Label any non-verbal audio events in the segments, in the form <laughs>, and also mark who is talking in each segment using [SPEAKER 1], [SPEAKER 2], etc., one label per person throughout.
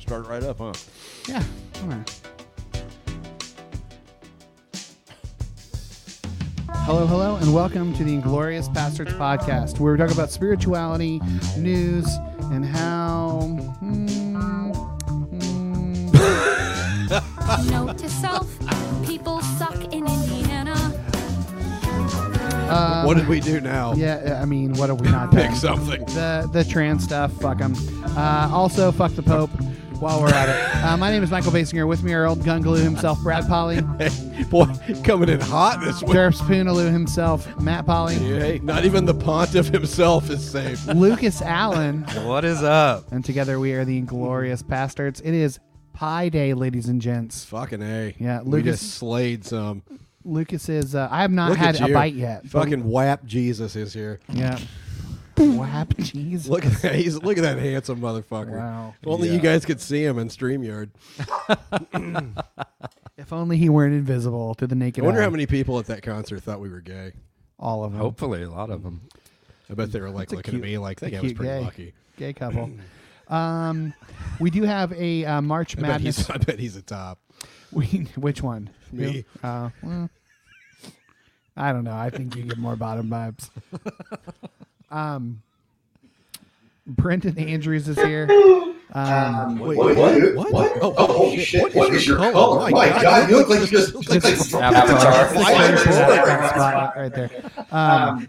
[SPEAKER 1] Start right up, huh?
[SPEAKER 2] Yeah. All right. Hello, hello, and welcome to the Inglorious Pastors Podcast, where we talk about spirituality, news, and how. mm, mm,
[SPEAKER 3] Note to self, people suck in Indiana.
[SPEAKER 2] um,
[SPEAKER 1] what did we do now?
[SPEAKER 2] Yeah, I mean, what are we not doing?
[SPEAKER 1] Pick something. <laughs>
[SPEAKER 2] The the trans stuff, fuck them. Uh, also, fuck the Pope. While we're at it, uh, my name is Michael Basinger. With me are old Gungaloo himself, Brad Polly,
[SPEAKER 1] <laughs> Boy, coming in hot this week.
[SPEAKER 2] Derps Poonaloo himself, Matt Polly,
[SPEAKER 1] Hey, not even the pontiff himself is
[SPEAKER 2] <laughs>
[SPEAKER 1] safe.
[SPEAKER 2] Lucas Allen,
[SPEAKER 4] What is up?
[SPEAKER 2] and together we are the Inglorious Bastards. It is Pie Day, ladies and gents.
[SPEAKER 1] Fucking A.
[SPEAKER 2] Yeah,
[SPEAKER 1] we
[SPEAKER 2] Lucas-
[SPEAKER 1] just slayed some.
[SPEAKER 2] Lucas is. Uh, I have not
[SPEAKER 1] Look
[SPEAKER 2] had
[SPEAKER 1] at
[SPEAKER 2] a
[SPEAKER 1] you.
[SPEAKER 2] bite yet.
[SPEAKER 1] Fucking whap Jesus is here.
[SPEAKER 2] Yeah. Whap
[SPEAKER 1] <laughs>
[SPEAKER 2] cheese.
[SPEAKER 1] Look at that. He's, look at that handsome motherfucker.
[SPEAKER 2] Wow.
[SPEAKER 1] If only you guys could see him in StreamYard.
[SPEAKER 2] If only he weren't invisible to the naked
[SPEAKER 1] I wonder
[SPEAKER 2] eye.
[SPEAKER 1] how many people at that concert thought we were gay.
[SPEAKER 2] All of them.
[SPEAKER 4] Hopefully, a lot of them.
[SPEAKER 1] I bet they were like looking
[SPEAKER 2] cute-
[SPEAKER 1] at me like that
[SPEAKER 2] a
[SPEAKER 1] guy was
[SPEAKER 2] cute
[SPEAKER 1] pretty
[SPEAKER 2] gay.
[SPEAKER 1] lucky.
[SPEAKER 2] Gay
[SPEAKER 1] <clears throat>
[SPEAKER 2] couple. um, we do have a uh, March
[SPEAKER 1] I bet,
[SPEAKER 2] Madness.
[SPEAKER 1] he's, <laughs> I bet he's a top.
[SPEAKER 2] <laughs> We, which one?
[SPEAKER 1] Me.
[SPEAKER 2] You? Uh, well, I don't know. I think you get more bottom
[SPEAKER 1] <laughs>
[SPEAKER 2] vibes. Um, Brendan Andrews is here. Um,
[SPEAKER 1] Wait,
[SPEAKER 5] What? What? What? Oh, oh, holy shit. What is your color?
[SPEAKER 1] Oh,
[SPEAKER 5] My, God, you look like you just look like from Avatar.
[SPEAKER 2] Six
[SPEAKER 5] Why
[SPEAKER 2] inches
[SPEAKER 5] is
[SPEAKER 2] out of
[SPEAKER 5] there
[SPEAKER 2] that spot right there. Um,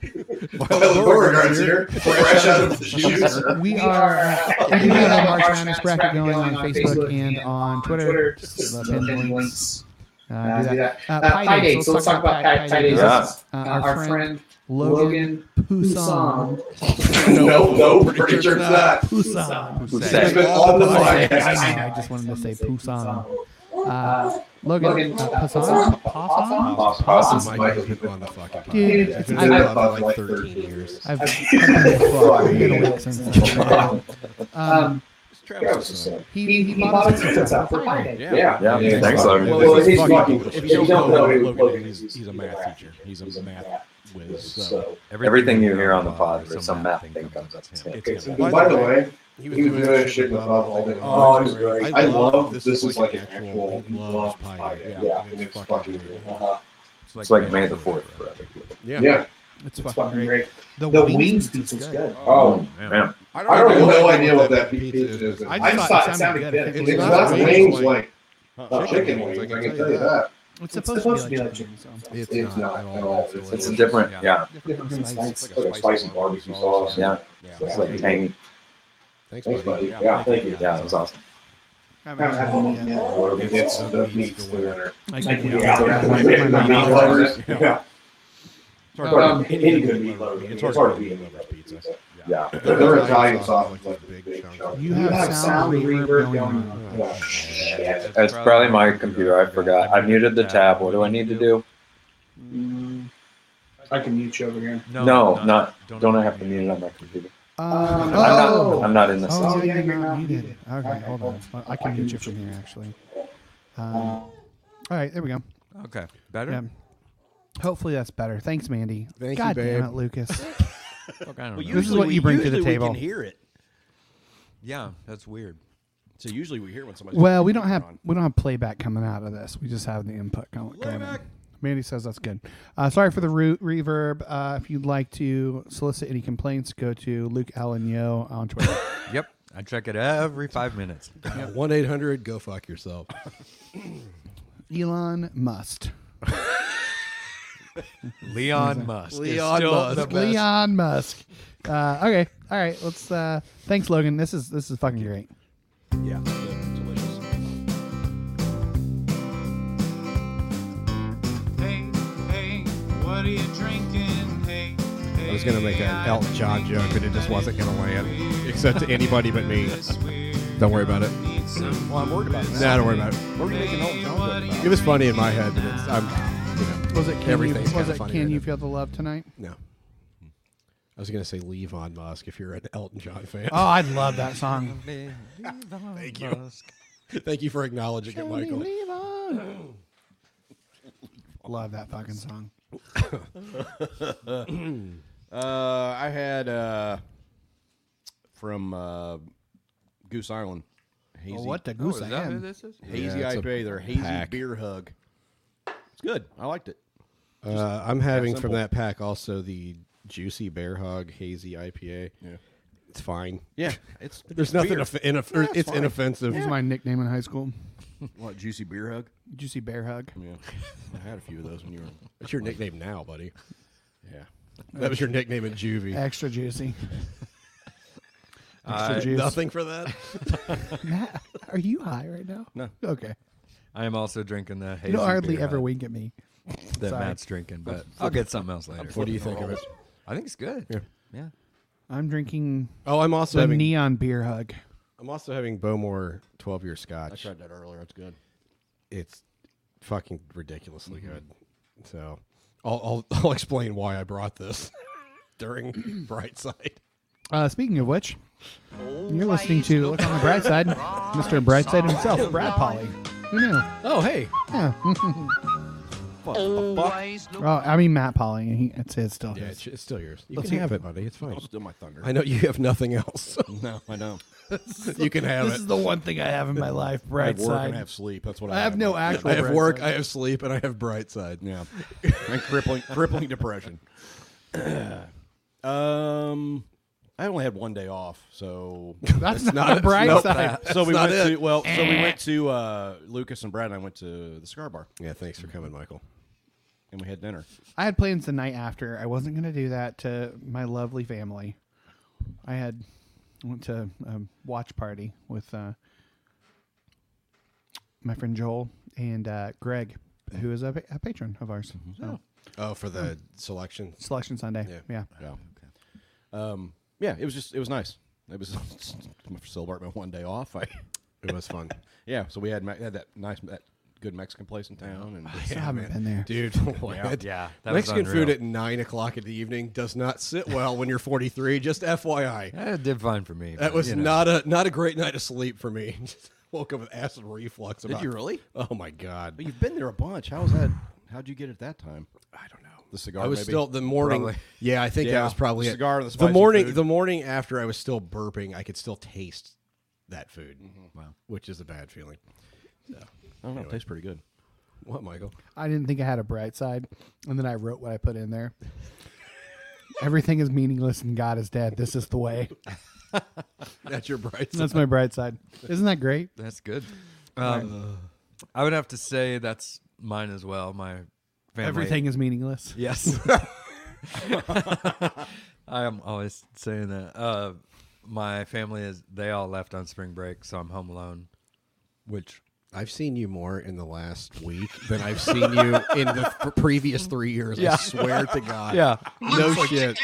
[SPEAKER 5] Violet Beauregard's here, fresh out of the shooter.
[SPEAKER 2] we are. uh, We do have a March Madness bracket going on Facebook and on Twitter. Just uh, pin links. Uh, do that. Uh, Pi Day. So let's talk about Pi Pi Days.
[SPEAKER 5] Yeah.
[SPEAKER 2] Uh, our friend Logan Poussin.
[SPEAKER 5] No, no, pretty sure it's not.
[SPEAKER 2] Poussin.
[SPEAKER 5] He's been on the podcast.
[SPEAKER 2] I just wanted to say Poussin. Uh, Logan uh, Poussin. Poussin?
[SPEAKER 5] Awesome,
[SPEAKER 1] Mike
[SPEAKER 5] Michael.
[SPEAKER 1] has been on the fucking podcast.
[SPEAKER 2] Dude,
[SPEAKER 1] He's been
[SPEAKER 2] I've-
[SPEAKER 1] on for like 13 years.
[SPEAKER 2] I've I've been awake since. then. Um,
[SPEAKER 5] Travis is saying.
[SPEAKER 2] he, he bought us a pizza for Pi Day.
[SPEAKER 5] Yeah.
[SPEAKER 6] Yeah, thanks, Logan.
[SPEAKER 5] Well,
[SPEAKER 1] if
[SPEAKER 5] he's
[SPEAKER 1] you
[SPEAKER 5] fucking-
[SPEAKER 1] don't
[SPEAKER 5] if you don't know
[SPEAKER 1] know who
[SPEAKER 5] who
[SPEAKER 1] Logan
[SPEAKER 5] Logan
[SPEAKER 1] is,
[SPEAKER 5] is,
[SPEAKER 1] he's, he's a
[SPEAKER 5] he's a
[SPEAKER 1] math
[SPEAKER 5] math
[SPEAKER 1] teacher. He's a
[SPEAKER 5] He's a
[SPEAKER 1] math
[SPEAKER 5] math uh,
[SPEAKER 1] whiz. So
[SPEAKER 5] So,
[SPEAKER 6] Everything you hear on the pod, there's some math thing comes up.
[SPEAKER 5] okay,
[SPEAKER 1] It's
[SPEAKER 5] so
[SPEAKER 1] him.
[SPEAKER 5] by the way,
[SPEAKER 1] he
[SPEAKER 5] he was doing shit with Bob Holden. Oh, it was great. I love this. This is like an actual love pie. Yeah, and it's fucking great. Uh-huh.
[SPEAKER 6] It's like May the 4th for other people.
[SPEAKER 1] Yeah.
[SPEAKER 5] Yeah,
[SPEAKER 2] It's
[SPEAKER 5] it's
[SPEAKER 2] fucking
[SPEAKER 5] fucking
[SPEAKER 2] great.
[SPEAKER 5] great. The wings pizza's good. Oh,
[SPEAKER 6] Man,
[SPEAKER 5] I don't have no idea what that pizza is.
[SPEAKER 1] I
[SPEAKER 5] I
[SPEAKER 1] just
[SPEAKER 5] just
[SPEAKER 2] thought
[SPEAKER 5] thought it sounded good.
[SPEAKER 1] It's
[SPEAKER 5] It's
[SPEAKER 1] not
[SPEAKER 5] not
[SPEAKER 1] wings
[SPEAKER 5] wings like
[SPEAKER 1] Uh,
[SPEAKER 5] uh, chicken wings, I can tell you that.
[SPEAKER 2] It's supposed to be like chicken. so
[SPEAKER 1] It's,
[SPEAKER 5] It's
[SPEAKER 1] not,
[SPEAKER 5] not
[SPEAKER 1] at
[SPEAKER 5] at
[SPEAKER 1] all.
[SPEAKER 5] all.
[SPEAKER 1] It's,
[SPEAKER 6] it's a different, yeah,
[SPEAKER 2] different spice.
[SPEAKER 5] It's like a spicy barbecue sauce.
[SPEAKER 6] yeah.
[SPEAKER 1] Yeah.
[SPEAKER 6] It's like tangy.
[SPEAKER 1] Thanks,
[SPEAKER 5] Thanks, buddy.
[SPEAKER 1] buddy.
[SPEAKER 5] Yeah,
[SPEAKER 6] Thank you. Yeah, it was awesome.
[SPEAKER 2] I'm
[SPEAKER 5] I haven't had
[SPEAKER 2] actually-
[SPEAKER 5] one
[SPEAKER 2] yeah.
[SPEAKER 5] yet. Or we did some duck meats for dinner.
[SPEAKER 2] Like,
[SPEAKER 5] Like,
[SPEAKER 2] yeah.
[SPEAKER 5] yeah,
[SPEAKER 2] Yeah.
[SPEAKER 5] like,
[SPEAKER 2] Yeah.
[SPEAKER 5] not meat lovers. Yeah.
[SPEAKER 1] Sorry,
[SPEAKER 2] Um,
[SPEAKER 1] buddy.
[SPEAKER 5] Um, any good meat lover.
[SPEAKER 1] It's hard to beat a lover's pizza.
[SPEAKER 6] Yeah.
[SPEAKER 5] Their their Italian sauce is like a big chunk.
[SPEAKER 2] You have sound reverb going on.
[SPEAKER 5] Yeah. Shit.
[SPEAKER 6] It's probably my computer. I forgot. I muted the tab. What do I need to do?
[SPEAKER 5] Mm, I can mute you over here.
[SPEAKER 6] No, not. Don't I have to mute it on my computer?
[SPEAKER 2] Um,
[SPEAKER 5] I'm
[SPEAKER 6] I'm
[SPEAKER 2] oh.
[SPEAKER 6] not. I'm not in this.
[SPEAKER 2] Oh,
[SPEAKER 5] Oh,
[SPEAKER 2] yeah,
[SPEAKER 5] yeah,
[SPEAKER 2] you're
[SPEAKER 5] you're
[SPEAKER 2] not
[SPEAKER 5] not
[SPEAKER 2] muted. Okay,
[SPEAKER 5] Okay,
[SPEAKER 2] hold
[SPEAKER 5] hold
[SPEAKER 2] on. I can mute you from here, actually. Um, all right, there we go.
[SPEAKER 4] Okay, better.
[SPEAKER 2] Yeah. Hopefully that's better. Thanks, Mandy.
[SPEAKER 1] Thank you,
[SPEAKER 2] God damn
[SPEAKER 1] babe.
[SPEAKER 2] it, Lucas.
[SPEAKER 4] Fuck, I don't know.
[SPEAKER 2] This is what you bring to the table.
[SPEAKER 1] We can hear it.
[SPEAKER 4] <laughs> yeah, that's weird.
[SPEAKER 1] So usually we hear when somebody's
[SPEAKER 2] Well, we don't have we don't have playback coming out of this. We just have the input going. going in. Mandy says that's good. Uh, sorry for the re- reverb. Uh, if you'd like to solicit any complaints, go to Luke Allen Yo on
[SPEAKER 1] <laughs>
[SPEAKER 2] Twitter.
[SPEAKER 4] Yep, I check it every five minutes.
[SPEAKER 1] one eight hundred. Go fuck yourself.
[SPEAKER 2] Elon Must.
[SPEAKER 4] Leon Musk.
[SPEAKER 1] Leon
[SPEAKER 4] is still
[SPEAKER 1] Musk.
[SPEAKER 4] The best.
[SPEAKER 2] Leon Musk. Uh, okay. All right. Let's. Uh, thanks, Logan. This is this is fucking great.
[SPEAKER 1] yeah, delicious.
[SPEAKER 7] Hey, hey, what are you drinking? Hey, hey.
[SPEAKER 1] I was gonna make an Elton John joke, but it just wasn't gonna land, except to anybody but me. Don't worry about it.
[SPEAKER 7] Well, I'm worried about
[SPEAKER 1] No, don't worry about it.
[SPEAKER 7] We're gonna make an Elton John joke about
[SPEAKER 1] It was funny in my head, but it's, I'm, you know,
[SPEAKER 2] Was it? Can
[SPEAKER 1] Everything's
[SPEAKER 2] you, was
[SPEAKER 1] kinda
[SPEAKER 2] it?
[SPEAKER 1] funny
[SPEAKER 2] Can
[SPEAKER 1] right
[SPEAKER 2] you
[SPEAKER 1] now.
[SPEAKER 2] feel the love tonight?
[SPEAKER 1] no. I was gonna say Levon Musk if you're an Elton John fan.
[SPEAKER 2] Oh, I love that song.
[SPEAKER 4] Thank
[SPEAKER 1] you. <laughs> Thank you for acknowledging it, Michael.
[SPEAKER 2] Levon. Love that fucking song.
[SPEAKER 8] Uh, I had uh, from uh, Goose Island Hazy,
[SPEAKER 2] Well, what the
[SPEAKER 4] Oh,
[SPEAKER 2] goose
[SPEAKER 4] is
[SPEAKER 2] I
[SPEAKER 4] that who
[SPEAKER 2] am.
[SPEAKER 4] this is?
[SPEAKER 8] hazy
[SPEAKER 1] Yeah, it's a
[SPEAKER 8] IPA, their hazy
[SPEAKER 1] pack.
[SPEAKER 8] beer hug. It's good. I liked it.
[SPEAKER 1] Uh, I'm having from
[SPEAKER 8] simple.
[SPEAKER 1] that pack also the Juicy Bear Hog Hazy IPA.
[SPEAKER 8] Yeah.
[SPEAKER 1] It's fine.
[SPEAKER 8] Yeah,
[SPEAKER 1] <laughs>
[SPEAKER 8] it's
[SPEAKER 1] There's nothing.
[SPEAKER 8] beer.
[SPEAKER 1] Off- inoff-
[SPEAKER 8] Yeah,
[SPEAKER 1] it's
[SPEAKER 8] it's fine.
[SPEAKER 1] inoffensive.
[SPEAKER 2] That was my nickname in high school.
[SPEAKER 8] What juicy beer hug?
[SPEAKER 2] Juicy bear hug.
[SPEAKER 8] Yeah, I had a few of those when you were.
[SPEAKER 1] It's your nickname now, buddy. Yeah. That was your nickname at juvie.
[SPEAKER 2] Extra juicy.
[SPEAKER 4] I-
[SPEAKER 2] Extra juice.
[SPEAKER 1] Nothing for that.
[SPEAKER 2] <laughs> Matt, are you high right now?
[SPEAKER 8] No.
[SPEAKER 2] Okay.
[SPEAKER 4] I am also drinking the hazy
[SPEAKER 2] You don't hardly
[SPEAKER 4] beer
[SPEAKER 2] ever
[SPEAKER 4] hop
[SPEAKER 2] wink at me.
[SPEAKER 4] that
[SPEAKER 2] sorry.
[SPEAKER 4] Matt's drinking, but I'll get something else later.
[SPEAKER 1] what do you think of it?
[SPEAKER 4] I think it's good. Yeah. yeah.
[SPEAKER 2] I'm drinking
[SPEAKER 1] <laughs> Oh, I'm also
[SPEAKER 2] the
[SPEAKER 1] having.
[SPEAKER 2] neon beer hug.
[SPEAKER 1] I'm also having Bowmore 12 year Scotch.
[SPEAKER 8] I tried that earlier. It's good.
[SPEAKER 1] It's fucking ridiculously
[SPEAKER 8] Mm-hmm.
[SPEAKER 1] good. So, I'll, <laughs> I'll I'll explain why I brought this <laughs>
[SPEAKER 8] <coughs>
[SPEAKER 1] during Brightside.
[SPEAKER 2] Uh, speaking of which, you're listening to Look on the Bright Side, Mr. Brightside himself, Brad Polly. Who knew?
[SPEAKER 1] Oh, hey.
[SPEAKER 2] Yeah. Oh, I mean Matt Polly. He, it's his still
[SPEAKER 1] Yeah,
[SPEAKER 2] his.
[SPEAKER 1] it's, it's still yours. You can have it, buddy. It's fine.
[SPEAKER 8] Don't steal my thunder.
[SPEAKER 1] I know you have nothing
[SPEAKER 8] <laughs>
[SPEAKER 1] else. <laughs>
[SPEAKER 8] no, I don't.
[SPEAKER 1] you can have
[SPEAKER 2] This
[SPEAKER 1] it.
[SPEAKER 2] is the one thing I have in my life,
[SPEAKER 8] I have work and I
[SPEAKER 2] Brightside.
[SPEAKER 8] have sleep. That's what I,
[SPEAKER 2] I have no actual.
[SPEAKER 1] I have
[SPEAKER 2] Brightside.
[SPEAKER 1] work, I have sleep, and I have Brightside.
[SPEAKER 8] Yeah, and crippling, crippling depression. um, I only had one day off,
[SPEAKER 1] <laughs>
[SPEAKER 8] so
[SPEAKER 2] That's not, a bright side.
[SPEAKER 8] so we went to well, so we went to uh, Lucas and Brad and I went to the cigar bar
[SPEAKER 1] Yeah, thanks for
[SPEAKER 8] Mm-hmm.
[SPEAKER 1] coming, Michael.
[SPEAKER 8] and we had dinner.
[SPEAKER 2] I had plans the night after. I wasn't going to do that to my lovely family. I had I went to a watch party with uh, my friend Joel and uh, Greg, who is a, pa- a patron of ours. So,
[SPEAKER 1] Oh, for
[SPEAKER 8] Mm.
[SPEAKER 1] the selection.
[SPEAKER 2] Selection Sunday.
[SPEAKER 1] Yeah.
[SPEAKER 2] Yeah.
[SPEAKER 8] Yeah. Um. Yeah, it was just it was nice. It was <laughs> celebrate my one day off. I
[SPEAKER 1] It was
[SPEAKER 8] <laughs>
[SPEAKER 1] fun.
[SPEAKER 8] yeah. So we had me- had that nice that good Mexican place in town and
[SPEAKER 1] <laughs>
[SPEAKER 2] Still haven't been there.
[SPEAKER 1] Dude, <laughs> what?
[SPEAKER 4] yeah, that was
[SPEAKER 1] Mexican food
[SPEAKER 4] unreal.
[SPEAKER 1] at 9 o'clock in the evening does not sit well when you're 43, just FYI.
[SPEAKER 4] That did fine for me.
[SPEAKER 1] That was not a not a great night of sleep for me. <laughs> Woke up with acid reflux.
[SPEAKER 8] Did
[SPEAKER 1] about-
[SPEAKER 8] you really?
[SPEAKER 1] Oh, my God.
[SPEAKER 8] But you've been there a bunch. How was that? How'd you get it that time?
[SPEAKER 1] I don't know.
[SPEAKER 8] The cigar.
[SPEAKER 1] I was
[SPEAKER 8] maybe?
[SPEAKER 1] still the morning.
[SPEAKER 4] Probably.
[SPEAKER 1] Yeah, I think that
[SPEAKER 8] Yeah,
[SPEAKER 1] was probably
[SPEAKER 8] the
[SPEAKER 1] it.
[SPEAKER 8] cigar and the spicy
[SPEAKER 1] morning.
[SPEAKER 8] food.
[SPEAKER 1] The morning after, I was still burping. I could still taste that food,
[SPEAKER 8] Mm-hmm.
[SPEAKER 1] which is a bad feeling.
[SPEAKER 8] I don't know. It tastes pretty good. <laughs>
[SPEAKER 1] What, Michael?
[SPEAKER 2] I didn't think I had a bright side, and then I wrote what I put in there. Everything is meaningless and God is dead. This is the way.
[SPEAKER 1] That's your bright side.
[SPEAKER 2] <laughs> That's my bright side. Isn't that great?
[SPEAKER 4] That's good. Um, I would have to say that's mine as well. My family.
[SPEAKER 2] Everything is meaningless.
[SPEAKER 4] Yes. <laughs> I am always saying that. Uh, my family is they all left on spring break, so I'm home alone. Which
[SPEAKER 1] I've seen you more in the last week than I've seen you in the f- previous three years. I swear to
[SPEAKER 4] <laughs>
[SPEAKER 1] God.
[SPEAKER 4] yeah.
[SPEAKER 1] No shit.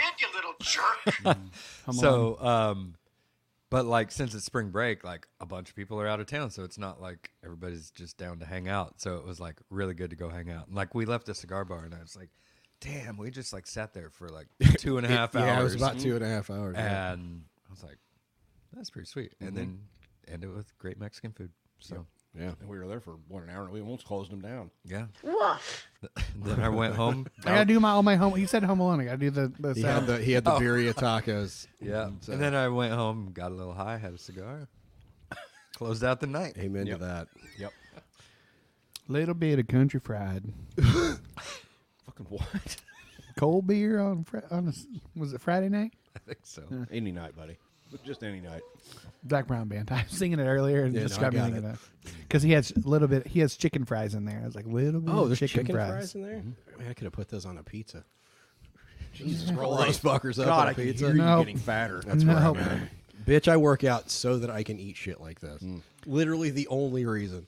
[SPEAKER 4] <laughs> so um, but like since it's spring break, like a bunch of people are out of town, so it's not like everybody's just down to hang out. So it was like really good to go hang out. And, like we left a cigar bar, and I was like, damn, we just like sat there for
[SPEAKER 1] <laughs>
[SPEAKER 4] like two and a half hours.
[SPEAKER 1] Yeah, it
[SPEAKER 4] <laughs>
[SPEAKER 1] was about two and a half
[SPEAKER 8] Mm-hmm.
[SPEAKER 1] hours.
[SPEAKER 8] Uh,
[SPEAKER 1] yeah.
[SPEAKER 4] and I was like, "That's pretty sweet."
[SPEAKER 1] Mm-hmm.
[SPEAKER 4] And then end it with great Mexican food. So
[SPEAKER 1] Yeah.
[SPEAKER 8] And we were there for what an hour, and we almost closed them down.
[SPEAKER 4] yeah. <laughs> then I went
[SPEAKER 1] <laughs>
[SPEAKER 4] home.
[SPEAKER 2] I gotta do my all my home. He said Home Alone. I gotta do the, the
[SPEAKER 1] He had
[SPEAKER 2] sound.
[SPEAKER 1] the he
[SPEAKER 8] Oh.
[SPEAKER 1] had the birria tacos.
[SPEAKER 4] yeah, and then I went home, got a little high, had a cigar, closed out the night.
[SPEAKER 1] Amen
[SPEAKER 8] Yep.
[SPEAKER 1] to that.
[SPEAKER 8] Yep.
[SPEAKER 2] Little bit of country fried,
[SPEAKER 8] Fucking
[SPEAKER 1] <laughs>
[SPEAKER 8] what?
[SPEAKER 2] cold beer on fr- on a s was it Friday night?
[SPEAKER 4] I think so.
[SPEAKER 8] any night, buddy. Just any night.
[SPEAKER 2] Black Brown Band. <laughs> I was singing it earlier and
[SPEAKER 1] Yeah,
[SPEAKER 2] just
[SPEAKER 1] no, I
[SPEAKER 2] got me
[SPEAKER 1] got
[SPEAKER 2] thinking
[SPEAKER 1] it.
[SPEAKER 2] that because he has a little bit. He has chicken fries in there. I was like, little bit.
[SPEAKER 1] Oh,
[SPEAKER 2] of chicken, fries.
[SPEAKER 1] in there.
[SPEAKER 8] Mm-hmm.
[SPEAKER 1] Man, I could have put those on a pizza. Jesus, roll those fuckers up on
[SPEAKER 8] God,
[SPEAKER 1] a
[SPEAKER 8] I can
[SPEAKER 1] pizza.
[SPEAKER 8] hear you
[SPEAKER 2] No.
[SPEAKER 8] getting fatter.
[SPEAKER 1] That's
[SPEAKER 2] no,
[SPEAKER 1] where I'm at. Bitch, I work out so that I can eat shit like this.
[SPEAKER 8] Mm.
[SPEAKER 1] Literally the only reason.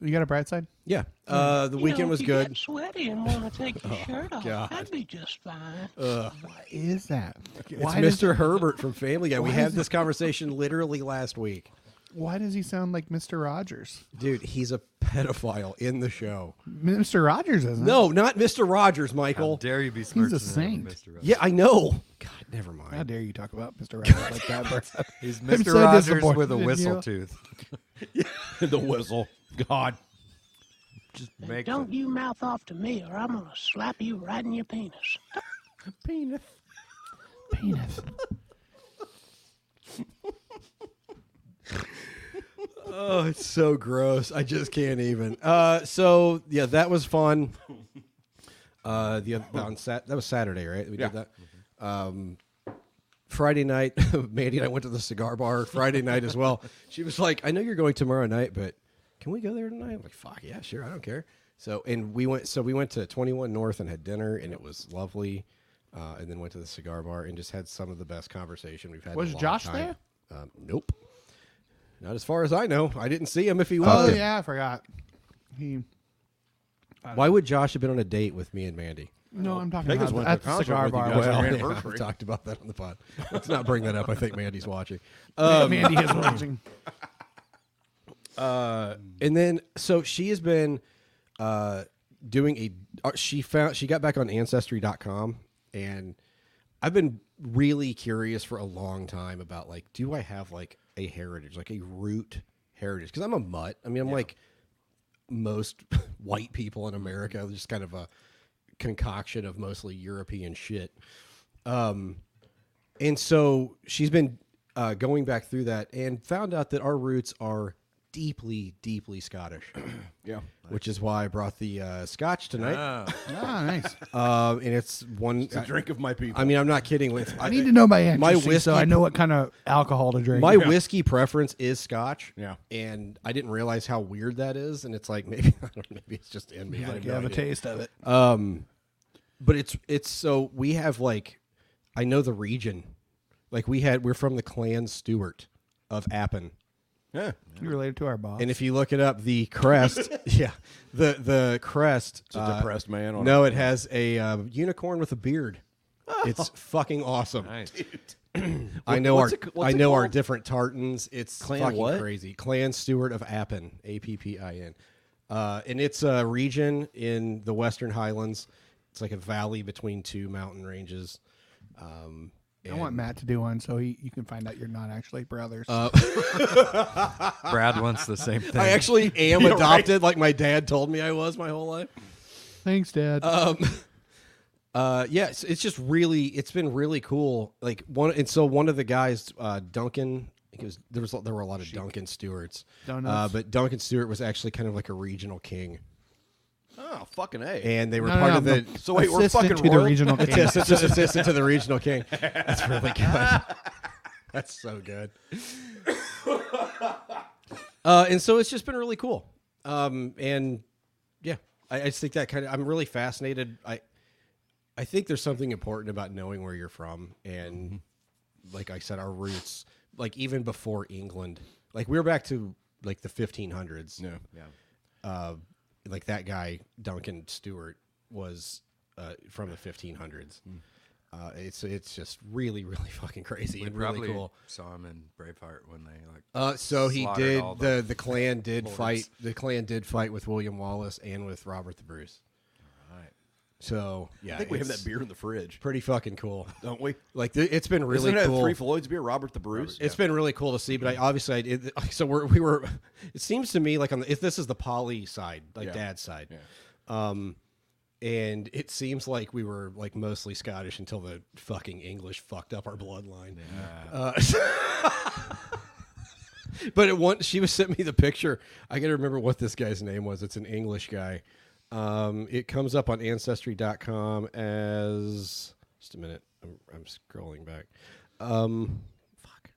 [SPEAKER 2] you got a bright side.
[SPEAKER 1] Yeah. Uh, the weekend was good. Oh,
[SPEAKER 9] sweaty and want to take
[SPEAKER 1] <laughs>
[SPEAKER 9] your shirt off.
[SPEAKER 1] God.
[SPEAKER 9] That'd be just fine.
[SPEAKER 2] What is that?
[SPEAKER 1] It's
[SPEAKER 2] Why does,
[SPEAKER 1] Mr. Herbert from Family Guy. We
[SPEAKER 2] Why
[SPEAKER 1] had
[SPEAKER 2] is
[SPEAKER 1] this conversation literally last week.
[SPEAKER 2] Why does he sound like Mr. Rogers?
[SPEAKER 1] Dude, he's a pedophile in the show.
[SPEAKER 2] Mr. Rogers isn't.
[SPEAKER 1] No, not Mr. Rogers,
[SPEAKER 4] How
[SPEAKER 1] Michael.
[SPEAKER 4] dare you be smirching at
[SPEAKER 2] saint.
[SPEAKER 4] Mr. Rogers?
[SPEAKER 1] yeah, I know. God, never
[SPEAKER 2] How
[SPEAKER 1] mind.
[SPEAKER 2] dare you talk about Mr. Rogers like that? <laughs> Brad?
[SPEAKER 4] He's
[SPEAKER 2] I'm
[SPEAKER 4] Mr.
[SPEAKER 2] so
[SPEAKER 4] Rogers
[SPEAKER 2] disappointed
[SPEAKER 4] with a
[SPEAKER 2] in
[SPEAKER 4] whistle
[SPEAKER 2] you.
[SPEAKER 4] tooth.
[SPEAKER 8] <laughs> the whistle. God.
[SPEAKER 4] Just
[SPEAKER 9] And
[SPEAKER 4] make
[SPEAKER 9] don't
[SPEAKER 4] it.
[SPEAKER 9] you mouth off to me, or I'm gonna slap you right in your penis.
[SPEAKER 8] Penis.
[SPEAKER 2] Penis.
[SPEAKER 1] Oh, it's so gross. I just can't even. Uh, so yeah, that was fun. Uh, the other, on Sat that was Saturday, right? We
[SPEAKER 8] Yeah.
[SPEAKER 1] did that. Um, Friday night, <laughs> Mandy and I went to the cigar bar. Friday night as well. She was like, "I know you're going tomorrow night, but can we go there tonight?" I'm like, "Fuck yeah, sure, I don't care." So and we went. So we went to 21 North and had dinner, and it was lovely. Uh, and then went to the cigar bar and just had some of the best conversation we've had. in a
[SPEAKER 2] Was
[SPEAKER 1] long
[SPEAKER 2] Josh
[SPEAKER 1] time. Um, nope. Not as far as I know. I didn't see him if he
[SPEAKER 2] Oh
[SPEAKER 1] was.
[SPEAKER 2] yeah, I forgot. He
[SPEAKER 1] Why would Josh have been on a date with me and Mandy?
[SPEAKER 2] no, I'm talking
[SPEAKER 8] Vegas
[SPEAKER 2] about
[SPEAKER 8] went to
[SPEAKER 2] at
[SPEAKER 8] a
[SPEAKER 2] the
[SPEAKER 8] concert
[SPEAKER 2] cigar
[SPEAKER 8] with you
[SPEAKER 2] bar.
[SPEAKER 8] guys.
[SPEAKER 2] wasn't
[SPEAKER 8] Well,
[SPEAKER 2] it?
[SPEAKER 8] yeah,
[SPEAKER 1] we
[SPEAKER 8] anniversary.
[SPEAKER 1] talked about that on the pod. Let's not bring that up. I think Mandy's watching.
[SPEAKER 2] Mandy is watching.
[SPEAKER 1] Mm. And then, so she has been uh, doing a. uh, She found she got back on Ancestry.com, and I've been really curious for a long time about like, do I have like a heritage, like a root heritage? Because I'm a mutt. I mean, I'm like most <laughs> white people in America. Just kind of a concoction of mostly European shit. Um, and so she's been uh, going back through that and found out that our roots are deeply, deeply Scottish,
[SPEAKER 8] Yeah.
[SPEAKER 1] which is why I brought the uh, Scotch tonight.
[SPEAKER 4] Ah,
[SPEAKER 2] Ah, nice.
[SPEAKER 1] Uh, and it's one.
[SPEAKER 8] It's a drink of my people.
[SPEAKER 1] I, I mean, I'm not kidding. With
[SPEAKER 2] I need to know my
[SPEAKER 1] My
[SPEAKER 2] ancestry so I
[SPEAKER 1] whiskey-
[SPEAKER 2] know what kind of alcohol to drink.
[SPEAKER 1] My <laughs> whiskey preference is Scotch.
[SPEAKER 8] Yeah.
[SPEAKER 1] and I didn't realize how weird that is. And it's like <laughs> maybe I don't, maybe it's just in me. I have
[SPEAKER 2] like,
[SPEAKER 1] no
[SPEAKER 2] you have a
[SPEAKER 1] idea.
[SPEAKER 2] taste of it.
[SPEAKER 1] Um, but it's it's so we have like, I know the region, like we had we're from the clan Stewart of Appin,
[SPEAKER 8] yeah.
[SPEAKER 2] You related to our boss.
[SPEAKER 1] and if you look it up,
[SPEAKER 8] <laughs>
[SPEAKER 1] the crest, <laughs> yeah, the the crest,
[SPEAKER 8] It's a
[SPEAKER 1] uh,
[SPEAKER 8] depressed man on
[SPEAKER 1] no, it has a uh, unicorn with a beard. It's
[SPEAKER 8] <laughs>
[SPEAKER 1] fucking awesome.
[SPEAKER 4] nice.
[SPEAKER 1] <clears throat> I know
[SPEAKER 8] What's
[SPEAKER 1] our
[SPEAKER 8] it c- what's
[SPEAKER 1] I
[SPEAKER 8] it
[SPEAKER 1] know our
[SPEAKER 8] called?
[SPEAKER 1] different tartans. It's
[SPEAKER 8] Clan
[SPEAKER 1] fucking
[SPEAKER 8] what?
[SPEAKER 1] crazy. Clan Stewart of Appin, A P P I N, uh, and it's a region in the Western Highlands. It's like a valley between two mountain ranges. Um,
[SPEAKER 2] I want
[SPEAKER 1] and-
[SPEAKER 2] Matt to do one so he, you can find out you're not actually brothers.
[SPEAKER 4] <laughs> Brad wants the same thing.
[SPEAKER 1] I <laughs> actually am adopted, like my dad told me I was my whole life.
[SPEAKER 2] Thanks, Dad.
[SPEAKER 1] Um, uh, yes, it's just really, it's been really cool. Like one, and so one of the guys, uh, Duncan, I think it was there was there were a lot of Duncan Stewarts,
[SPEAKER 2] Oh,
[SPEAKER 1] uh,
[SPEAKER 2] Donuts.
[SPEAKER 1] but Duncan Stewart was actually kind of like a regional king,
[SPEAKER 8] Oh, fucking A.
[SPEAKER 1] and they were
[SPEAKER 2] No, no,
[SPEAKER 1] part
[SPEAKER 2] no,
[SPEAKER 1] of
[SPEAKER 2] I'm
[SPEAKER 1] the.
[SPEAKER 8] so wait, we're
[SPEAKER 2] Assistant
[SPEAKER 8] fucking
[SPEAKER 2] to the
[SPEAKER 8] royal?
[SPEAKER 2] <laughs> regional king.
[SPEAKER 1] assistant, to- assistant to the regional king. That's really good. <laughs> That's so good. uh, and so it's just been really cool. Um, and yeah, I, I just think that kind of I'm really fascinated. I I think there's something important about knowing where you're from, and like I said, our roots, like even before England, like we were back to like the 1500s
[SPEAKER 8] No.
[SPEAKER 1] uh, like that guy Duncan Stewart was uh, from the 1500s.
[SPEAKER 8] Hmm.
[SPEAKER 1] Uh, it's it's just really really <laughs> fucking crazy
[SPEAKER 4] we
[SPEAKER 1] and
[SPEAKER 4] probably
[SPEAKER 1] really cool.
[SPEAKER 4] saw him in Braveheart when they like.
[SPEAKER 1] Uh, so he
[SPEAKER 4] slaughtered
[SPEAKER 1] did
[SPEAKER 4] all
[SPEAKER 1] the the
[SPEAKER 8] <laughs>
[SPEAKER 1] clan did
[SPEAKER 4] lords.
[SPEAKER 1] fight the clan did fight with William Wallace and with Robert the Bruce.
[SPEAKER 4] Alright.
[SPEAKER 1] So yeah,
[SPEAKER 8] I think we have
[SPEAKER 1] it's
[SPEAKER 8] that beer in the fridge,
[SPEAKER 1] Pretty fucking cool.
[SPEAKER 8] don't we?
[SPEAKER 1] Like th- it's been really
[SPEAKER 8] Isn't that
[SPEAKER 1] cool.
[SPEAKER 8] Three Floyds beer, Robert the Bruce. Mm-hmm.
[SPEAKER 1] It's been really cool to see, but I obviously I, it, <laughs> so we're, we were. It seems to me like on the, if this is the poly side, like
[SPEAKER 8] Yeah.
[SPEAKER 1] dad's side, um, and it seems like we were like mostly Scottish until the fucking English fucked up our bloodline. Uh, <laughs> but it once she was sent me the picture. I gotta remember what this guy's name was. It's an English guy. Um, it comes up on ancestry.com as just a minute. I'm, I'm scrolling back. Um, fuck.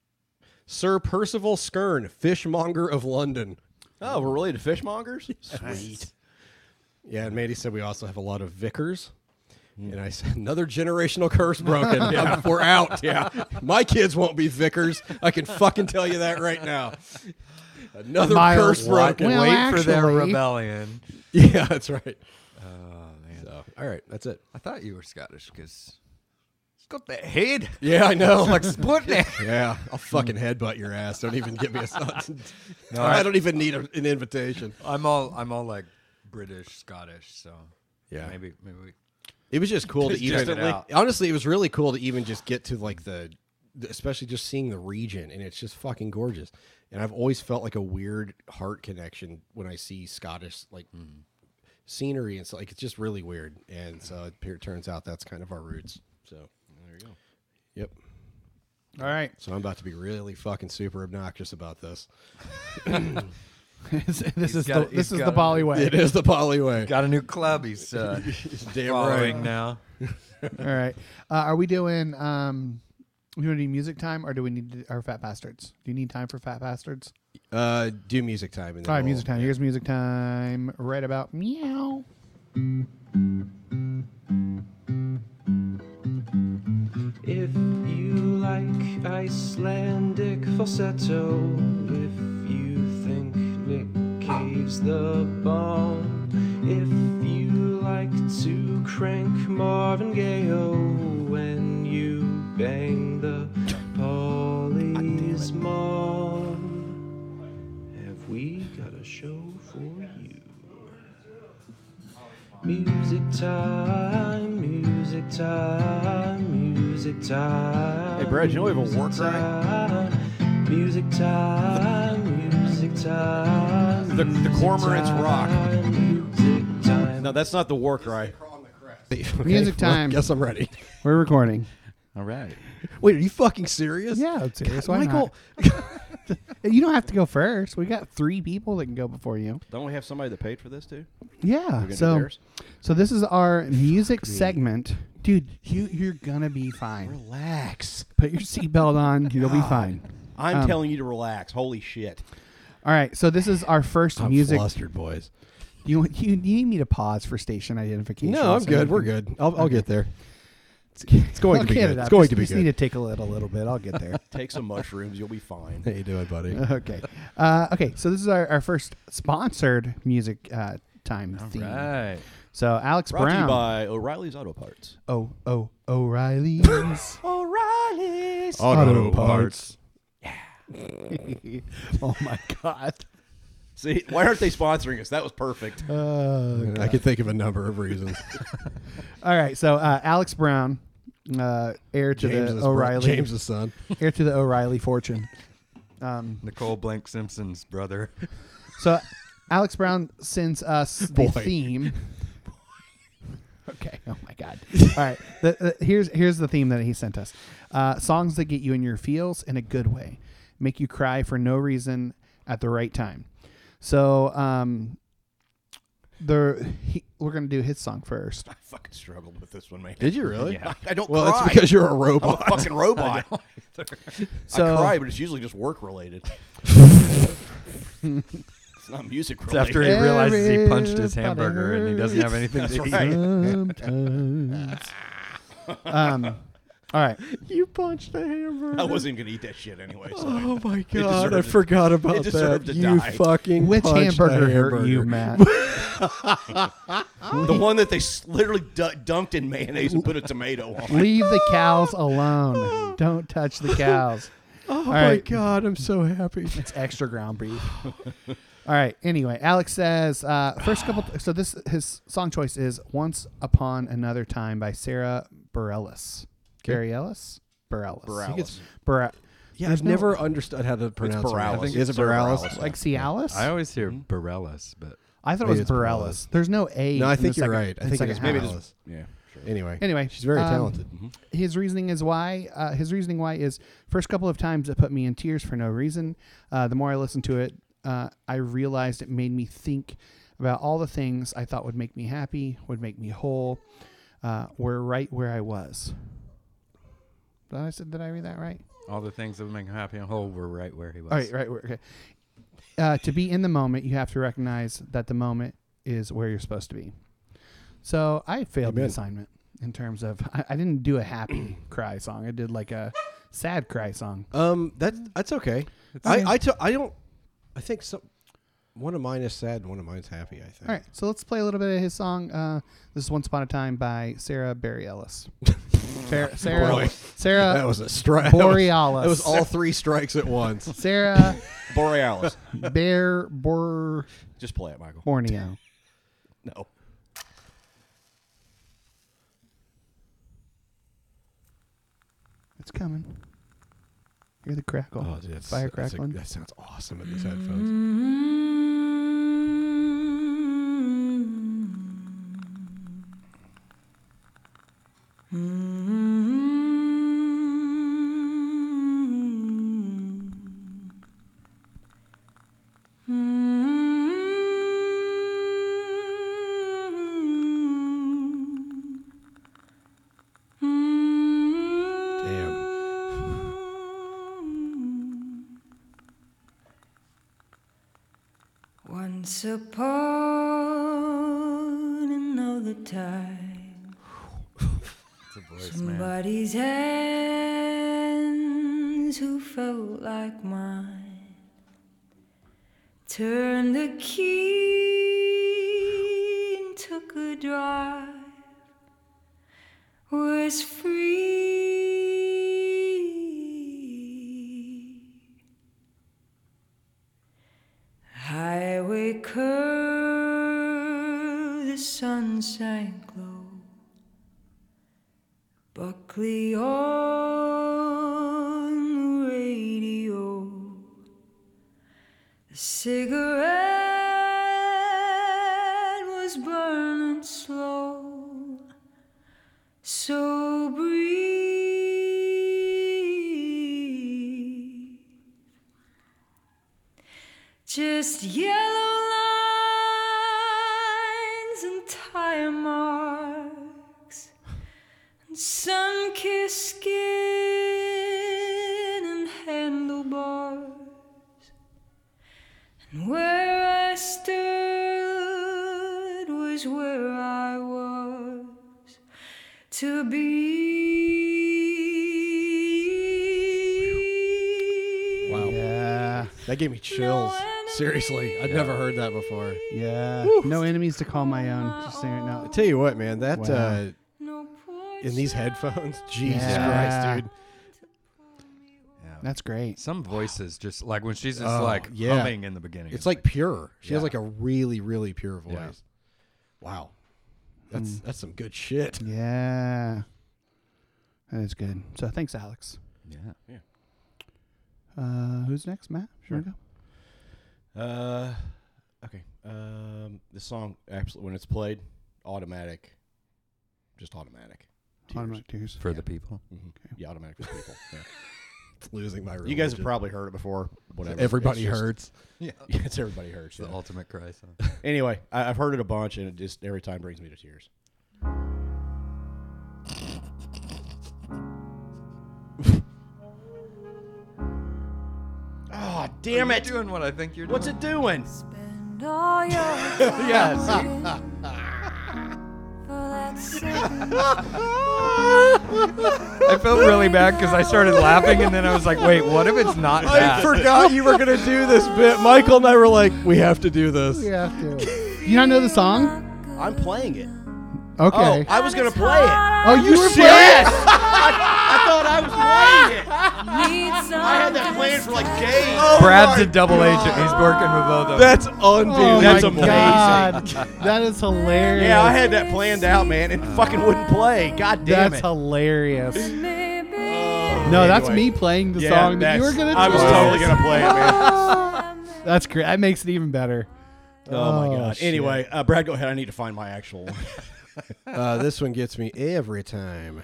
[SPEAKER 1] Sir Percival Skern, fishmonger of London.
[SPEAKER 8] Oh, we're related to
[SPEAKER 1] <laughs>
[SPEAKER 8] fishmongers.
[SPEAKER 1] Sweet. Yeah, and Mandy said we also have a lot of vicars. And I said, another generational curse broken. I'm- <laughs> We're out. Yeah. My kids won't be vicars. I can fucking tell you that right now. Another
[SPEAKER 2] Miles,
[SPEAKER 1] curse
[SPEAKER 2] what?
[SPEAKER 1] broken.
[SPEAKER 2] Well,
[SPEAKER 4] Wait for their
[SPEAKER 2] actually-
[SPEAKER 4] rebellion.
[SPEAKER 1] <laughs> Yeah, that's right.
[SPEAKER 4] Oh man,
[SPEAKER 1] So, all right, that's it.
[SPEAKER 4] I thought you were Scottish because it's got that head. <laughs>
[SPEAKER 1] Yeah, I know. Like,
[SPEAKER 4] Sputnik.
[SPEAKER 1] yeah, I'll fucking headbutt your ass. Don't even give me a. no,
[SPEAKER 4] I-
[SPEAKER 1] I don't even need a, an invitation.
[SPEAKER 4] I'm all I'm all like British Scottish, so
[SPEAKER 1] Yeah.
[SPEAKER 4] maybe maybe we,
[SPEAKER 1] It was just cool to
[SPEAKER 4] Just check
[SPEAKER 1] even
[SPEAKER 4] it out.
[SPEAKER 1] honestly, it was really cool to even just get to like the, the- especially just seeing the region, and it's just fucking gorgeous. And I've always felt like a weird heart connection when I see Scottish like
[SPEAKER 4] Hmm.
[SPEAKER 1] scenery and so like it's just really weird. And so it pe- turns out that's kind of our roots. So there you go. Yep.
[SPEAKER 2] All right. <laughs>
[SPEAKER 8] So I'm about to be really fucking super obnoxious about this.
[SPEAKER 2] this is
[SPEAKER 4] got-
[SPEAKER 2] the
[SPEAKER 4] he's
[SPEAKER 2] this is
[SPEAKER 4] got
[SPEAKER 2] the
[SPEAKER 4] it.
[SPEAKER 2] Bolly way.
[SPEAKER 8] It is the poly way.
[SPEAKER 4] <laughs> Got a new club. He's uh,
[SPEAKER 8] Damn
[SPEAKER 4] following
[SPEAKER 8] right.
[SPEAKER 4] now.
[SPEAKER 2] All right. Uh, are we doing um we want to do music time or do we need to, our fat bastards? Do you need time for fat bastards?
[SPEAKER 8] Uh, do music time. And then
[SPEAKER 2] All right,
[SPEAKER 8] we'll-
[SPEAKER 2] music time. Here's music time. Right about meow.
[SPEAKER 10] If you like Icelandic falsetto, if you think Nick Cave's the bomb, if you like to crank Marvin Gaye oh, when you bang the Polly's mom, have we got a show for you? Music time, music time, music time.
[SPEAKER 1] Hey, Brad, you know we have a
[SPEAKER 10] music
[SPEAKER 1] work rate?
[SPEAKER 10] time, Music time, music time.
[SPEAKER 1] The- the
[SPEAKER 10] music
[SPEAKER 1] cormorants rock.
[SPEAKER 10] time, Music time.
[SPEAKER 1] No, that's not the war cry.
[SPEAKER 8] <laughs> Okay,
[SPEAKER 2] Music
[SPEAKER 8] well,
[SPEAKER 2] time.
[SPEAKER 8] guess I'm ready.
[SPEAKER 2] We're recording.
[SPEAKER 1] All right.
[SPEAKER 8] Wait, are you fucking serious?
[SPEAKER 2] Yeah, it's serious. Why
[SPEAKER 8] Michael,
[SPEAKER 2] not? Uh, You don't have to go first. We got three people that can go before you.
[SPEAKER 1] Don't we have somebody that paid for this too?
[SPEAKER 2] Yeah.
[SPEAKER 1] do
[SPEAKER 2] So,
[SPEAKER 1] theirs?
[SPEAKER 2] so this is our music segment, dude. You you're gonna be fine.
[SPEAKER 1] Relax.
[SPEAKER 2] Put your seatbelt on. You'll be fine.
[SPEAKER 1] I'm telling you to relax. Holy shit.
[SPEAKER 2] All right. So this is our 1st
[SPEAKER 8] I'm
[SPEAKER 2] music.
[SPEAKER 8] flustered, boys.
[SPEAKER 2] You you you need me to pause for station identification?
[SPEAKER 8] No, I'm
[SPEAKER 2] so
[SPEAKER 8] good.
[SPEAKER 2] we
[SPEAKER 8] We're
[SPEAKER 2] can-
[SPEAKER 8] good. I'll, I'll get there.
[SPEAKER 2] It's
[SPEAKER 8] going to be good. It's going to be
[SPEAKER 2] just
[SPEAKER 8] good.
[SPEAKER 2] Need to take a little, little bit. I'll
[SPEAKER 8] <laughs>
[SPEAKER 2] get there.
[SPEAKER 1] Take <laughs> some mushrooms. You'll be fine.
[SPEAKER 8] How you doing, buddy?
[SPEAKER 2] okay. Uh, okay. So this is our, our first sponsored music uh, time theme.
[SPEAKER 4] Right.
[SPEAKER 2] So Alex
[SPEAKER 1] Brought to you
[SPEAKER 2] Brown.
[SPEAKER 1] by O'Reilly's Auto Parts.
[SPEAKER 2] oh oh
[SPEAKER 1] <laughs>
[SPEAKER 2] O'Reilly's
[SPEAKER 1] O'Reilly's.
[SPEAKER 8] Oh.
[SPEAKER 2] Auto Parts. oh my god.
[SPEAKER 1] See, why aren't they sponsoring us? That was perfect.
[SPEAKER 2] Uh,
[SPEAKER 8] I could think of a number of <laughs> reasons.
[SPEAKER 2] all right. So uh, Alex Brown, uh, heir to
[SPEAKER 8] James
[SPEAKER 2] the O'Reilly,
[SPEAKER 8] James's son.
[SPEAKER 2] heir to the O'Reilly fortune. Um,
[SPEAKER 4] Nicole Blank Simpson's <laughs> brother.
[SPEAKER 2] So Alex Brown sends
[SPEAKER 8] <laughs>
[SPEAKER 2] us the
[SPEAKER 8] Boy.
[SPEAKER 2] theme. Okay. Oh my God. All right. The, the, here's here's the theme that he sent us: uh, songs that get you in your feels in a good way, make you cry for no reason at the right time. So um, the he, we're gonna do his song first.
[SPEAKER 1] I fucking struggled with this one, man.
[SPEAKER 8] Did you really?
[SPEAKER 1] I don't
[SPEAKER 8] Well,
[SPEAKER 1] cry.
[SPEAKER 8] that's because you're a
[SPEAKER 1] I'm a
[SPEAKER 8] robot.
[SPEAKER 1] fucking robot.
[SPEAKER 2] So
[SPEAKER 1] I cry, but it's usually just
[SPEAKER 8] <laughs>
[SPEAKER 1] work related. it's not music
[SPEAKER 4] It's
[SPEAKER 1] related.
[SPEAKER 4] after he realizes he punched his
[SPEAKER 2] Everybody
[SPEAKER 4] hamburger and he doesn't have anything to
[SPEAKER 1] That's
[SPEAKER 4] eat.
[SPEAKER 1] right.
[SPEAKER 8] <laughs>
[SPEAKER 2] sometimes. um, all right.
[SPEAKER 8] <laughs> you punched a hamburger.
[SPEAKER 1] I wasn't even gonna eat that shit anyway. So
[SPEAKER 8] Oh my god!
[SPEAKER 1] deserved
[SPEAKER 8] I
[SPEAKER 1] <laughs> it.
[SPEAKER 8] forgot about
[SPEAKER 1] It
[SPEAKER 8] that.
[SPEAKER 1] deserved to
[SPEAKER 8] you
[SPEAKER 1] die.
[SPEAKER 8] fucking
[SPEAKER 2] Which
[SPEAKER 8] punched a
[SPEAKER 2] hamburger hurt
[SPEAKER 8] hamburger.
[SPEAKER 2] you, Matt?
[SPEAKER 8] <laughs>
[SPEAKER 1] the one that they s- literally du- dunked in mayonnaise and put a tomato on.
[SPEAKER 2] Leave the
[SPEAKER 8] <laughs>
[SPEAKER 2] cows alone. Don't touch the cows.
[SPEAKER 8] Oh my
[SPEAKER 2] right.
[SPEAKER 8] god! I'm so happy.
[SPEAKER 2] It's extra ground beef. <laughs> All right. Anyway, Alex says uh, first couple. so this his song choice is "Once Upon Another Time" by Sarah Bareilles. Bareilles. Bareilles.
[SPEAKER 1] It's,
[SPEAKER 2] Bra-
[SPEAKER 8] Yeah,
[SPEAKER 2] There's
[SPEAKER 8] I've
[SPEAKER 2] no-
[SPEAKER 8] never understood how to pronounce it.
[SPEAKER 1] Borales. I think
[SPEAKER 8] Is it
[SPEAKER 1] it's Borales.
[SPEAKER 8] Borales?
[SPEAKER 2] like Cialis.
[SPEAKER 4] <laughs> I
[SPEAKER 2] I,
[SPEAKER 4] always hear Borellas, but
[SPEAKER 2] thought it
[SPEAKER 8] Maybe
[SPEAKER 2] was
[SPEAKER 8] it's
[SPEAKER 2] Bareilles. There's no a.
[SPEAKER 8] No, I
[SPEAKER 2] in the
[SPEAKER 8] think you're
[SPEAKER 2] second-
[SPEAKER 8] right. I
[SPEAKER 2] in
[SPEAKER 8] think
[SPEAKER 2] second
[SPEAKER 8] it's
[SPEAKER 2] half.
[SPEAKER 8] maybe just
[SPEAKER 1] yeah. Sure.
[SPEAKER 8] anyway. Mm-hmm.
[SPEAKER 2] Anyway,
[SPEAKER 8] she's very
[SPEAKER 2] um,
[SPEAKER 8] talented.
[SPEAKER 2] his reasoning is why uh, his reasoning why is first couple of times it put me in tears for no reason uh, the more i listened to it uh, i realized it made me think about all the things i thought would make me happy would make me whole uh, were right where i was did i, did I read that right
[SPEAKER 4] all the things that would make him happy and whole were right where he was.
[SPEAKER 2] all right right where- okay uh, to be in the moment you have to recognize that the moment is where you're supposed to be so i failed the
[SPEAKER 8] Amen.
[SPEAKER 2] assignment in terms of I, I didn't do a happy <clears throat> cry song i did like a sad cry song
[SPEAKER 8] Um, that's that's okay. I I, t- I don't. I think some. One of mine is sad, and one of mine's happy. I think.
[SPEAKER 2] All right, so let's play a little bit of his song. Uh, this is "Once Upon a Time" by Sarah Barry
[SPEAKER 8] <laughs>
[SPEAKER 2] Ellis. Sarah, Sarah,
[SPEAKER 8] Boy.
[SPEAKER 2] Sarah,
[SPEAKER 8] That was a strike.
[SPEAKER 2] Borealis.
[SPEAKER 8] That was all three strikes at once.
[SPEAKER 2] Sarah
[SPEAKER 1] Borealis.
[SPEAKER 2] Bear Bor
[SPEAKER 1] Just play it, Michael.
[SPEAKER 2] Borneo.
[SPEAKER 1] No.
[SPEAKER 2] It's coming. Hear the crackle,
[SPEAKER 1] Oh,
[SPEAKER 8] Oh,
[SPEAKER 2] fire crackling.
[SPEAKER 8] That sounds awesome in these headphones.
[SPEAKER 11] Mm-hmm.
[SPEAKER 12] Once upon another time, somebody's hands who felt like mine turned the key and took a drive. Was free. Highway curve, the sun sank low. Buckley on the radio, the cigarette was burning slow, so breathe. Just yellow lines and tire marks and sun kissed skin and handlebars. And where I stood was where I was to be.
[SPEAKER 1] Oh.
[SPEAKER 8] Wow.
[SPEAKER 2] Yeah.
[SPEAKER 8] That gave me chills. Seriously, I'd never heard that before.
[SPEAKER 2] Yeah. No enemies to call my own. Just saying right
[SPEAKER 1] Oh.
[SPEAKER 2] now.
[SPEAKER 8] I tell you what, man, that
[SPEAKER 2] Wow.
[SPEAKER 8] uh, in these headphones, <laughs> Jesus
[SPEAKER 2] Yeah.
[SPEAKER 8] Christ, dude.
[SPEAKER 2] That's great.
[SPEAKER 4] Some voices just like when she's just
[SPEAKER 8] Oh,
[SPEAKER 4] like
[SPEAKER 8] yeah.
[SPEAKER 4] humming in the beginning.
[SPEAKER 8] It's like pure. She has
[SPEAKER 4] Yeah.
[SPEAKER 8] like a really, really pure voice.
[SPEAKER 4] Yeah.
[SPEAKER 8] Wow. That's that's some good shit. <laughs>
[SPEAKER 2] Yeah. That is good. So thanks, Alex.
[SPEAKER 4] yeah. yeah.
[SPEAKER 2] Uh, who's next, Matt? Sure.
[SPEAKER 1] Sure. Uh, okay. Um, this song absolutely when it's played, automatic, just automatic.
[SPEAKER 2] Go? Automatic tears.
[SPEAKER 4] For the people.
[SPEAKER 1] Mm-hmm. Yeah, automatic for people. Yeah.
[SPEAKER 8] It's losing my. Religion.
[SPEAKER 1] You guys have probably heard it before. Whatever.
[SPEAKER 8] Everybody
[SPEAKER 1] It's just-
[SPEAKER 8] hurts.
[SPEAKER 1] <laughs> Yeah, it's everybody hurts.
[SPEAKER 4] It's the
[SPEAKER 1] yeah.
[SPEAKER 4] ultimate cry <laughs> song.
[SPEAKER 1] Anyway, I, I've heard it a bunch, and it just every time brings me to tears. oh, damn
[SPEAKER 4] You're
[SPEAKER 1] it!
[SPEAKER 4] doing what I think you're doing.
[SPEAKER 1] What's it doing?
[SPEAKER 12] And all your
[SPEAKER 1] Yes.
[SPEAKER 12] time for that second
[SPEAKER 4] I felt really bad because I started laughing and then I was like, wait, what if it's not
[SPEAKER 8] I
[SPEAKER 4] that?
[SPEAKER 8] forgot you were <laughs> gonna do this bit. Michael and I were like, we have to do this.
[SPEAKER 2] Yeah. Do you not know the song?
[SPEAKER 1] I'm playing it.
[SPEAKER 2] Okay.
[SPEAKER 1] Oh, I was gonna play it.
[SPEAKER 2] Oh, you, were
[SPEAKER 1] Yes! I, I thought I was playing it.
[SPEAKER 12] needs some
[SPEAKER 1] <laughs> I had that planned for like days.
[SPEAKER 4] Brad's a double agent. He's working with both of them.
[SPEAKER 8] That's unbelievable.
[SPEAKER 2] Oh
[SPEAKER 1] That's
[SPEAKER 2] my
[SPEAKER 1] amazing.
[SPEAKER 2] God.
[SPEAKER 1] <laughs>
[SPEAKER 2] That is hilarious.
[SPEAKER 1] Yeah, I had that planned out, man. It fucking wouldn't play. God damn
[SPEAKER 2] That's
[SPEAKER 1] it.
[SPEAKER 2] hilarious.
[SPEAKER 12] maybe
[SPEAKER 2] No, that's
[SPEAKER 1] Anyway.
[SPEAKER 2] me playing the
[SPEAKER 1] Yeah,
[SPEAKER 2] song that you were
[SPEAKER 1] that's-
[SPEAKER 2] gonna.
[SPEAKER 1] I was
[SPEAKER 2] do.
[SPEAKER 1] totally gonna play it, man.
[SPEAKER 2] That's great. That makes it even better.
[SPEAKER 1] Oh my
[SPEAKER 2] Oh,
[SPEAKER 1] god.
[SPEAKER 2] shit.
[SPEAKER 1] Anyway, uh, Brad, go ahead. I need to find my actual one. <laughs>
[SPEAKER 8] Uh, this one gets me every time.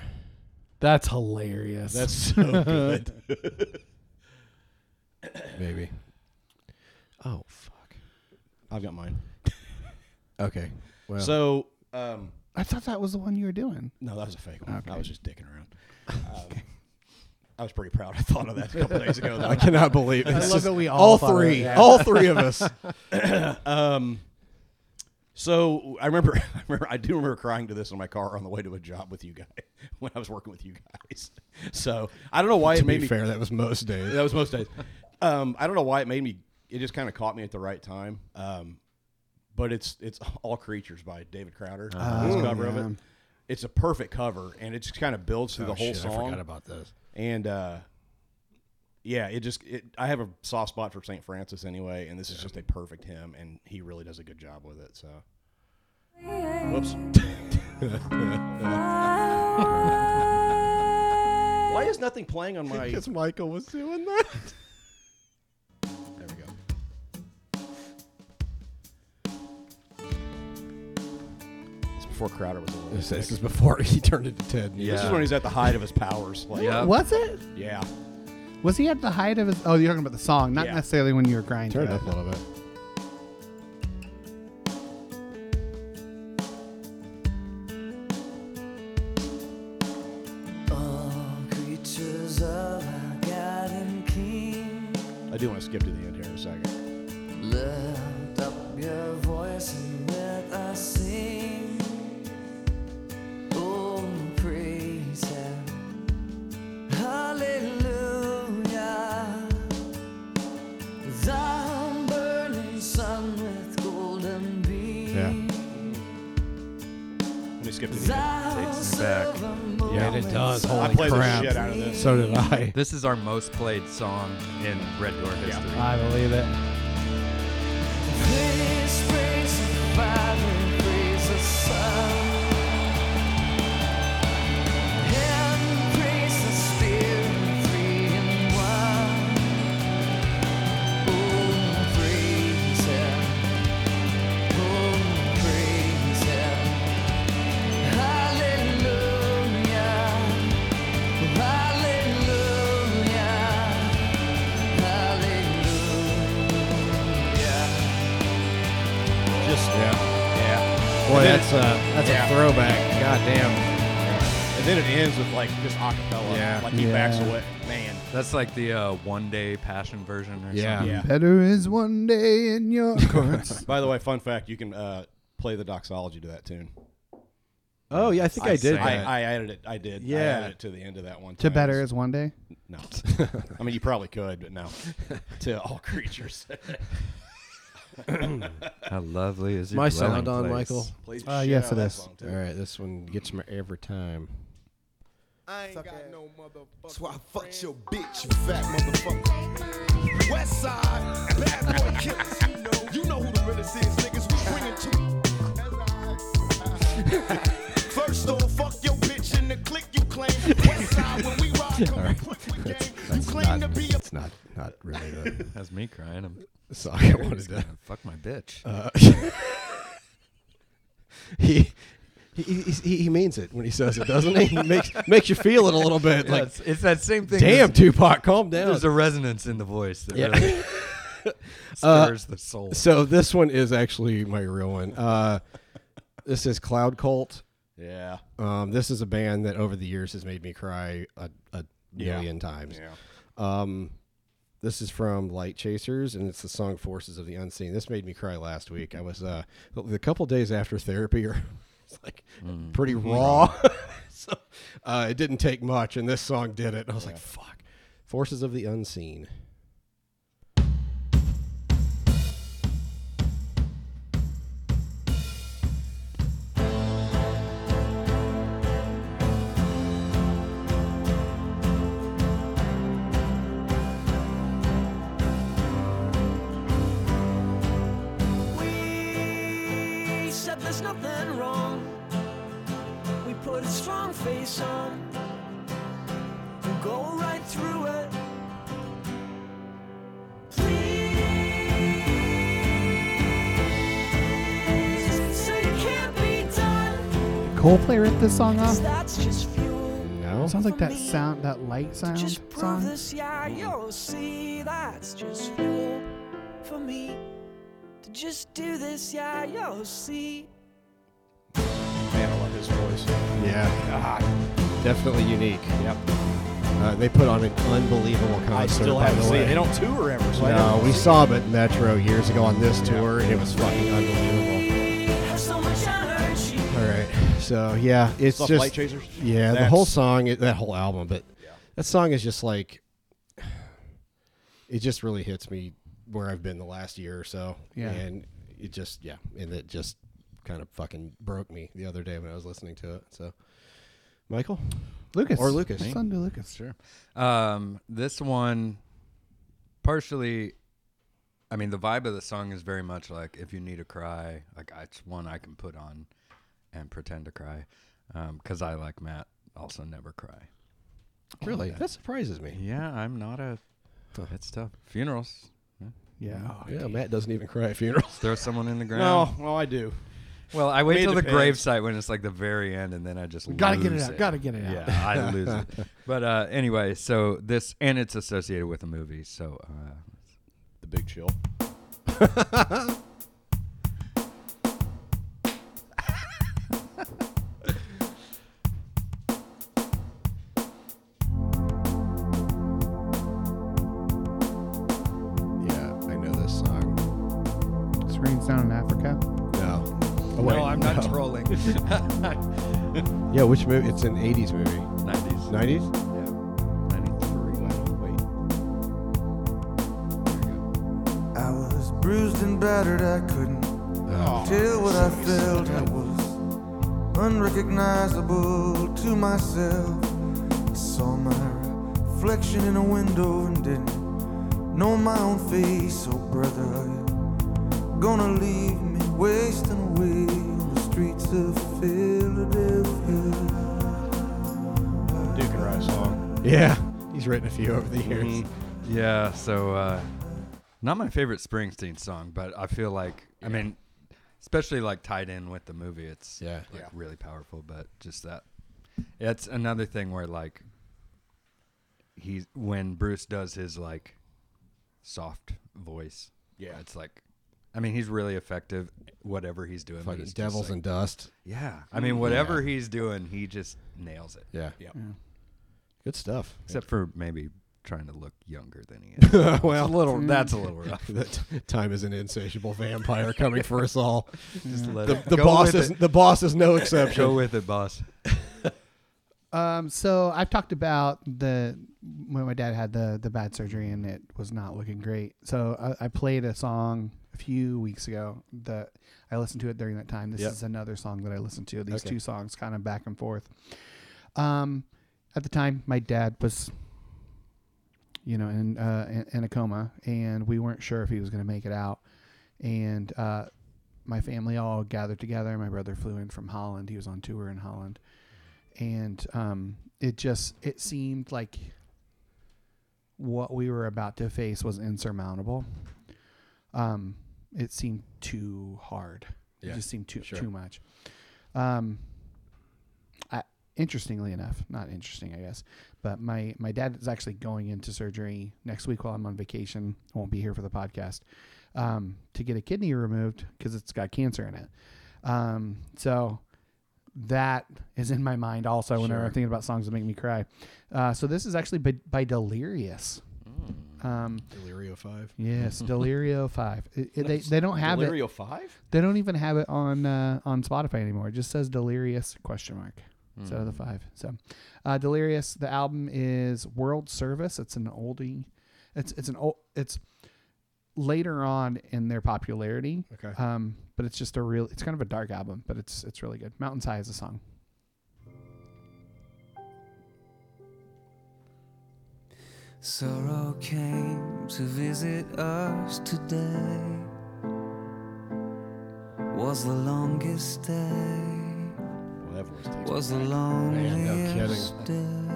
[SPEAKER 2] That's hilarious.
[SPEAKER 1] That's so good.
[SPEAKER 8] Maybe. Oh fuck.
[SPEAKER 1] I've got mine.
[SPEAKER 8] Okay. Well,
[SPEAKER 1] So, um,
[SPEAKER 2] I thought that was the one you were doing.
[SPEAKER 1] no, that was a fake one. I was just dicking around. Um, I was pretty proud. I thought of that a couple days ago.
[SPEAKER 8] I cannot
[SPEAKER 1] <laughs>
[SPEAKER 8] believe it.
[SPEAKER 2] I
[SPEAKER 8] It's
[SPEAKER 2] love
[SPEAKER 8] just
[SPEAKER 2] that we all
[SPEAKER 8] all
[SPEAKER 2] thought of it,
[SPEAKER 8] three,
[SPEAKER 2] yeah.
[SPEAKER 8] all three of us.
[SPEAKER 1] Um, so I remember, <laughs> I remember, I do remember crying to this in my car on the way to a job with you guys <laughs> when I was working with you guys. So I don't know why
[SPEAKER 8] to
[SPEAKER 1] it made
[SPEAKER 8] be
[SPEAKER 1] me.
[SPEAKER 8] fair, that was most days.
[SPEAKER 1] That was most days. Um, I don't know why it made me. It just kind of caught me at the right time. Um, but it's it's all creatures by David
[SPEAKER 8] Oh,
[SPEAKER 1] Crowder. his cover of it. It's a perfect cover, and it just kind of builds through the whole
[SPEAKER 8] Oh, Shit, I
[SPEAKER 1] song.
[SPEAKER 8] forgot about this.
[SPEAKER 1] and uh, yeah, it just it, I have a soft spot for St. Francis anyway, and this is just a perfect hymn, and he really does a good job with it. So, <laughs> whoops. Why is nothing playing on my?
[SPEAKER 8] Because Michael was doing that.
[SPEAKER 1] There we go. It's before Crowder was a little.
[SPEAKER 8] This, this is before <laughs> he turned into Ted. Nugent.
[SPEAKER 1] This is when he's at the height of his powers. Like,
[SPEAKER 4] Yeah.
[SPEAKER 2] Was it?
[SPEAKER 1] yeah.
[SPEAKER 2] Was he at the height of his? Oh, you're talking about the song, not
[SPEAKER 1] Yeah.
[SPEAKER 2] necessarily when you were grinding.
[SPEAKER 8] Turn it
[SPEAKER 2] to
[SPEAKER 8] up a
[SPEAKER 2] it.
[SPEAKER 8] little bit.
[SPEAKER 12] creatures of our God and King
[SPEAKER 1] I do want to skip to the end here in a second.
[SPEAKER 12] lift up your
[SPEAKER 8] lesson that I sing. Oh, praise Him. Hallelujah. Thou burning sun with golden beams.
[SPEAKER 1] Yeah.
[SPEAKER 13] Let me skip to the
[SPEAKER 8] Thou silver moon
[SPEAKER 1] Yeah, it does.
[SPEAKER 13] I
[SPEAKER 1] Holy
[SPEAKER 13] played the
[SPEAKER 1] crap.
[SPEAKER 13] shit out of this.
[SPEAKER 1] So
[SPEAKER 2] <laughs>
[SPEAKER 1] did I.
[SPEAKER 4] This is our most played song in Red Door history.
[SPEAKER 2] I believe it.
[SPEAKER 8] Praise, praise the Father, praise the Son, and praise the Spirit, three in one. Oh, praise Him! Oh, praise Him! Hallelujah! Hallelujah! Hallelujah!
[SPEAKER 13] Just yeah, yeah.
[SPEAKER 1] Boy,
[SPEAKER 13] And then
[SPEAKER 1] that's
[SPEAKER 13] it-
[SPEAKER 1] a that's
[SPEAKER 13] yeah.
[SPEAKER 1] a throwback. God damn.
[SPEAKER 13] And then it ends with like just acapella.
[SPEAKER 1] Yeah.
[SPEAKER 13] Like he
[SPEAKER 2] Yeah.
[SPEAKER 13] backs away. Man.
[SPEAKER 4] That's like the uh, one day passion version or
[SPEAKER 1] Yeah.
[SPEAKER 4] something.
[SPEAKER 13] Yeah.
[SPEAKER 2] Better is one day in your
[SPEAKER 1] <laughs>
[SPEAKER 2] courts.
[SPEAKER 13] By the way, fun fact: you can uh, play the doxology to that tune.
[SPEAKER 1] Oh yeah, I think I,
[SPEAKER 4] I
[SPEAKER 1] did.
[SPEAKER 4] sang
[SPEAKER 13] I,
[SPEAKER 1] that.
[SPEAKER 13] I added it. I did.
[SPEAKER 1] Yeah.
[SPEAKER 13] I added it to the end of that one.
[SPEAKER 2] to
[SPEAKER 13] time.
[SPEAKER 2] better is one day.
[SPEAKER 13] No. I mean, you probably could, but
[SPEAKER 1] <laughs>
[SPEAKER 13] no. to all creatures.
[SPEAKER 4] How lovely is your
[SPEAKER 1] My
[SPEAKER 4] dwelling
[SPEAKER 1] sound on,
[SPEAKER 4] place.
[SPEAKER 1] Michael.
[SPEAKER 13] Please.
[SPEAKER 2] Uh, yes, it is.
[SPEAKER 1] All right, this one gets me every time.
[SPEAKER 14] I ain't got no motherfucker. That's why I fucked your bitch, you fat motherfucker. West side, bad boy killers. You know, you know who the realest is, niggas. We bringing to First off, fuck your bitch in the click you claim.
[SPEAKER 1] <laughs>
[SPEAKER 14] West side, when we rock, come
[SPEAKER 1] right.
[SPEAKER 14] quick with game.
[SPEAKER 1] That's,
[SPEAKER 14] You
[SPEAKER 1] that's
[SPEAKER 14] claim
[SPEAKER 1] not.
[SPEAKER 14] to be a
[SPEAKER 1] It's not not really the
[SPEAKER 4] That's me crying.
[SPEAKER 1] <laughs>
[SPEAKER 4] I'm
[SPEAKER 1] song I wanted
[SPEAKER 4] just <laughs>
[SPEAKER 1] to.
[SPEAKER 4] gonna fuck my bitch.
[SPEAKER 1] <laughs> Uh, he. He, he, he means it when he says it, doesn't he? He makes makes you feel it a little bit.
[SPEAKER 4] Yeah,
[SPEAKER 1] like,
[SPEAKER 4] it's, it's that same thing.
[SPEAKER 1] damn,
[SPEAKER 4] There's-
[SPEAKER 1] Tupac, calm down.
[SPEAKER 4] There's a resonance in the voice that
[SPEAKER 1] Yeah.
[SPEAKER 4] really
[SPEAKER 1] <laughs> Uh,
[SPEAKER 4] stirs the soul.
[SPEAKER 1] So this one is actually my real one. Uh, this is Cloud Cult.
[SPEAKER 13] Yeah.
[SPEAKER 1] Um, this is a band that over the years has made me cry a, a
[SPEAKER 13] Yeah.
[SPEAKER 1] million times.
[SPEAKER 13] Yeah.
[SPEAKER 1] Um, this is from Light Chasers, and it's the song "Forces of the Unseen." This made me cry last week. I was uh, the couple days after therapy, <laughs> or it's like
[SPEAKER 13] Mm.
[SPEAKER 1] pretty
[SPEAKER 13] Mm-hmm.
[SPEAKER 1] raw. <laughs> so uh, it didn't take much, and this song did it. I was like, "Fuck, Forces of the Unseen."
[SPEAKER 8] We said there's nothing wrong. We put a strong face on. We go right through it. Please say it can't be done.
[SPEAKER 2] Coldplay ripped this song
[SPEAKER 8] 'cause
[SPEAKER 2] off.
[SPEAKER 8] that's just fuel.
[SPEAKER 1] No,
[SPEAKER 2] Sounds like that sound, that light sound
[SPEAKER 8] Just prove
[SPEAKER 2] song.
[SPEAKER 8] this, yeah, you'll see. That's just fuel for me. To just do this, yeah, you'll see.
[SPEAKER 13] Man, I love his voice.
[SPEAKER 1] yeah, Ah, definitely unique. Yep. Uh, they put on an unbelievable concert.
[SPEAKER 13] I still
[SPEAKER 1] by
[SPEAKER 13] haven't
[SPEAKER 1] the
[SPEAKER 13] seen
[SPEAKER 1] way.
[SPEAKER 13] it. They don't tour ever, so I
[SPEAKER 1] No,
[SPEAKER 13] don't-
[SPEAKER 1] we saw him at Metro years ago on this tour, and it was fucking unbelievable.
[SPEAKER 8] Have so much energy.
[SPEAKER 1] All right, so yeah, it's
[SPEAKER 13] Stuff
[SPEAKER 1] just
[SPEAKER 13] Light Chasers?
[SPEAKER 1] Yeah, the
[SPEAKER 13] That's-
[SPEAKER 1] whole song, it- that whole album, but that song is just like <sighs> it just really hits me where I've been the last year or so.
[SPEAKER 2] Yeah.
[SPEAKER 1] and it just yeah, and it just kind of fucking broke me the other day when I was listening to it. So, Michael,
[SPEAKER 2] Lucas
[SPEAKER 1] Or Lucas.
[SPEAKER 2] Let's undo Lucas.
[SPEAKER 4] Sure. Um, this one, partially, I mean, the vibe of the song is very much like if you need to cry, like it's one I can put on and pretend to cry, because I like Matt also never cry.
[SPEAKER 1] really, that surprises me.
[SPEAKER 4] Yeah, I'm not a. That's tough. Funerals.
[SPEAKER 2] Yeah.
[SPEAKER 1] Yeah, Matt doesn't even cry at funerals.
[SPEAKER 4] Throw someone in the
[SPEAKER 13] No,
[SPEAKER 4] ground.
[SPEAKER 13] well, I do.
[SPEAKER 4] Well, I wait
[SPEAKER 13] It
[SPEAKER 4] till the
[SPEAKER 13] depends.
[SPEAKER 4] gravesite when it's like the very end, and then I just
[SPEAKER 2] Gotta get it
[SPEAKER 4] lose
[SPEAKER 2] out, gotta get it out. <laughs>
[SPEAKER 4] Yeah, I lose it. But uh, anyway, so this and it's associated with a movie, so uh,
[SPEAKER 13] The Big Chill. <laughs>
[SPEAKER 1] Yeah, I know this song. Oh.
[SPEAKER 2] This rains down in Africa. Oh, <laughs>
[SPEAKER 8] Yeah, which movie? It's an 80s movie.
[SPEAKER 4] 90s.
[SPEAKER 8] 90s?
[SPEAKER 15] I was bruised and battered, I couldn't tell what I felt. I was unrecognizable to myself. I saw my reflection in a window and didn't know my own face. Oh, brother, are you gonna leave me wasting away on the streets of Philadelphia?
[SPEAKER 1] Duke and Rye song.
[SPEAKER 8] Yeah. <laughs> He's written a few over the years.
[SPEAKER 1] Mm-hmm.
[SPEAKER 4] Yeah, so uh, not my favorite Springsteen song, but I feel like I mean, especially like tied in with the movie, it's yeah, like really powerful. But just that, it's another thing where like he's when Bruce does his like soft voice,
[SPEAKER 1] Yeah.
[SPEAKER 4] it's like. I mean, he's really effective, whatever he's doing. but
[SPEAKER 8] Fucking
[SPEAKER 4] it's just,
[SPEAKER 8] Devils
[SPEAKER 4] like-
[SPEAKER 8] and Dust.
[SPEAKER 4] Yeah. I mean, whatever he's doing, he just nails it.
[SPEAKER 8] Yeah.
[SPEAKER 1] Yep.
[SPEAKER 8] Good stuff. <laughs>
[SPEAKER 4] Except for maybe trying to look younger than he is. It's
[SPEAKER 8] well, mm.
[SPEAKER 4] a little. That's a
[SPEAKER 8] <laughs>
[SPEAKER 4] little rough.
[SPEAKER 8] That time is an insatiable vampire coming for us all.
[SPEAKER 1] <laughs>
[SPEAKER 4] Just let
[SPEAKER 8] the,
[SPEAKER 4] it-
[SPEAKER 8] the
[SPEAKER 4] go
[SPEAKER 8] boss
[SPEAKER 4] with
[SPEAKER 8] is
[SPEAKER 4] it.
[SPEAKER 8] the boss is no exception.
[SPEAKER 4] Go with it, boss.
[SPEAKER 2] Um, so I've talked about the when my dad had the the bad surgery and it was not looking great. So I, I played a song a few weeks ago that I listened to it during that time. This
[SPEAKER 8] Yep.
[SPEAKER 2] is another song that I listened to. These
[SPEAKER 8] Okay.
[SPEAKER 2] two songs kind of back and forth. Um, at the time, my dad was, you know, in uh, in, in a coma, and we weren't sure if he was going to make it out. And uh, my family all gathered together. My brother flew in from Holland. He was on tour in Holland and um, it just it seemed like what we were about to face was insurmountable. Um, it seemed too hard.
[SPEAKER 8] Yeah,
[SPEAKER 2] it just seemed too
[SPEAKER 8] sure.
[SPEAKER 2] too much. Um, I, interestingly enough, not interesting, I guess, but my my dad is actually going into surgery next week while I'm on vacation. I won't be here for the podcast um, to get a kidney removed because it's got cancer in it. Um, so that is in my mind also whenever I'm thinking about songs that make me cry. Uh, so this is actually by, by Delirious. Um,
[SPEAKER 8] Delirio Five. <laughs>
[SPEAKER 2] yes, Delirio Five. It- it- they they don't have
[SPEAKER 13] oh
[SPEAKER 2] it.
[SPEAKER 1] Delirio 5?
[SPEAKER 2] They don't even have it on uh, on Spotify anymore. It just says Delirious question mark instead of the five. So, uh, Delirious. The album is World Service. It's an oldie. It's it's an old. It's later on in their popularity.
[SPEAKER 8] Okay.
[SPEAKER 2] Um, but it's just a real. It's kind of a dark album, but it's it's really good. Mountains High is a song.
[SPEAKER 15] Sorrow came to visit us today. Was the longest day.
[SPEAKER 1] Well, everyone's takes
[SPEAKER 15] Was the
[SPEAKER 1] it back.
[SPEAKER 15] loneliest day.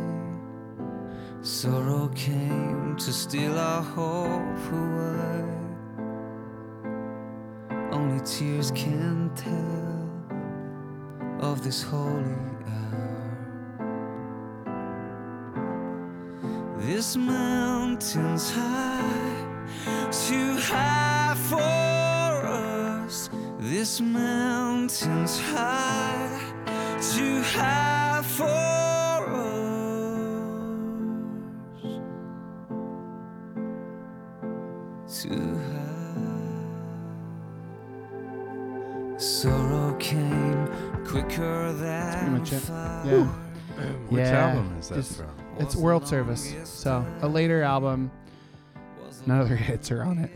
[SPEAKER 15] Sorrow came to steal our hope away. Only tears can tell of this holy hour. This mountain's high, too high for us. This mountain's high, too high for us. Too high. Sorrow came quicker than
[SPEAKER 2] pretty much it.
[SPEAKER 15] fire.
[SPEAKER 2] Yeah.
[SPEAKER 4] Which
[SPEAKER 2] Yeah,
[SPEAKER 4] album is that
[SPEAKER 2] just-
[SPEAKER 4] from?
[SPEAKER 2] It's World Service. So a later album. None <laughs> of their hits are on it.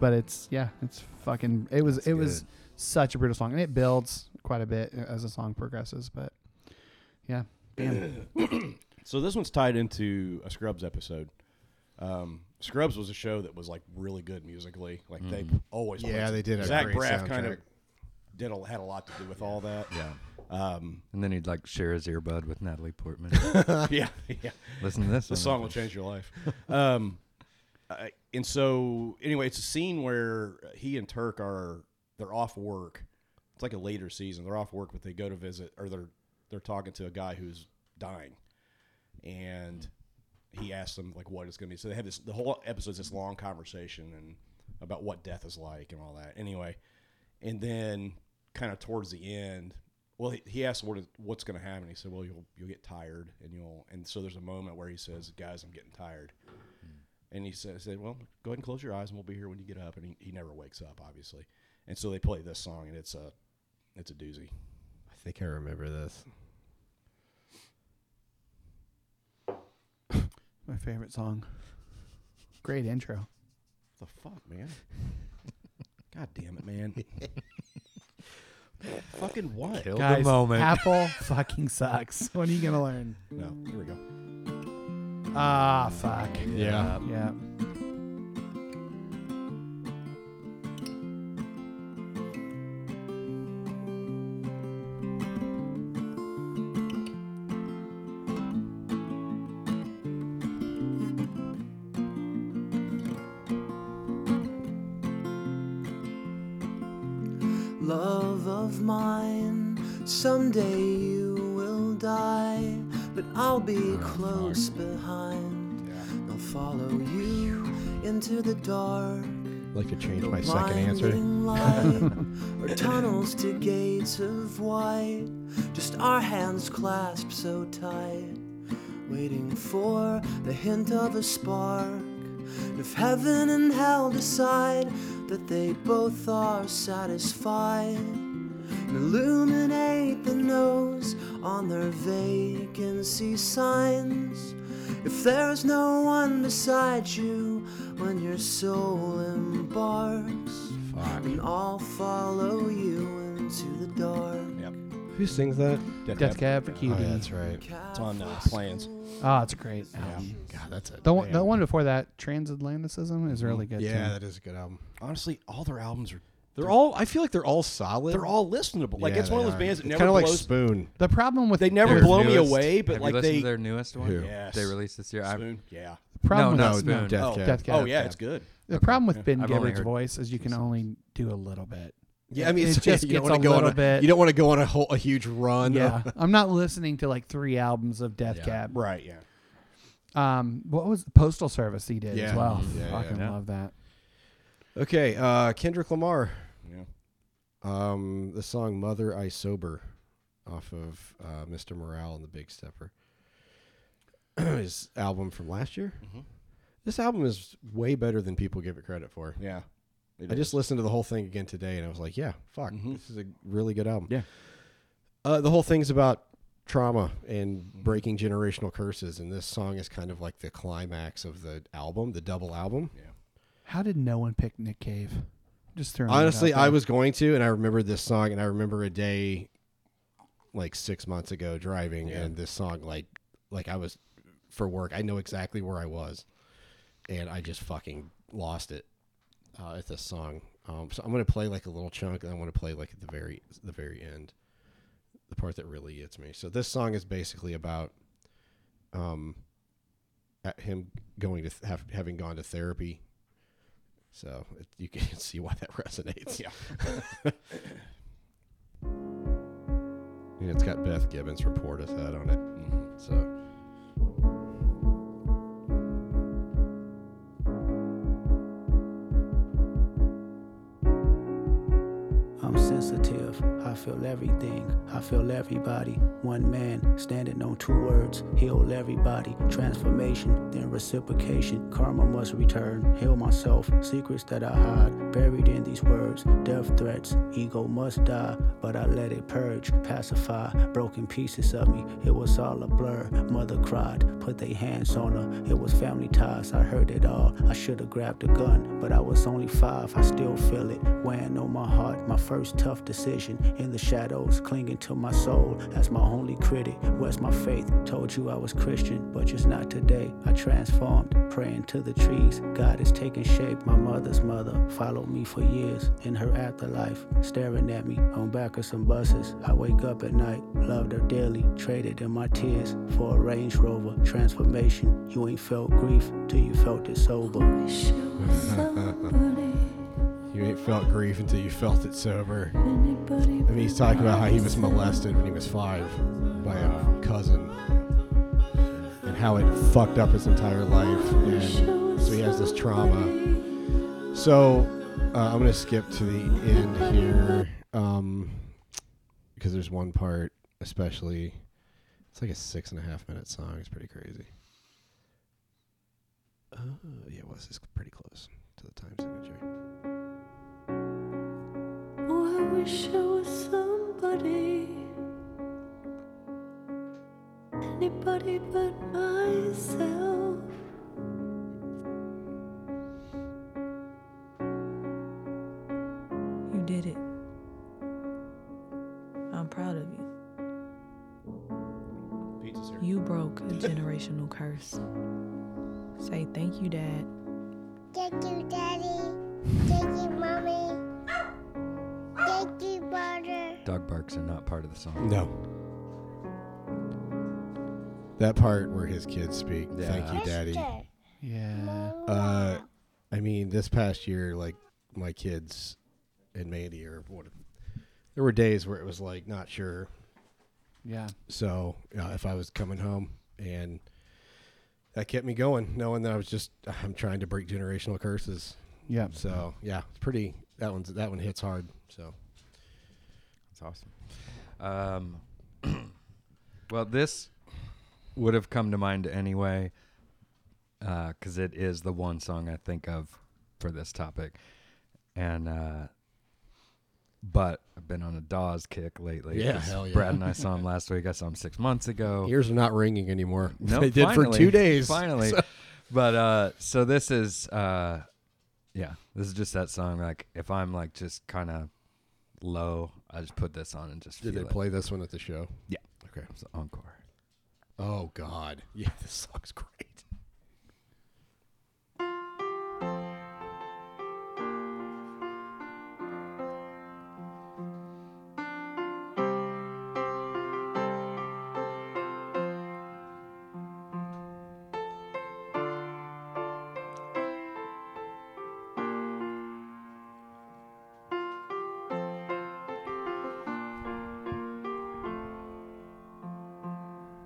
[SPEAKER 2] but it's yeah, it's fucking. It was it was such a brutal song, and it builds quite a bit uh, as the song progresses. But yeah, damn.
[SPEAKER 1] So this one's tied into a Scrubs episode. Um, Scrubs was a show that was like really good musically. Like they always
[SPEAKER 8] Yeah,
[SPEAKER 1] played-
[SPEAKER 8] they did have a
[SPEAKER 1] Zach
[SPEAKER 8] great
[SPEAKER 1] Braff kind of
[SPEAKER 8] soundtrack.
[SPEAKER 1] did a, had a lot to do with all that.
[SPEAKER 4] Yeah.
[SPEAKER 1] Um, <laughs>
[SPEAKER 4] And then he'd like share his earbud with
[SPEAKER 8] <laughs>
[SPEAKER 4] Natalie Portman.
[SPEAKER 1] yeah, yeah.
[SPEAKER 4] Listen to this.
[SPEAKER 1] The
[SPEAKER 4] one.
[SPEAKER 1] song will change your life. Um, <laughs> I- and so anyway, it's a scene where he and Turk are they're off work. It's like a later season. They're off work, but they go to visit, or they're they're talking to a guy who's dying, and he asks them like what it's going to be. So they have this the whole episode's this long conversation and about what death is like and all that. Anyway, and then kind of towards the end, well, he, he asked what is, what's going to happen. He said, "Well, you'll you'll get tired, and you'll." And so there's a moment where he says, "Guys, I'm getting tired,"
[SPEAKER 8] Hmm.
[SPEAKER 1] and he said, "said Well, go ahead and close your eyes, and we'll be here when you get up." And he, he never wakes up, obviously. And so they play this song, and it's a
[SPEAKER 8] It's a doozy.
[SPEAKER 1] I think I remember this.
[SPEAKER 2] My favorite song. Great intro.
[SPEAKER 8] The fuck,
[SPEAKER 1] <laughs>
[SPEAKER 8] man. God damn it, man. <laughs> Fucking what?
[SPEAKER 4] Kill
[SPEAKER 2] Guys,
[SPEAKER 4] the moment.
[SPEAKER 1] <laughs>
[SPEAKER 2] Apple fucking <laughs> sucks. When are you gonna learn?
[SPEAKER 8] No, here we go.
[SPEAKER 2] Ah, fuck.
[SPEAKER 1] Yeah.
[SPEAKER 2] Yeah.
[SPEAKER 16] Love of mine, someday you will die, but I'll be close behind. I'll follow you into the dark.
[SPEAKER 1] like to change my second
[SPEAKER 16] blinding
[SPEAKER 1] answer. <laughs>
[SPEAKER 16] light, or tunnels to gates of white, just our hands clasped so tight, waiting for the hint of a spark. And if heaven and hell decide that they both are satisfied, and illuminate the nose on their vacancy signs. If there's no one beside you when your soul embarks, then I'll follow you into the dark.
[SPEAKER 1] Who sings that?
[SPEAKER 8] Death
[SPEAKER 2] Death Cab for
[SPEAKER 1] Oh,
[SPEAKER 2] Cutie.
[SPEAKER 1] yeah, that's right.
[SPEAKER 8] It's on uh, plans.
[SPEAKER 2] Ah, it's a great. album.
[SPEAKER 1] God, that's it.
[SPEAKER 2] The one, the one before that, Transatlanticism, is really good.
[SPEAKER 1] Yeah,
[SPEAKER 2] too.
[SPEAKER 1] that is a good album.
[SPEAKER 8] Honestly, all their albums are.
[SPEAKER 1] They're all. I feel like they're all solid.
[SPEAKER 8] They're all listenable. Like
[SPEAKER 1] Yeah,
[SPEAKER 8] it's one of
[SPEAKER 1] they
[SPEAKER 8] those
[SPEAKER 1] are.
[SPEAKER 8] bands that
[SPEAKER 1] It's
[SPEAKER 8] never
[SPEAKER 1] kinda like
[SPEAKER 8] blows-
[SPEAKER 1] Spoon.
[SPEAKER 2] The problem with
[SPEAKER 8] They never
[SPEAKER 4] Their
[SPEAKER 8] blow me
[SPEAKER 4] newest-
[SPEAKER 8] away, but
[SPEAKER 4] have
[SPEAKER 8] like
[SPEAKER 4] you listened
[SPEAKER 8] they
[SPEAKER 4] to their newest one.
[SPEAKER 1] Who?
[SPEAKER 8] Yes.
[SPEAKER 4] They released this year. I-
[SPEAKER 8] Spoon. Yeah.
[SPEAKER 2] Problem
[SPEAKER 4] no,
[SPEAKER 2] with-
[SPEAKER 4] no, Spoon.
[SPEAKER 1] Death
[SPEAKER 8] oh,
[SPEAKER 1] Cab.
[SPEAKER 2] Death Cab.
[SPEAKER 8] oh yeah, it's good.
[SPEAKER 2] The problem with Ben
[SPEAKER 4] I've only
[SPEAKER 2] Gibbard's
[SPEAKER 4] heard
[SPEAKER 2] voice is you can only do a little bit.
[SPEAKER 1] Yeah, I mean,
[SPEAKER 2] It
[SPEAKER 1] it's
[SPEAKER 2] just
[SPEAKER 1] just you don't
[SPEAKER 2] gets
[SPEAKER 1] want
[SPEAKER 2] a
[SPEAKER 1] to go on
[SPEAKER 2] little
[SPEAKER 1] a
[SPEAKER 2] bit-
[SPEAKER 1] You don't want to go on a whole a huge run.
[SPEAKER 2] Yeah, I'm not listening to like three albums of Death Cab.
[SPEAKER 8] Right. Yeah.
[SPEAKER 2] Um, what was Postal Service he did as
[SPEAKER 1] Yeah.
[SPEAKER 2] well?
[SPEAKER 1] Yeah, yeah,
[SPEAKER 2] Fucking
[SPEAKER 1] yeah.
[SPEAKER 2] love that.
[SPEAKER 1] <laughs> Okay, uh, Kendrick Lamar.
[SPEAKER 8] Yeah.
[SPEAKER 1] Um, the song "Mother I Sober" off of uh, Mr. Morale and the Big Stepper. <clears throat> His album from last year.
[SPEAKER 8] Mm-hmm.
[SPEAKER 1] This album is way better than people give it credit for.
[SPEAKER 8] Yeah. It
[SPEAKER 1] I
[SPEAKER 8] is.
[SPEAKER 1] just listened to the whole thing again today, and I was like, "Yeah, fuck,
[SPEAKER 8] Mhm.
[SPEAKER 1] this is a really good album."
[SPEAKER 8] Yeah.
[SPEAKER 1] Uh, the whole thing's about trauma and
[SPEAKER 8] Mm-hmm.
[SPEAKER 1] breaking generational curses, and this song is kind of like the climax of the album, the double album.
[SPEAKER 2] How did no one pick Nick Cave? Just throwing. that out
[SPEAKER 1] Honestly, I
[SPEAKER 2] there.
[SPEAKER 1] was going to, and I remembered this song, and I remember a day like six months ago driving,
[SPEAKER 8] Yeah.
[SPEAKER 1] and this song, like, like I was for work. I know exactly where I was, and I just fucking lost it uh, at this song. Um, so I'm gonna play like a little chunk, and I want to play like at the very, the very end, the part that really gets me. So this song is basically about, um, at him going to th- have, having gone to therapy. So it, you can <laughs> see why that resonates.
[SPEAKER 8] Yeah.
[SPEAKER 1] <laughs> And it's got Beth Gibbons from Portishead on it.
[SPEAKER 4] Mm-hmm.
[SPEAKER 1] So
[SPEAKER 9] I'm sensitive. I feel everything. I feel everybody. One man standing on two words. Heal everybody. Transformation, then reciprocation. Karma must return. Heal myself. Secrets that I hide. Buried in these words. Death threats. Ego must die. But I let it purge. Pacify. Broken pieces of me. It was all a blur. Mother cried. Put their hands on her. It was family ties. I heard it all. I should have grabbed a gun. But I was only five. I still feel it. Weighing on my heart. My first tough decision. In the shadows. Clinging to my soul. That's my only critic. Where's my faith? Told you I was Christian. But just not today. I transformed. Praying to the trees. God is taking shape. My mother's mother followed me for years. In her afterlife. Staring at me. On back of some buses. I wake up at night. Loved her dearly. Traded in my tears. For a Range Rover. Transformation. You ain't felt grief. Till you felt it sober.
[SPEAKER 1] you ain't felt grief until you felt it sober.
[SPEAKER 3] Anybody
[SPEAKER 1] I mean, he's talking about how he was molested when he was five by a cousin and how it fucked up his entire life. And so he has this trauma. So uh, I'm going to skip to the end here um, because there's one part, especially, it's like a six and a half minute song. It's pretty crazy. Uh, yeah, it was. It's pretty close to the time signature.
[SPEAKER 3] Who
[SPEAKER 17] wish Oh, I was somebody, anybody but myself.
[SPEAKER 18] You did it. I'm proud of you.
[SPEAKER 8] Pizza's here.
[SPEAKER 18] You broke a generational curse. Say thank you, Dad.
[SPEAKER 19] Thank you, Daddy. Thank you, Mommy. Thank you, Butter.
[SPEAKER 4] Dog barks are not part of the song.
[SPEAKER 1] No. That part where his kids speak,
[SPEAKER 4] Yeah.
[SPEAKER 1] thank you, daddy.
[SPEAKER 19] Mister.
[SPEAKER 2] Yeah.
[SPEAKER 1] Uh, I mean, this past year, like my kids and Mandy are what. There were days where it was like not sure.
[SPEAKER 2] Yeah.
[SPEAKER 1] So uh, if I was coming home, and that kept me going, knowing that I was just I'm trying to break generational curses.
[SPEAKER 2] Yeah.
[SPEAKER 1] So yeah, it's pretty. That one's that one hits hard. So
[SPEAKER 4] That's awesome. Um, <clears throat> well, this would have come to mind anyway, because it is the one song I think of for this topic, and uh, but I've been on a Dawes kick lately.
[SPEAKER 1] Yeah,
[SPEAKER 4] 'cause
[SPEAKER 1] hell yeah.
[SPEAKER 4] Brad and I saw
[SPEAKER 1] <laughs>
[SPEAKER 4] him last week. I saw him six months ago.
[SPEAKER 1] ears are not ringing anymore. <laughs>
[SPEAKER 4] No,
[SPEAKER 1] they did for
[SPEAKER 4] finally,
[SPEAKER 1] two days.
[SPEAKER 4] Finally.
[SPEAKER 1] So-
[SPEAKER 4] But uh so this is uh yeah, this is just that song like if I'm like just kind of low, I just put this on and just
[SPEAKER 1] Did they
[SPEAKER 4] feel it.
[SPEAKER 1] play this one at the show?
[SPEAKER 4] Yeah.
[SPEAKER 1] Okay.
[SPEAKER 4] It's the encore.
[SPEAKER 1] Oh
[SPEAKER 8] <laughs>
[SPEAKER 1] God. Yeah, this song's great.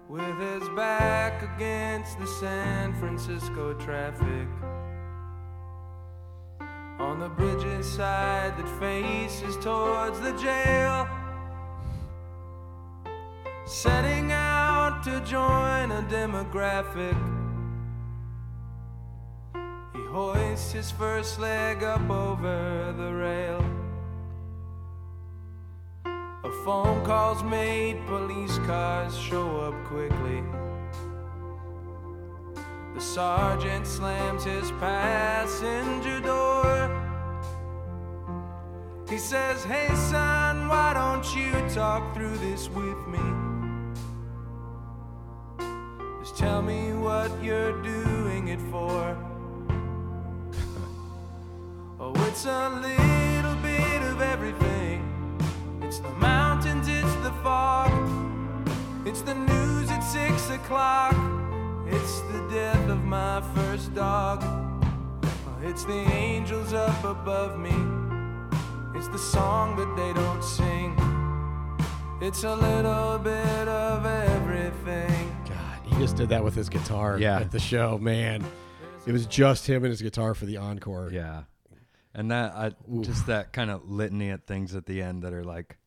[SPEAKER 10] With his back against the San Francisco traffic. On the bridge's side that faces towards the jail. Setting out to join a demographic. He hoists his first leg up over the rail. A phone call's made, police cars show up quickly. The sergeant slams his passenger door. He says, Hey son, why don't you talk through this with me? Just tell me what you're doing it for. <laughs> oh, it's a little bit of everything. It's the mountains, it's the fog. It's the news at six o'clock. It's the death of my first dog. It's the angels up above me. It's the song that they don't sing. It's a little bit of everything.
[SPEAKER 1] He just did that with his guitar
[SPEAKER 4] Yeah.
[SPEAKER 1] at the show, man. It was just him and his guitar for the encore.
[SPEAKER 4] Yeah. And that I just that kind of litany of things at the end that are like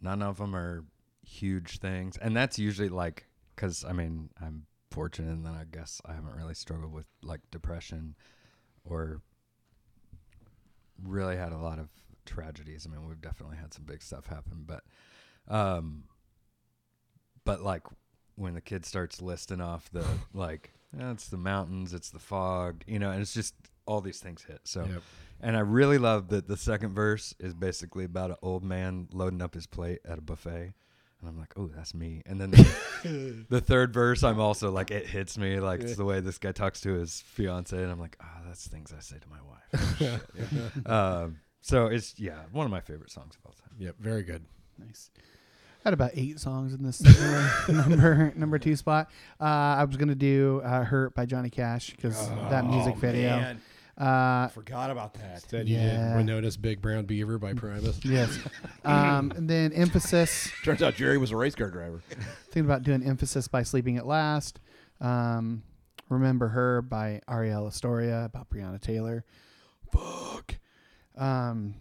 [SPEAKER 4] none of them are huge things. And that's usually like cuz I mean, I'm fortunate and then I guess I haven't really struggled with like depression or really had a lot of tragedies. I mean, we've definitely had some big stuff happen, but um but like when the kid starts listing off the like "Yeah, it's the mountains it's the fog you know and it's just all these things hit so
[SPEAKER 1] Yep.
[SPEAKER 4] and i really love that the second verse is basically about an old man loading up his plate at a buffet and i'm like oh that's me and then the, the third verse i'm also like it hits me like it's the way this guy talks to his fiance and i'm like oh that's things i say to my wife Oh, Shit. um, so it's yeah one of my favorite songs of all time
[SPEAKER 1] yep very good
[SPEAKER 2] nice I had about eight songs in
[SPEAKER 1] <laughs>
[SPEAKER 2] this number- number number two spot. Uh, I was gonna do uh, "Hurt" by Johnny Cash because that
[SPEAKER 1] Oh,
[SPEAKER 2] music video.
[SPEAKER 1] man.
[SPEAKER 2] Uh,
[SPEAKER 8] Forgot about that.
[SPEAKER 1] Instead, you
[SPEAKER 2] Yeah.
[SPEAKER 1] did Winona's Big Brown Beaver by <laughs> Primus.
[SPEAKER 2] yes, um, and then emphasis.
[SPEAKER 8] Turns out Jerry was a race car <laughs> driver.
[SPEAKER 2] Thinking about doing emphasis by sleeping at last. Um, Remember her by Ariel Astoria about Breonna Taylor. Fuck. Um,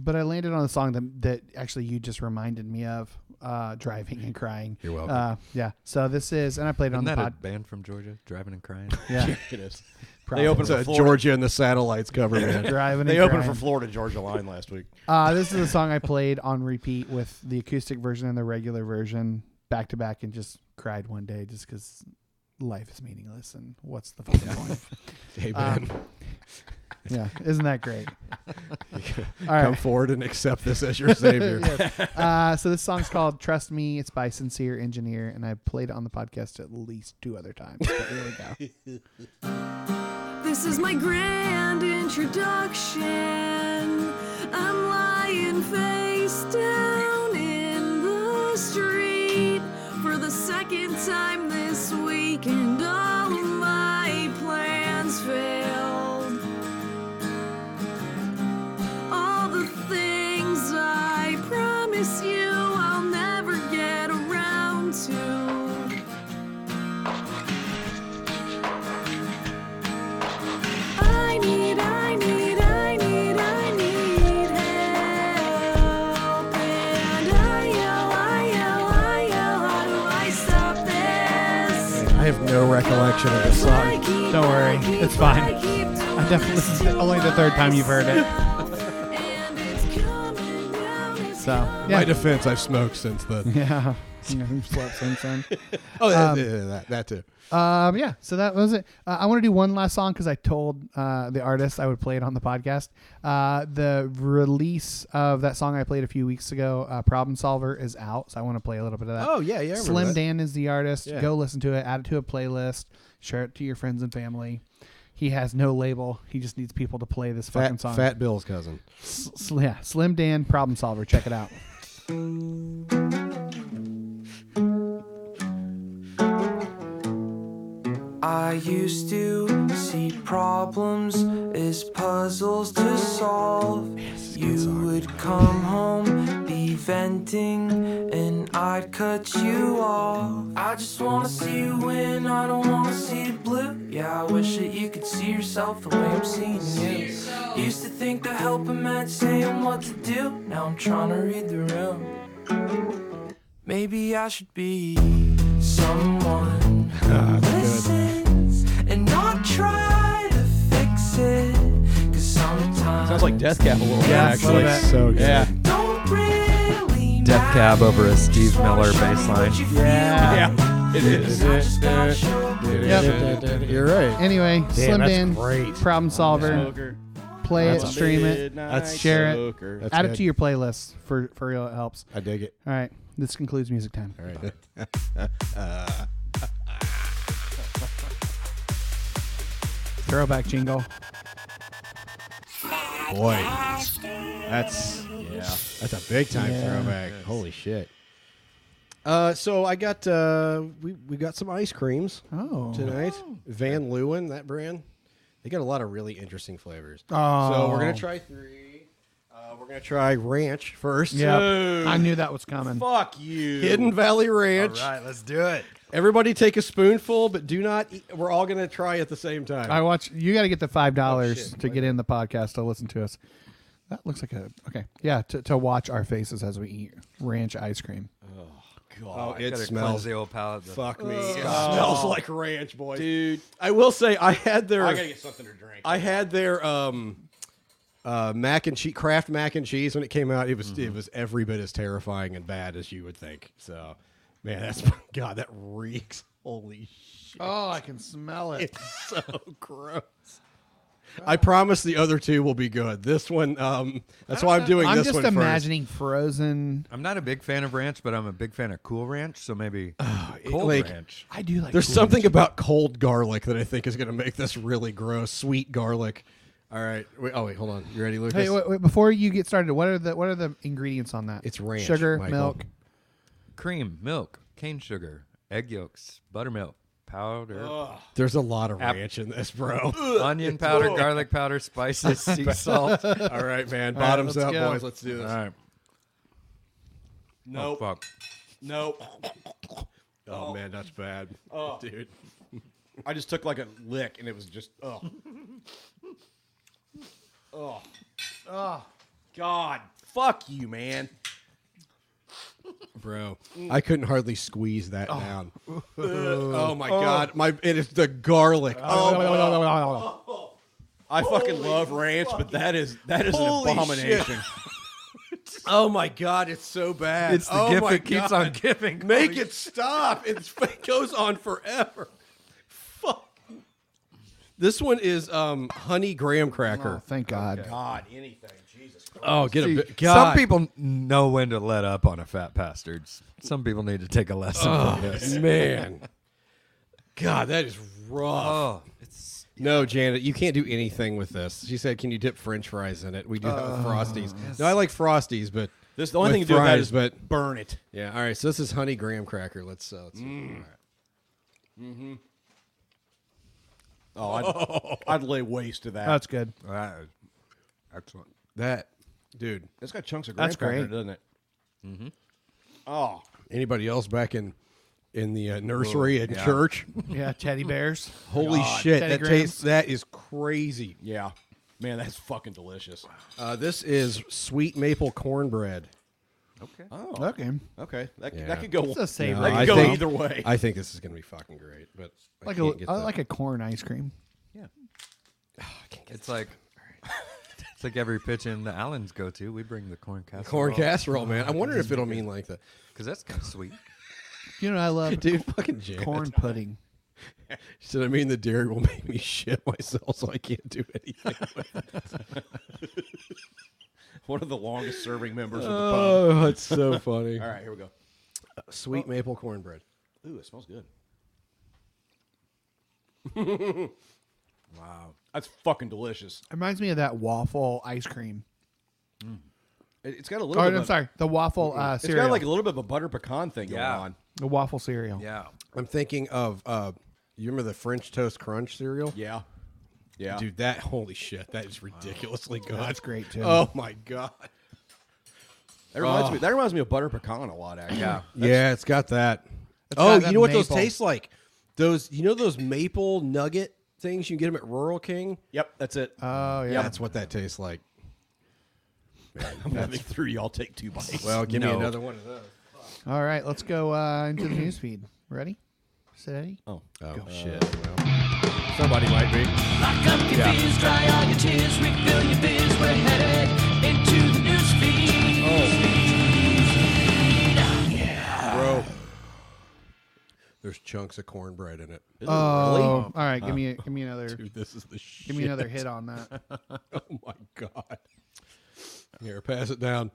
[SPEAKER 2] but I landed on a song that that actually you just reminded me of. Uh, driving and crying.
[SPEAKER 4] You're welcome.
[SPEAKER 2] Uh, yeah. So this is, and I played it
[SPEAKER 4] Isn't
[SPEAKER 2] on the
[SPEAKER 4] that
[SPEAKER 2] pod. <laughs>
[SPEAKER 4] a band from Georgia, driving and crying?
[SPEAKER 2] Yeah.
[SPEAKER 8] it is.
[SPEAKER 1] They opened
[SPEAKER 20] for
[SPEAKER 1] for
[SPEAKER 20] Florida.
[SPEAKER 1] Georgia and the satellites cover, man.
[SPEAKER 2] <laughs> Driving
[SPEAKER 20] They
[SPEAKER 2] and
[SPEAKER 20] opened
[SPEAKER 2] crying.
[SPEAKER 20] for Florida Georgia Line last week.
[SPEAKER 2] Uh, this is a song I played on repeat with the acoustic version and the regular version back to back and just cried one day just because life is meaningless and what's the
[SPEAKER 1] <laughs>
[SPEAKER 2] fucking point?
[SPEAKER 1] Hey, man.
[SPEAKER 2] Um, yeah, isn't that
[SPEAKER 1] <laughs>
[SPEAKER 2] great?
[SPEAKER 1] Come
[SPEAKER 2] All right.
[SPEAKER 1] forward and accept this as
[SPEAKER 2] <laughs>
[SPEAKER 1] your savior.
[SPEAKER 2] Yes. uh, so this song's called Trust Me. It's by Sincere Engineer, and I've played it on the podcast at least two other
[SPEAKER 1] <laughs>
[SPEAKER 2] times. But here we go.
[SPEAKER 8] This is my grand introduction. I'm lying face down in the street for the second time this week, and all my plans failed. All the things I promise you I'll never get around to. I need, I need, I need, I need help. And I yell, I yell, I yell, how do I stop this?
[SPEAKER 1] I have no recollection of this song.
[SPEAKER 2] Don't worry, it's fine. I definitely this is only the third time you've heard it. So
[SPEAKER 1] In
[SPEAKER 2] yeah.
[SPEAKER 1] My defense, I've smoked since then.
[SPEAKER 2] <laughs> Yeah. You know, who slept since then?
[SPEAKER 1] Oh, that,
[SPEAKER 2] Um,
[SPEAKER 1] yeah, that, that too.
[SPEAKER 2] Um, yeah, so that was it. Uh, I want to do one last song because I told uh, the artist I would play it on the podcast. Uh, the release of that song I played a few weeks ago, uh, Problem Solver, is out, so I want to play a little bit of that.
[SPEAKER 1] Oh, yeah, yeah, I remember
[SPEAKER 2] Slim
[SPEAKER 1] that.
[SPEAKER 2] Dan is the artist.
[SPEAKER 1] Yeah.
[SPEAKER 2] Go listen to it, add it to a playlist, share it to your friends and family. He has no label. He just needs people to play this fucking
[SPEAKER 1] Fat,
[SPEAKER 2] song.
[SPEAKER 1] Fat Bill's cousin.
[SPEAKER 2] S- sl- yeah, Slim Dan, Problem Solver. Check it out.
[SPEAKER 10] I used to see problems as puzzles to solve. You would come home, be venting, and I'd cut you off. I just wanna see you win, I don't wanna see you blue. Yeah, I wish that you could see yourself the way I'm seeing you. Used to think that helping meant saying what to do. Now I'm trying to read the room. Maybe I should be someone listens and not try to fix it. Cause sometimes
[SPEAKER 20] Sounds like Death Cab a little
[SPEAKER 10] Yeah,
[SPEAKER 20] bit.
[SPEAKER 10] it's a little
[SPEAKER 20] actually.
[SPEAKER 10] bit. So good.
[SPEAKER 20] Yeah.
[SPEAKER 10] don't really
[SPEAKER 4] Death Cab over a Steve Miller bass line.
[SPEAKER 2] Yeah.
[SPEAKER 20] Yeah. It is.
[SPEAKER 2] Yep.
[SPEAKER 1] You're right.
[SPEAKER 2] Anyway,
[SPEAKER 1] Damn,
[SPEAKER 2] Slim
[SPEAKER 1] that's
[SPEAKER 2] Dan,
[SPEAKER 1] great.
[SPEAKER 2] problem solver.
[SPEAKER 20] Smoker.
[SPEAKER 2] Play it,
[SPEAKER 1] That's-
[SPEAKER 2] stream it,
[SPEAKER 1] Midnight That's-
[SPEAKER 2] share
[SPEAKER 1] smoker.
[SPEAKER 2] it,
[SPEAKER 1] That's
[SPEAKER 2] add it
[SPEAKER 1] good.
[SPEAKER 2] to your playlist for for real. It helps.
[SPEAKER 1] I dig it.
[SPEAKER 2] All right, this concludes music time. All right. Throwback jingle.
[SPEAKER 1] Boy, that's yeah, that's a big time
[SPEAKER 2] Yeah.
[SPEAKER 1] throwback. Holy shit! Uh, so I got uh, we we got some ice creams
[SPEAKER 2] oh.
[SPEAKER 1] tonight. Van Leeuwen, that brand, they got a lot of really interesting flavors. so
[SPEAKER 2] Oh.
[SPEAKER 1] we're gonna try three. Uh, we're gonna try ranch first.
[SPEAKER 2] Yep. I knew that was coming.
[SPEAKER 20] Fuck you.
[SPEAKER 1] Hidden Valley Ranch.
[SPEAKER 4] All right, let's do it.
[SPEAKER 1] Everybody take a spoonful, but do not. Eat. We're all gonna try at the same time.
[SPEAKER 2] I watch. You got to get the five dollars to get in the podcast to listen to us. That looks like a okay. Yeah, to, to watch our faces as we eat ranch ice cream.
[SPEAKER 1] Oh,
[SPEAKER 4] I
[SPEAKER 1] it
[SPEAKER 4] gotta
[SPEAKER 1] smells.
[SPEAKER 4] cleanse the old palate. The-
[SPEAKER 1] Fuck me.
[SPEAKER 4] Ugh.
[SPEAKER 1] It
[SPEAKER 4] Oh.
[SPEAKER 1] smells like ranch, boys. Dude, I will say I had their.
[SPEAKER 20] I gotta get something to drink.
[SPEAKER 1] I had their um, uh, mac and cheese, Kraft mac and cheese when it came out. It was
[SPEAKER 20] Mm-hmm.
[SPEAKER 1] it was every bit as terrifying and bad as you would think. So, man, that's <laughs> God, that reeks. Holy shit!
[SPEAKER 2] Oh, I can smell it.
[SPEAKER 1] It's <laughs> so gross. I promise the other two will be good. This one, um, that's why I'm doing
[SPEAKER 2] I'm
[SPEAKER 1] this
[SPEAKER 2] just
[SPEAKER 1] one first.
[SPEAKER 2] imagining frozen.
[SPEAKER 4] I'm not a big fan of ranch, but I'm a big fan of Cool Ranch, so maybe
[SPEAKER 1] It,
[SPEAKER 4] Cold
[SPEAKER 1] like,
[SPEAKER 4] Ranch.
[SPEAKER 2] I do like
[SPEAKER 1] There's
[SPEAKER 2] cool
[SPEAKER 1] something about cold garlic that I think is going to make this really gross. Sweet garlic. All right. Wait, oh wait, hold on. You ready, Lucas?
[SPEAKER 2] Hey, wait, wait, before you get started, what are the what are the ingredients on that?
[SPEAKER 1] It's ranch,
[SPEAKER 2] sugar,
[SPEAKER 1] Michael.
[SPEAKER 2] milk.
[SPEAKER 4] Cream, milk, cane sugar, egg yolks, buttermilk, powder.
[SPEAKER 1] There's a lot of ranch in
[SPEAKER 8] <laughs>
[SPEAKER 1] this, bro.
[SPEAKER 4] Onion powder, garlic powder, spices, sea salt.
[SPEAKER 1] <laughs> All right, man. Bottoms up, boys. Let's do this.
[SPEAKER 4] All right. Oh,
[SPEAKER 20] Nope.
[SPEAKER 4] fuck.
[SPEAKER 20] Nope.
[SPEAKER 1] Oh, man, that's bad,
[SPEAKER 20] Oh.
[SPEAKER 1] dude.
[SPEAKER 20] I just took like a lick and it was just
[SPEAKER 1] <laughs>
[SPEAKER 20] oh. oh. Oh. God. Fuck you, man.
[SPEAKER 8] bro. I couldn't hardly squeeze that
[SPEAKER 21] Oh.
[SPEAKER 8] down.
[SPEAKER 21] Ugh.
[SPEAKER 8] oh my
[SPEAKER 21] Oh.
[SPEAKER 8] god, my it is the
[SPEAKER 1] <laughs>
[SPEAKER 8] garlic. Oh,
[SPEAKER 1] I fucking love ranch, but that is that is
[SPEAKER 8] Holy
[SPEAKER 1] an <laughs> abomination.
[SPEAKER 8] oh my god, it's so bad.
[SPEAKER 1] It's the
[SPEAKER 8] oh
[SPEAKER 1] gift
[SPEAKER 8] my
[SPEAKER 1] that keeps on
[SPEAKER 8] God.
[SPEAKER 1] giving.
[SPEAKER 8] Make it stop. <laughs> It's, it goes on forever. Fuck. This one is um honey graham cracker.
[SPEAKER 2] Oh, thank God.
[SPEAKER 1] God, anything, Jesus. Christ.
[SPEAKER 8] Oh, get a
[SPEAKER 4] See,
[SPEAKER 8] bit. God.
[SPEAKER 4] Some people know when to let up on a fat bastards. Some people need to take a lesson
[SPEAKER 8] Oh,
[SPEAKER 4] from this.
[SPEAKER 8] man. God, that is
[SPEAKER 4] Oh,
[SPEAKER 8] rough. no, Janet, you can't do anything with this. She said, "Can you dip French fries in it?" We do that with
[SPEAKER 1] Oh,
[SPEAKER 8] Frosties.
[SPEAKER 1] yes.
[SPEAKER 8] No, I like Frosties, but
[SPEAKER 1] This- the only
[SPEAKER 8] with
[SPEAKER 1] thing to do with that
[SPEAKER 8] fries,
[SPEAKER 1] is
[SPEAKER 8] but
[SPEAKER 1] burn it.
[SPEAKER 8] Yeah. All right. So this is honey graham cracker. Let's. Uh, let's
[SPEAKER 1] Mm-hmm. Oh, I'd, I'd lay waste to that.
[SPEAKER 2] That's good.
[SPEAKER 4] Excellent.
[SPEAKER 8] That, dude.
[SPEAKER 1] It's got chunks of graham
[SPEAKER 8] That's
[SPEAKER 1] cracker,
[SPEAKER 8] great.
[SPEAKER 1] doesn't it? Mm-hmm. Oh,
[SPEAKER 8] Anybody else back in in the uh, nursery
[SPEAKER 2] Whoa,
[SPEAKER 8] at
[SPEAKER 2] yeah.
[SPEAKER 8] church?
[SPEAKER 2] Yeah, teddy bears.
[SPEAKER 8] Holy
[SPEAKER 2] God.
[SPEAKER 8] shit!
[SPEAKER 2] Teddy
[SPEAKER 8] that
[SPEAKER 2] grahams.
[SPEAKER 8] tastes. That is crazy.
[SPEAKER 1] Yeah, man, that's fucking delicious.
[SPEAKER 8] Uh, this is sweet maple cornbread.
[SPEAKER 1] Okay. Oh,
[SPEAKER 2] Okay.
[SPEAKER 1] Okay. That,
[SPEAKER 8] Yeah.
[SPEAKER 1] that could go.
[SPEAKER 2] It's a savory
[SPEAKER 1] That
[SPEAKER 8] Uh, I
[SPEAKER 1] could go
[SPEAKER 8] think-
[SPEAKER 1] either way.
[SPEAKER 8] I think this is gonna be fucking great, but I
[SPEAKER 2] Like
[SPEAKER 8] can't
[SPEAKER 2] a
[SPEAKER 8] get
[SPEAKER 2] I
[SPEAKER 8] the-
[SPEAKER 2] like a corn ice cream.
[SPEAKER 4] It's <laughs> like it's like every pitching the Allens go to. We bring the corn casserole.
[SPEAKER 8] Corn casserole, man. I'm wondering if it'll mean like that.
[SPEAKER 4] Because that's kind of sweet.
[SPEAKER 2] You know what I
[SPEAKER 8] <laughs>
[SPEAKER 2] love
[SPEAKER 8] Dude, fucking Janet.
[SPEAKER 2] corn pudding.
[SPEAKER 8] She said, I mean, the dairy will make me <laughs> shit myself, so I can't do anything.
[SPEAKER 1] One of the longest serving members of the pub.
[SPEAKER 8] Oh, that's so funny.
[SPEAKER 1] All right, here we go.
[SPEAKER 8] Sweet maple cornbread.
[SPEAKER 1] Ooh, it smells good. wow, that's fucking delicious.
[SPEAKER 2] It reminds me of that waffle ice cream.
[SPEAKER 1] It, has got a
[SPEAKER 2] Oh,
[SPEAKER 1] little. bit
[SPEAKER 2] I'm
[SPEAKER 1] of-
[SPEAKER 2] sorry, the waffle, uh,
[SPEAKER 1] It's
[SPEAKER 2] cereal.
[SPEAKER 1] got like a little bit of a butter pecan thing
[SPEAKER 2] Yeah.
[SPEAKER 1] going on.
[SPEAKER 2] The waffle cereal.
[SPEAKER 1] Yeah.
[SPEAKER 8] I'm thinking of, uh, you remember the French Toast Crunch cereal?
[SPEAKER 1] Yeah. Yeah.
[SPEAKER 8] Dude, that, holy shit, that is ridiculously good.
[SPEAKER 2] That's great, too.
[SPEAKER 8] Oh, my God.
[SPEAKER 1] That reminds
[SPEAKER 8] Oh.
[SPEAKER 1] me. That reminds me of butter pecan a lot, actually.
[SPEAKER 8] Yeah. yeah, it's got that.
[SPEAKER 1] It's
[SPEAKER 8] Oh,
[SPEAKER 1] got
[SPEAKER 8] you
[SPEAKER 1] that
[SPEAKER 8] know what those
[SPEAKER 1] maple.
[SPEAKER 8] taste like? Those, you know, those maple nugget things you can get them at Rural King.
[SPEAKER 1] <clears throat> Yep, that's it.
[SPEAKER 2] Oh
[SPEAKER 8] yeah, that's what that tastes like.
[SPEAKER 1] I'm having three. Y'all take two bites.
[SPEAKER 8] Well, give me another one of those.
[SPEAKER 2] All right, let's go uh, into the news feed. Ready? Set ready?
[SPEAKER 1] Oh,
[SPEAKER 8] oh
[SPEAKER 2] Go.
[SPEAKER 8] shit. Well, somebody might be.
[SPEAKER 9] Lock up your
[SPEAKER 8] Yeah.
[SPEAKER 9] beers, dry all your tears, refill your beers. We're headed into the news feed.
[SPEAKER 8] Bro. There's chunks of cornbread in it.
[SPEAKER 2] Oh, all right. Give me a, give me another.
[SPEAKER 8] Oh. Dude, this is the shit.
[SPEAKER 2] Give me another hit
[SPEAKER 8] <laughs>
[SPEAKER 2] on that.
[SPEAKER 8] oh my god. Here, pass it down.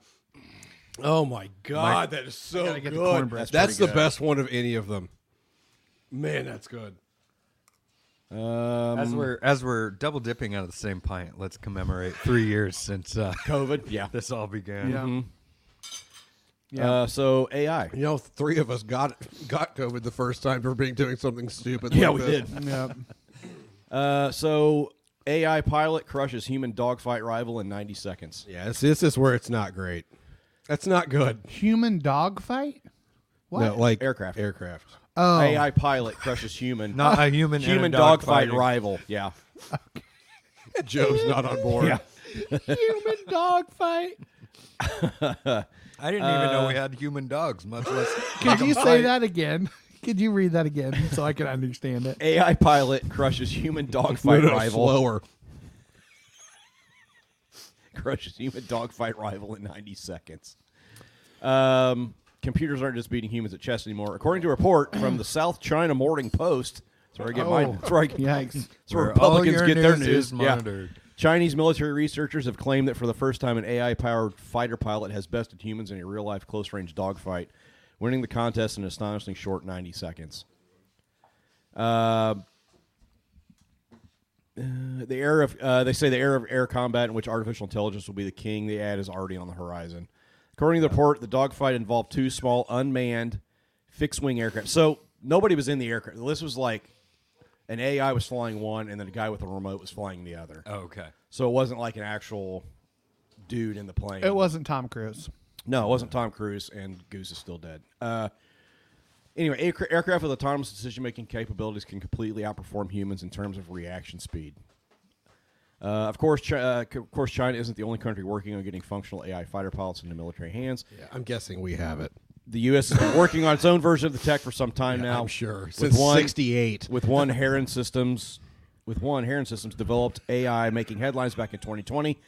[SPEAKER 8] Oh my
[SPEAKER 2] Mike,
[SPEAKER 8] god, that is
[SPEAKER 2] I
[SPEAKER 8] so
[SPEAKER 2] gotta get the
[SPEAKER 8] good.
[SPEAKER 2] cornbread.
[SPEAKER 8] that's
[SPEAKER 2] That's
[SPEAKER 8] the
[SPEAKER 2] pretty good.
[SPEAKER 8] best one of any of them. Man, that's good.
[SPEAKER 1] Um,
[SPEAKER 4] as we're as we're double dipping out of the same pint, let's commemorate three years since uh, <laughs>
[SPEAKER 1] COVID. Yeah,
[SPEAKER 4] this all began. Mm-hmm.
[SPEAKER 1] Mhm.
[SPEAKER 4] Yeah.
[SPEAKER 1] Uh, so AI.
[SPEAKER 8] You know, three of us got got COVID the first time for being doing something stupid.
[SPEAKER 1] Yeah,
[SPEAKER 8] like
[SPEAKER 1] we
[SPEAKER 8] this.
[SPEAKER 1] did. Uh, so AI pilot crushes human dogfight rival in 90 seconds.
[SPEAKER 8] Yeah, this, this is where it's not great. That's not good.
[SPEAKER 2] Human dog fight? What?
[SPEAKER 8] No, like
[SPEAKER 1] aircraft.
[SPEAKER 8] Aircraft.
[SPEAKER 2] Oh.
[SPEAKER 1] AI pilot crushes human.
[SPEAKER 4] Not a human and a
[SPEAKER 1] Human
[SPEAKER 4] dog
[SPEAKER 1] dogfight
[SPEAKER 4] fighting.
[SPEAKER 1] rival.
[SPEAKER 4] <laughs>
[SPEAKER 1] Yeah.
[SPEAKER 8] Joe's not on board. <laughs>
[SPEAKER 2] Human dog fight.
[SPEAKER 4] I didn't even know we had human dogs, much less.
[SPEAKER 2] Could you say that again? <laughs> Could you read that again so I can
[SPEAKER 8] <laughs>
[SPEAKER 2] understand it?
[SPEAKER 1] AI pilot crushes human dogfight
[SPEAKER 8] No, no,
[SPEAKER 1] rival.
[SPEAKER 8] slower.
[SPEAKER 1] <laughs> crushes human dogfight rival in 90 seconds. Um, computers aren't just beating humans at chess anymore. According to a report from the South China Morning Post, that's where I get mine.
[SPEAKER 2] Oh,
[SPEAKER 1] That's where, I,
[SPEAKER 2] yikes.
[SPEAKER 1] That's
[SPEAKER 4] Where
[SPEAKER 1] where
[SPEAKER 4] all
[SPEAKER 1] Republicans
[SPEAKER 4] your
[SPEAKER 1] get their
[SPEAKER 4] news
[SPEAKER 1] news.
[SPEAKER 4] is
[SPEAKER 1] Yeah.
[SPEAKER 4] monitored.
[SPEAKER 1] Chinese military researchers have claimed that for the first time, an AI powered fighter pilot has bested humans in a real life close range dogfight, winning the contest in an astonishingly short 90 seconds. Uh, uh, the era of uh, they say the era of air combat in which artificial intelligence will be the king. The ad is already on the horizon. According to the report, the dogfight involved two small unmanned fixed wing aircraft. So nobody was in the aircraft. This was like an AI was flying one, and then a guy with a remote was flying the other.
[SPEAKER 4] Oh, okay.
[SPEAKER 1] So it wasn't like an actual dude in the plane.
[SPEAKER 2] It wasn't Tom Cruise.
[SPEAKER 1] No, it wasn't Tom Cruise, and Goose is still dead. Uh, anyway, air- aircraft with autonomous decision making capabilities can completely outperform humans in terms of reaction speed. Uh, of course, Chi- uh, c- of course, China isn't the only country working on getting functional AI fighter pilots into military hands.
[SPEAKER 8] I'm guessing we have it.
[SPEAKER 1] The U.S. has been working on its own version of the tech for some time
[SPEAKER 8] Yeah,
[SPEAKER 1] now.
[SPEAKER 8] I'm sure.
[SPEAKER 1] With
[SPEAKER 8] Since
[SPEAKER 1] one-
[SPEAKER 8] 68.
[SPEAKER 1] With one Heron Systems, with one Heron Systems developed AI making headlines back in 2020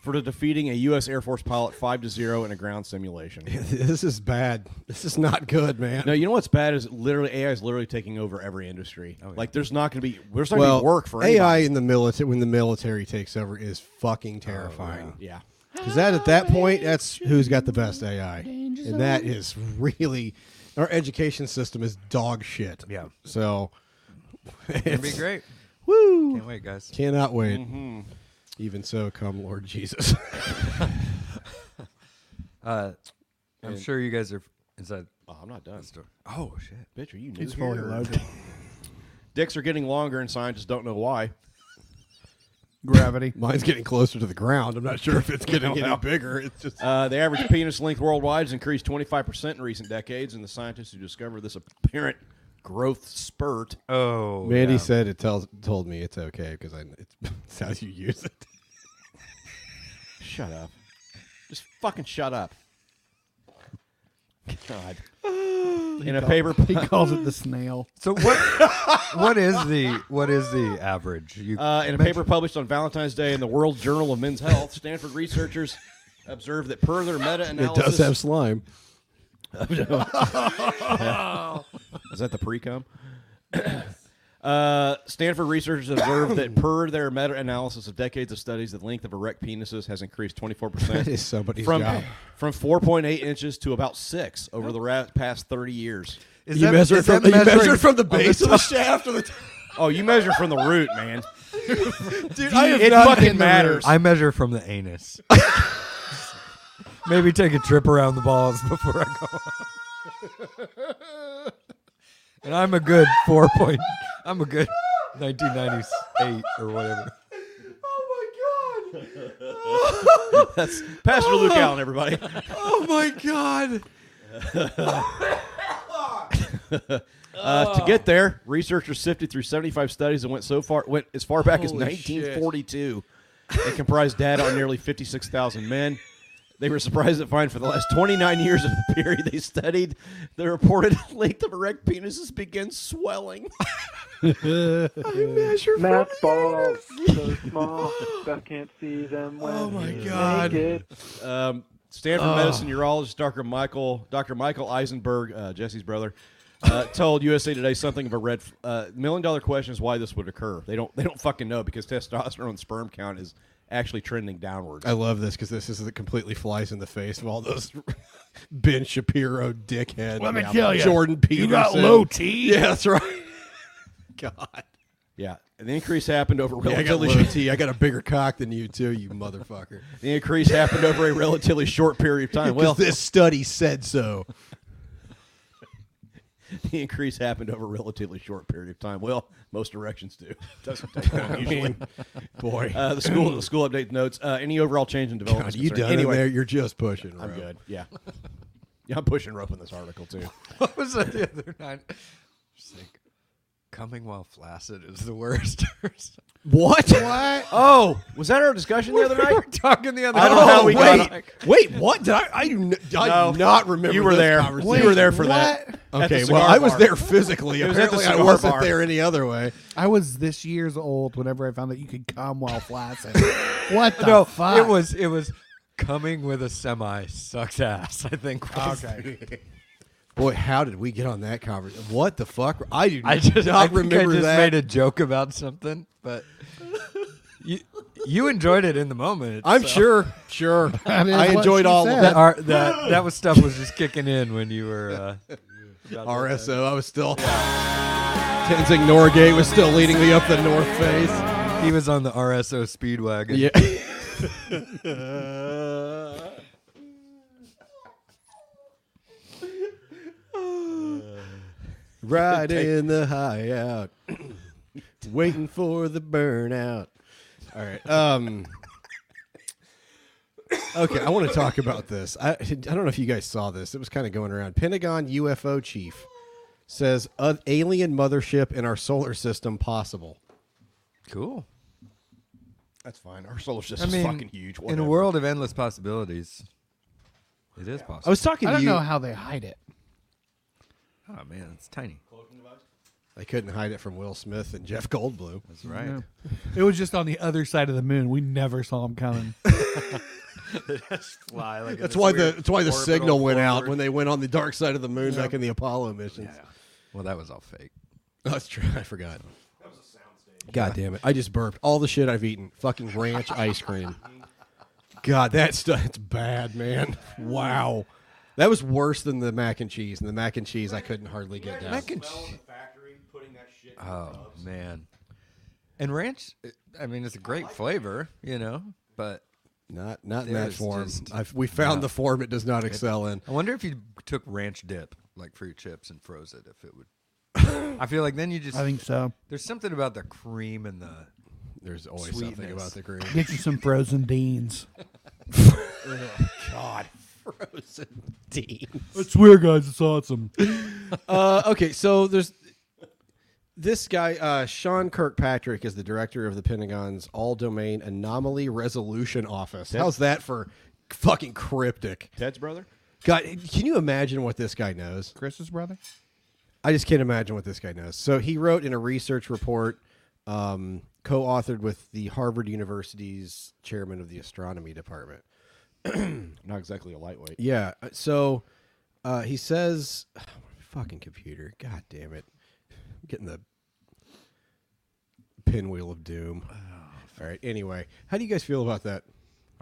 [SPEAKER 1] for defeating a U.S. Air Force pilot five to zero in a ground <laughs> simulation.
[SPEAKER 8] <laughs> This is bad. This is not good, man.
[SPEAKER 1] No, you know what's bad is literally AI is literally taking over every industry. Like there's not going to be there's not going
[SPEAKER 8] well,
[SPEAKER 1] to be work for
[SPEAKER 8] AI
[SPEAKER 1] anybody. Oh,
[SPEAKER 8] in the military when the military takes over is fucking terrifying.
[SPEAKER 1] yeah.
[SPEAKER 8] Because that at that point, that's who's got the best AI, and that is really our education system is dog shit.
[SPEAKER 4] Yeah.
[SPEAKER 8] So
[SPEAKER 4] It'd be great.
[SPEAKER 8] Woo!
[SPEAKER 4] Can't wait, guys.
[SPEAKER 8] Cannot wait.
[SPEAKER 1] Mm-hmm.
[SPEAKER 4] Mhm.
[SPEAKER 8] Even so, come Lord Jesus. <laughs>
[SPEAKER 4] Uh, I'm
[SPEAKER 1] And-
[SPEAKER 4] sure you guys are. Is that?
[SPEAKER 1] Oh, I'm not done.
[SPEAKER 4] Oh shit,
[SPEAKER 1] bitch, are you new
[SPEAKER 2] It's
[SPEAKER 1] here?
[SPEAKER 2] fully loaded.
[SPEAKER 1] <laughs> Dicks are getting longer, and scientists don't know why.
[SPEAKER 2] Gravity.
[SPEAKER 8] Mine's getting closer to the ground. I'm not sure if it's getting
[SPEAKER 1] <laughs>
[SPEAKER 8] any bigger. It's just
[SPEAKER 1] uh, the average penis length worldwide has increased 25 percent in recent decades, and the scientists who discovered this apparent growth spurt.
[SPEAKER 4] Oh,
[SPEAKER 8] Mandy said it tells told me it's okay because I it's, <laughs> it's how you use it.
[SPEAKER 1] Shut up. Just fucking shut up. God. <sighs> In a
[SPEAKER 2] call-
[SPEAKER 1] paper,
[SPEAKER 2] he calls it the snail.
[SPEAKER 4] So what? what is the what is the average? You
[SPEAKER 1] Uh, in a
[SPEAKER 4] mentioned-
[SPEAKER 1] paper published on Valentine's Day in the World Journal of Men's Health, Stanford researchers observed that per their
[SPEAKER 8] It
[SPEAKER 1] meta-analysis,
[SPEAKER 8] does have slime.
[SPEAKER 1] Is that the pre-com? <coughs> uh, Stanford researchers observed <coughs> that per their meta-analysis of decades of studies, the length of erect penises has increased 24% <laughs>
[SPEAKER 8] That is somebody's
[SPEAKER 1] from,
[SPEAKER 8] job.
[SPEAKER 1] From 4.8 inches to about 6 over the ra- past 30 years.
[SPEAKER 4] Is You that- measure is from that the- you measure measuring from the on the base of the top?
[SPEAKER 8] shaft or the t-
[SPEAKER 1] Oh, you measure from the root,
[SPEAKER 4] <laughs>
[SPEAKER 1] man. <laughs>
[SPEAKER 8] Dude,
[SPEAKER 4] I have
[SPEAKER 1] it
[SPEAKER 4] not been
[SPEAKER 1] fucking
[SPEAKER 4] the root.
[SPEAKER 1] matters.
[SPEAKER 4] I measure from the anus. Maybe take a trip around the balls before I go. And I'm a good four point. I'm a good 1998 or whatever.
[SPEAKER 1] That's Pastor Luke
[SPEAKER 4] <laughs>
[SPEAKER 1] Allen, everybody.
[SPEAKER 4] Oh my god.
[SPEAKER 1] Uh, to get there, researchers sifted through 75 studies and went so far went as far back as
[SPEAKER 4] Holy
[SPEAKER 1] 1942. It comprised data on nearly 56,000 men. They were surprised to find for the last 29 years of the period they studied, the reported <laughs> length of erect penises begins swelling.
[SPEAKER 22] Matt balls so
[SPEAKER 1] <laughs>
[SPEAKER 22] small, I can't see them when Oh my
[SPEAKER 1] God.
[SPEAKER 22] Naked.
[SPEAKER 1] Um, Stanford
[SPEAKER 22] Ugh.
[SPEAKER 1] medicine urologist Dr. Michael Dr. Michael Eisenberg, uh, Jesse's brother, uh, <laughs> told USA Today something of a red f- uh, million dollar question is why this would occur. They don't they don't fucking know because testosterone and sperm count is actually trending downwards.
[SPEAKER 8] I love this because this is it completely flies in the face of all those <laughs> Ben Shapiro dickhead.
[SPEAKER 1] Let me tell ya,
[SPEAKER 8] Jordan Peterson.
[SPEAKER 1] you got low T?
[SPEAKER 8] Yeah, that's right. <laughs> God.
[SPEAKER 1] Yeah, the increase happened over
[SPEAKER 8] <laughs> Yeah, I got
[SPEAKER 1] relatively.
[SPEAKER 8] low T. I got a bigger cock than you too, you motherfucker.
[SPEAKER 1] <laughs> the increase happened over a relatively short period
[SPEAKER 8] <laughs>
[SPEAKER 1] of time.
[SPEAKER 8] 'Cause
[SPEAKER 1] Well, Oh,
[SPEAKER 8] this study said so.
[SPEAKER 1] the increase happened over a relatively short period of time. Well, most
[SPEAKER 8] <laughs>
[SPEAKER 1] erections do. Doesn't take <laughs> long
[SPEAKER 8] I
[SPEAKER 1] usually.
[SPEAKER 8] mean, boy.
[SPEAKER 1] uh, the school the school update notes uh, any overall change in development.
[SPEAKER 8] God, you done in
[SPEAKER 1] anyway,
[SPEAKER 8] there? You're just pushing,
[SPEAKER 1] I'm
[SPEAKER 8] Rob.
[SPEAKER 1] good. Yeah, yeah, I'm pushing rope in this article too.
[SPEAKER 4] What was that the other night? Just like, coming while flaccid is the worst. <laughs> or something.
[SPEAKER 8] What?
[SPEAKER 1] What? <laughs> Oh, was that our discussion the other
[SPEAKER 4] <laughs> We
[SPEAKER 8] <laughs>
[SPEAKER 1] night?
[SPEAKER 4] were talking the other
[SPEAKER 1] I don't know
[SPEAKER 4] night. Oh,
[SPEAKER 1] how we got
[SPEAKER 8] wait,
[SPEAKER 1] on-
[SPEAKER 8] wait, what? Did I? I do n- I
[SPEAKER 1] No.
[SPEAKER 8] do not remember.
[SPEAKER 1] You were
[SPEAKER 8] this
[SPEAKER 1] there.
[SPEAKER 8] conversation.
[SPEAKER 1] You were there for that. At the
[SPEAKER 8] Okay,
[SPEAKER 1] cigar
[SPEAKER 8] well, I was
[SPEAKER 1] bar.
[SPEAKER 8] there physically.
[SPEAKER 1] It was at the
[SPEAKER 8] Apparently, I
[SPEAKER 1] cigar
[SPEAKER 8] wasn't
[SPEAKER 1] bar.
[SPEAKER 8] there any other way.
[SPEAKER 2] I was this year's old whenever I found that you could come while
[SPEAKER 4] <laughs>
[SPEAKER 2] flaccid. what the
[SPEAKER 4] no,
[SPEAKER 2] fuck?
[SPEAKER 4] it was it was coming with a semi sucks ass. I think. was-
[SPEAKER 8] <laughs> Boy, how did we get on that conversation? What the fuck? I do
[SPEAKER 4] I just
[SPEAKER 8] not
[SPEAKER 4] I think
[SPEAKER 8] remember
[SPEAKER 4] I just
[SPEAKER 8] that.
[SPEAKER 4] made a joke about something, but you you enjoyed it in the moment.
[SPEAKER 8] I'm
[SPEAKER 4] so- <laughs>
[SPEAKER 8] sure, sure. I enjoyed all of
[SPEAKER 4] that.
[SPEAKER 1] <laughs>
[SPEAKER 8] that.
[SPEAKER 4] Our, that that was stuff was just kicking in when you were. Uh, about to-
[SPEAKER 8] RSO. I was still. Tenzing Norgay was still leading me up the north face.
[SPEAKER 4] He was on the RSO speedwagon.
[SPEAKER 8] Yeah. Right in the high out, waiting for the burnout. All right. Um. Okay, I want to talk about this. I I don't know if you guys saw this. It was kind of going around. Pentagon UFO chief says "Uh, alien mothership in our solar system possible.
[SPEAKER 4] Cool.
[SPEAKER 1] That's fine. Our solar
[SPEAKER 4] I
[SPEAKER 1] system's
[SPEAKER 4] mean,
[SPEAKER 1] fucking huge.
[SPEAKER 4] in a
[SPEAKER 1] whatever.
[SPEAKER 4] world of endless possibilities, It is possible.
[SPEAKER 1] I was talking
[SPEAKER 2] I
[SPEAKER 1] to
[SPEAKER 2] don't
[SPEAKER 1] you.
[SPEAKER 2] know how they hide it.
[SPEAKER 4] Oh man, it's tiny.
[SPEAKER 1] They couldn't hide it from Will Smith and Jeff Goldblum. That's
[SPEAKER 2] No. It was just on the other side of the moon. We never saw him coming.
[SPEAKER 4] fly like in
[SPEAKER 1] that's
[SPEAKER 4] this
[SPEAKER 1] why the
[SPEAKER 4] weird
[SPEAKER 1] that's why the
[SPEAKER 4] orbital
[SPEAKER 1] signal went out
[SPEAKER 4] forward.
[SPEAKER 1] when they went on the dark side of the moon
[SPEAKER 4] Yeah.
[SPEAKER 1] back in the Apollo missions.
[SPEAKER 4] Well, that was all fake.
[SPEAKER 1] <laughs> That's true. I forgot. God damn it! I just burped all the shit I've eaten. Fucking ranch ice cream. God, that stuff it's bad, man. Wow, that was worse than the mac and cheese. And the mac and cheese I couldn't hardly get down.
[SPEAKER 4] Mac and cheese. Oh man, and ranch. it- I mean, it's a great flavor, you know, but
[SPEAKER 1] not not in
[SPEAKER 4] there
[SPEAKER 1] that
[SPEAKER 4] is
[SPEAKER 1] form.
[SPEAKER 4] just-
[SPEAKER 1] I've, we found
[SPEAKER 4] no.
[SPEAKER 1] the form it does not
[SPEAKER 4] It-
[SPEAKER 1] excel in.
[SPEAKER 4] I wonder if you took ranch dip, like fruit chips, and froze it, if it <coughs> would. I feel like then you just.
[SPEAKER 2] I think so.
[SPEAKER 4] There's something about the cream and the.
[SPEAKER 1] There's always something about the cream.
[SPEAKER 2] Get you some frozen beans.
[SPEAKER 1] <laughs> God, frozen deans.
[SPEAKER 2] It's weird, guys. It's awesome.
[SPEAKER 1] <laughs> uh, okay, so there's this guy, uh, Sean Kirkpatrick, is the director of the Pentagon's All Domain Anomaly Resolution Office.
[SPEAKER 8] Ted-
[SPEAKER 1] How's that for fucking cryptic?
[SPEAKER 8] Ted's brother?
[SPEAKER 1] God, can you imagine what this guy knows?
[SPEAKER 2] <laughs> Chris's brother?
[SPEAKER 1] I just can't imagine what this guy knows. So he wrote in a research report um, co authored with the Harvard University's chairman of the astronomy department.
[SPEAKER 8] Not exactly a lightweight.
[SPEAKER 1] Yeah. uh, So uh, he says, <sighs> fucking computer. God damn it. <sighs> I'm getting the pinwheel of doom. All right. Anyway, how do you guys feel about that?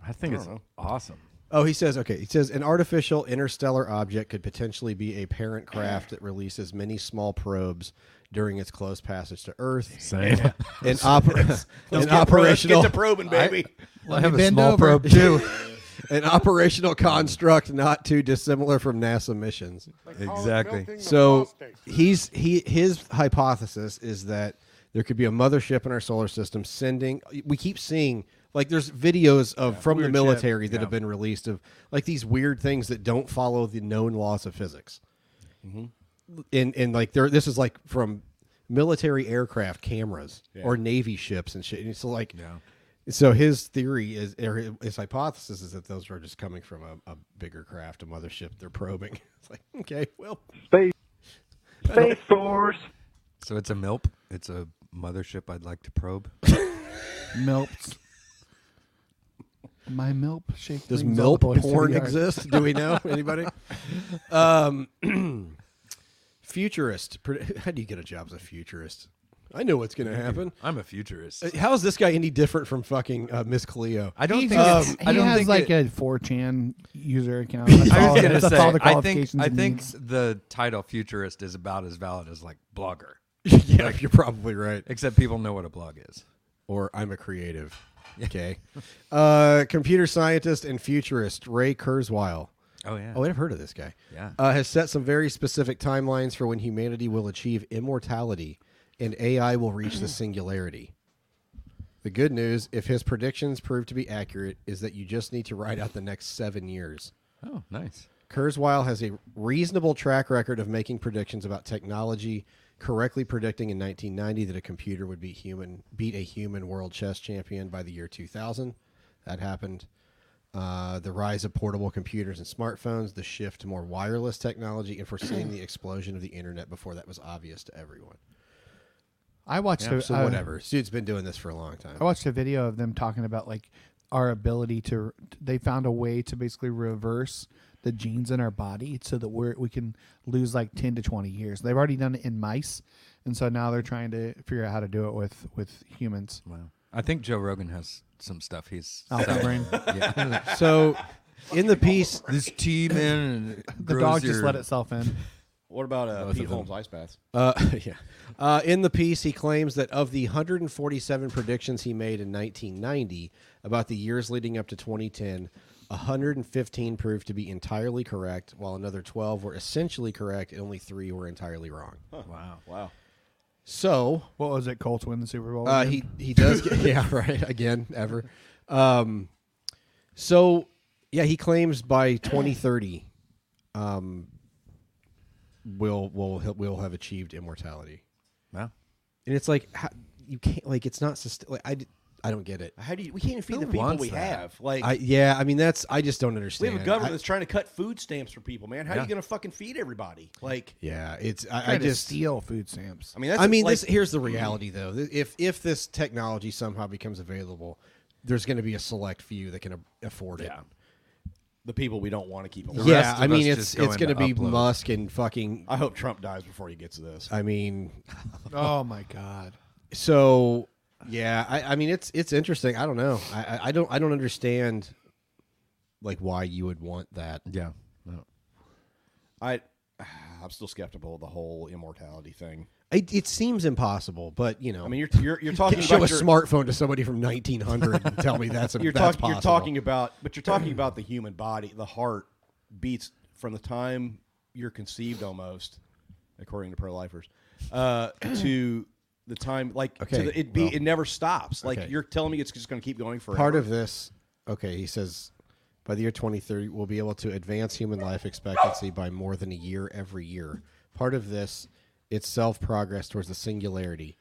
[SPEAKER 4] I think
[SPEAKER 1] it's
[SPEAKER 4] awesome.
[SPEAKER 1] Oh, he says, okay. He says, an artificial interstellar object could potentially be a parent craft that releases many small probes during its close passage to Earth.
[SPEAKER 4] Same.
[SPEAKER 1] An, oper-
[SPEAKER 8] Let's
[SPEAKER 1] an
[SPEAKER 8] get pro- let's get
[SPEAKER 1] operational.
[SPEAKER 8] to probing, baby.
[SPEAKER 1] I,
[SPEAKER 8] I have a Let me bend small over. probe, <laughs>
[SPEAKER 1] too. an operational construct not too dissimilar from NASA missions.
[SPEAKER 4] Exactly.
[SPEAKER 1] So he's he his hypothesis is that there could be a mothership in our solar system sending. We keep seeing like there's videos of from the
[SPEAKER 8] weird shit.
[SPEAKER 1] military that
[SPEAKER 8] Yeah.
[SPEAKER 1] have been released of like these weird things that don't follow the known laws of physics. And and like there, this is like from military aircraft cameras
[SPEAKER 8] Yeah.
[SPEAKER 1] or navy ships and shit. And it's like, so his theory is or his hypothesis is that those are just coming from a, a bigger craft, a mothership. They're probing. <laughs> It's like okay, well,
[SPEAKER 4] Space.
[SPEAKER 1] Space
[SPEAKER 4] Force. So it's a milp. It's a mothership I'd like to probe.
[SPEAKER 2] Milps. My milp shake.
[SPEAKER 1] Does
[SPEAKER 2] brings all the boys
[SPEAKER 1] milk
[SPEAKER 2] to the
[SPEAKER 1] porn
[SPEAKER 2] yard.
[SPEAKER 1] exist? Do
[SPEAKER 2] <laughs>
[SPEAKER 1] we know anybody? um, <clears throat> futurist. Pred- <laughs> How do you get a job as a futurist? I know what's going to happen.
[SPEAKER 4] I'm a futurist.
[SPEAKER 1] Uh, How is this guy any different from fucking uh, Miss Cleo?
[SPEAKER 4] I <laughs> don't
[SPEAKER 2] He,
[SPEAKER 4] think
[SPEAKER 1] um,
[SPEAKER 2] has-
[SPEAKER 4] it's-
[SPEAKER 2] he
[SPEAKER 4] I don't
[SPEAKER 2] has
[SPEAKER 4] think
[SPEAKER 2] like a 4chan user account. That's
[SPEAKER 4] <laughs> I
[SPEAKER 2] all-
[SPEAKER 4] was gonna
[SPEAKER 2] that's
[SPEAKER 4] say,
[SPEAKER 2] all the
[SPEAKER 4] I think
[SPEAKER 2] qualifications
[SPEAKER 4] I
[SPEAKER 2] it
[SPEAKER 4] think
[SPEAKER 2] needs.
[SPEAKER 4] the title futurist is about as valid as like blogger. <laughs>
[SPEAKER 1] yeah, you're probably right.
[SPEAKER 4] Except people know what a blog is.
[SPEAKER 1] Or I'm a creative.
[SPEAKER 4] <laughs>
[SPEAKER 1] Okay. uh, computer scientist and futurist Ray Kurzweil.
[SPEAKER 4] Oh, yeah.
[SPEAKER 1] Oh, I've heard of this guy.
[SPEAKER 4] Yeah.
[SPEAKER 1] Uh, has set some very specific timelines for when humanity will achieve immortality and AI will
[SPEAKER 4] <clears throat>
[SPEAKER 1] reach the singularity. The good news, if his predictions prove to be accurate, is that you just need to ride out the next seven years.
[SPEAKER 4] Oh, nice.
[SPEAKER 1] Kurzweil has a reasonable track record of making predictions about technology, correctly predicting in 1990 that a computer would beat human beat a human world chess champion by the year 2000. That happened. Uh, the rise of portable computers and smartphones, the shift to more wireless technology, and foreseeing the explosion of the internet before that was obvious to everyone.
[SPEAKER 2] I watched
[SPEAKER 1] Yeah,
[SPEAKER 2] a-
[SPEAKER 1] so uh,
[SPEAKER 2] I-
[SPEAKER 1] whatever. Dude's been doing this for a long time.
[SPEAKER 2] I watched a video of them talking about like our ability to. They found a way to basically reverse the genes in our body so that we're we can lose like ten to twenty years. They've already done it in mice, and so now they're trying to figure out how to do it with with
[SPEAKER 1] <laughs>
[SPEAKER 2] humans.
[SPEAKER 4] Wow. I think Joe Rogan has some stuff he's
[SPEAKER 2] Alpha brain.
[SPEAKER 4] selling. <laughs> Yeah.
[SPEAKER 1] So in the piece,
[SPEAKER 4] this team <laughs> in
[SPEAKER 2] The dog just let itself in.
[SPEAKER 8] What about uh,
[SPEAKER 1] Both
[SPEAKER 8] Pete
[SPEAKER 1] of them.
[SPEAKER 8] Holmes' ice baths?
[SPEAKER 1] Uh, <laughs> yeah. Uh, in the piece, he claims that of the 147 predictions he made in 1990 about the years leading up to 2010, 115 proved to be entirely correct, while another 12 were essentially correct, and only three were entirely wrong.
[SPEAKER 4] Wow.
[SPEAKER 8] Wow.
[SPEAKER 1] So,
[SPEAKER 2] What was it? Colts win the Super Bowl.
[SPEAKER 1] uh, he
[SPEAKER 2] again?
[SPEAKER 1] he does get <laughs> yeah right again ever. Um, so yeah, he claims by 2030, um, we'll we'll he'll- we'll have achieved immortality.
[SPEAKER 4] Wow.
[SPEAKER 1] And it's like how, you can't like it's not sust- like I d- I don't get it.
[SPEAKER 8] How do you? We can't even feed
[SPEAKER 1] Who
[SPEAKER 8] the people
[SPEAKER 1] wants
[SPEAKER 8] we
[SPEAKER 1] that?
[SPEAKER 8] have. Like
[SPEAKER 1] I, yeah, I mean that's I just don't
[SPEAKER 8] we
[SPEAKER 1] understand.
[SPEAKER 8] have a government
[SPEAKER 1] I-
[SPEAKER 8] that's trying to cut food stamps for people, man. How are
[SPEAKER 1] Yeah.
[SPEAKER 8] you going to fucking feed everybody? Like,
[SPEAKER 1] yeah, it's I, I
[SPEAKER 2] Trying to
[SPEAKER 1] just
[SPEAKER 2] steal food stamps.
[SPEAKER 8] I mean, that's
[SPEAKER 1] I mean,
[SPEAKER 8] like- mm-hmm.
[SPEAKER 1] this, here's the reality though. Th- If if this technology somehow becomes available, there's going to be a select few that can a- afford it. Yeah,
[SPEAKER 8] the people we don't want to keep.
[SPEAKER 1] yeah I mean, it's it's going to be Musk and fucking.
[SPEAKER 8] I hope Trump dies before he gets to this.
[SPEAKER 1] I mean,
[SPEAKER 2] oh my god.
[SPEAKER 1] so yeah, I, I mean it's it's interesting. I don't know. I, I I don't I don't understand like why you would want that.
[SPEAKER 4] Yeah.
[SPEAKER 8] I, <sighs> I'm still skeptical of the whole immortality thing.
[SPEAKER 1] It, it seems impossible, but you know.
[SPEAKER 8] I mean, you're you're, you're talking
[SPEAKER 1] show
[SPEAKER 8] about
[SPEAKER 1] a
[SPEAKER 8] your-
[SPEAKER 1] smartphone to somebody from 1900 and tell me that's
[SPEAKER 8] <laughs> you're,
[SPEAKER 1] that's
[SPEAKER 8] talk- you're
[SPEAKER 1] possible.
[SPEAKER 8] talking about, but you're talking about the human body. The heart beats from the time you're conceived, almost, according to pro-lifers, uh, to the time like
[SPEAKER 1] Okay,
[SPEAKER 8] to the, it be
[SPEAKER 1] well,
[SPEAKER 8] it never stops. Like
[SPEAKER 1] okay.
[SPEAKER 8] you're telling me it's just going to keep going forever.
[SPEAKER 1] Part of this, okay, he says, by the year 2030, we'll be able to advance human life expectancy by more than a year every year. Part of this, it's self progress towards the singularity.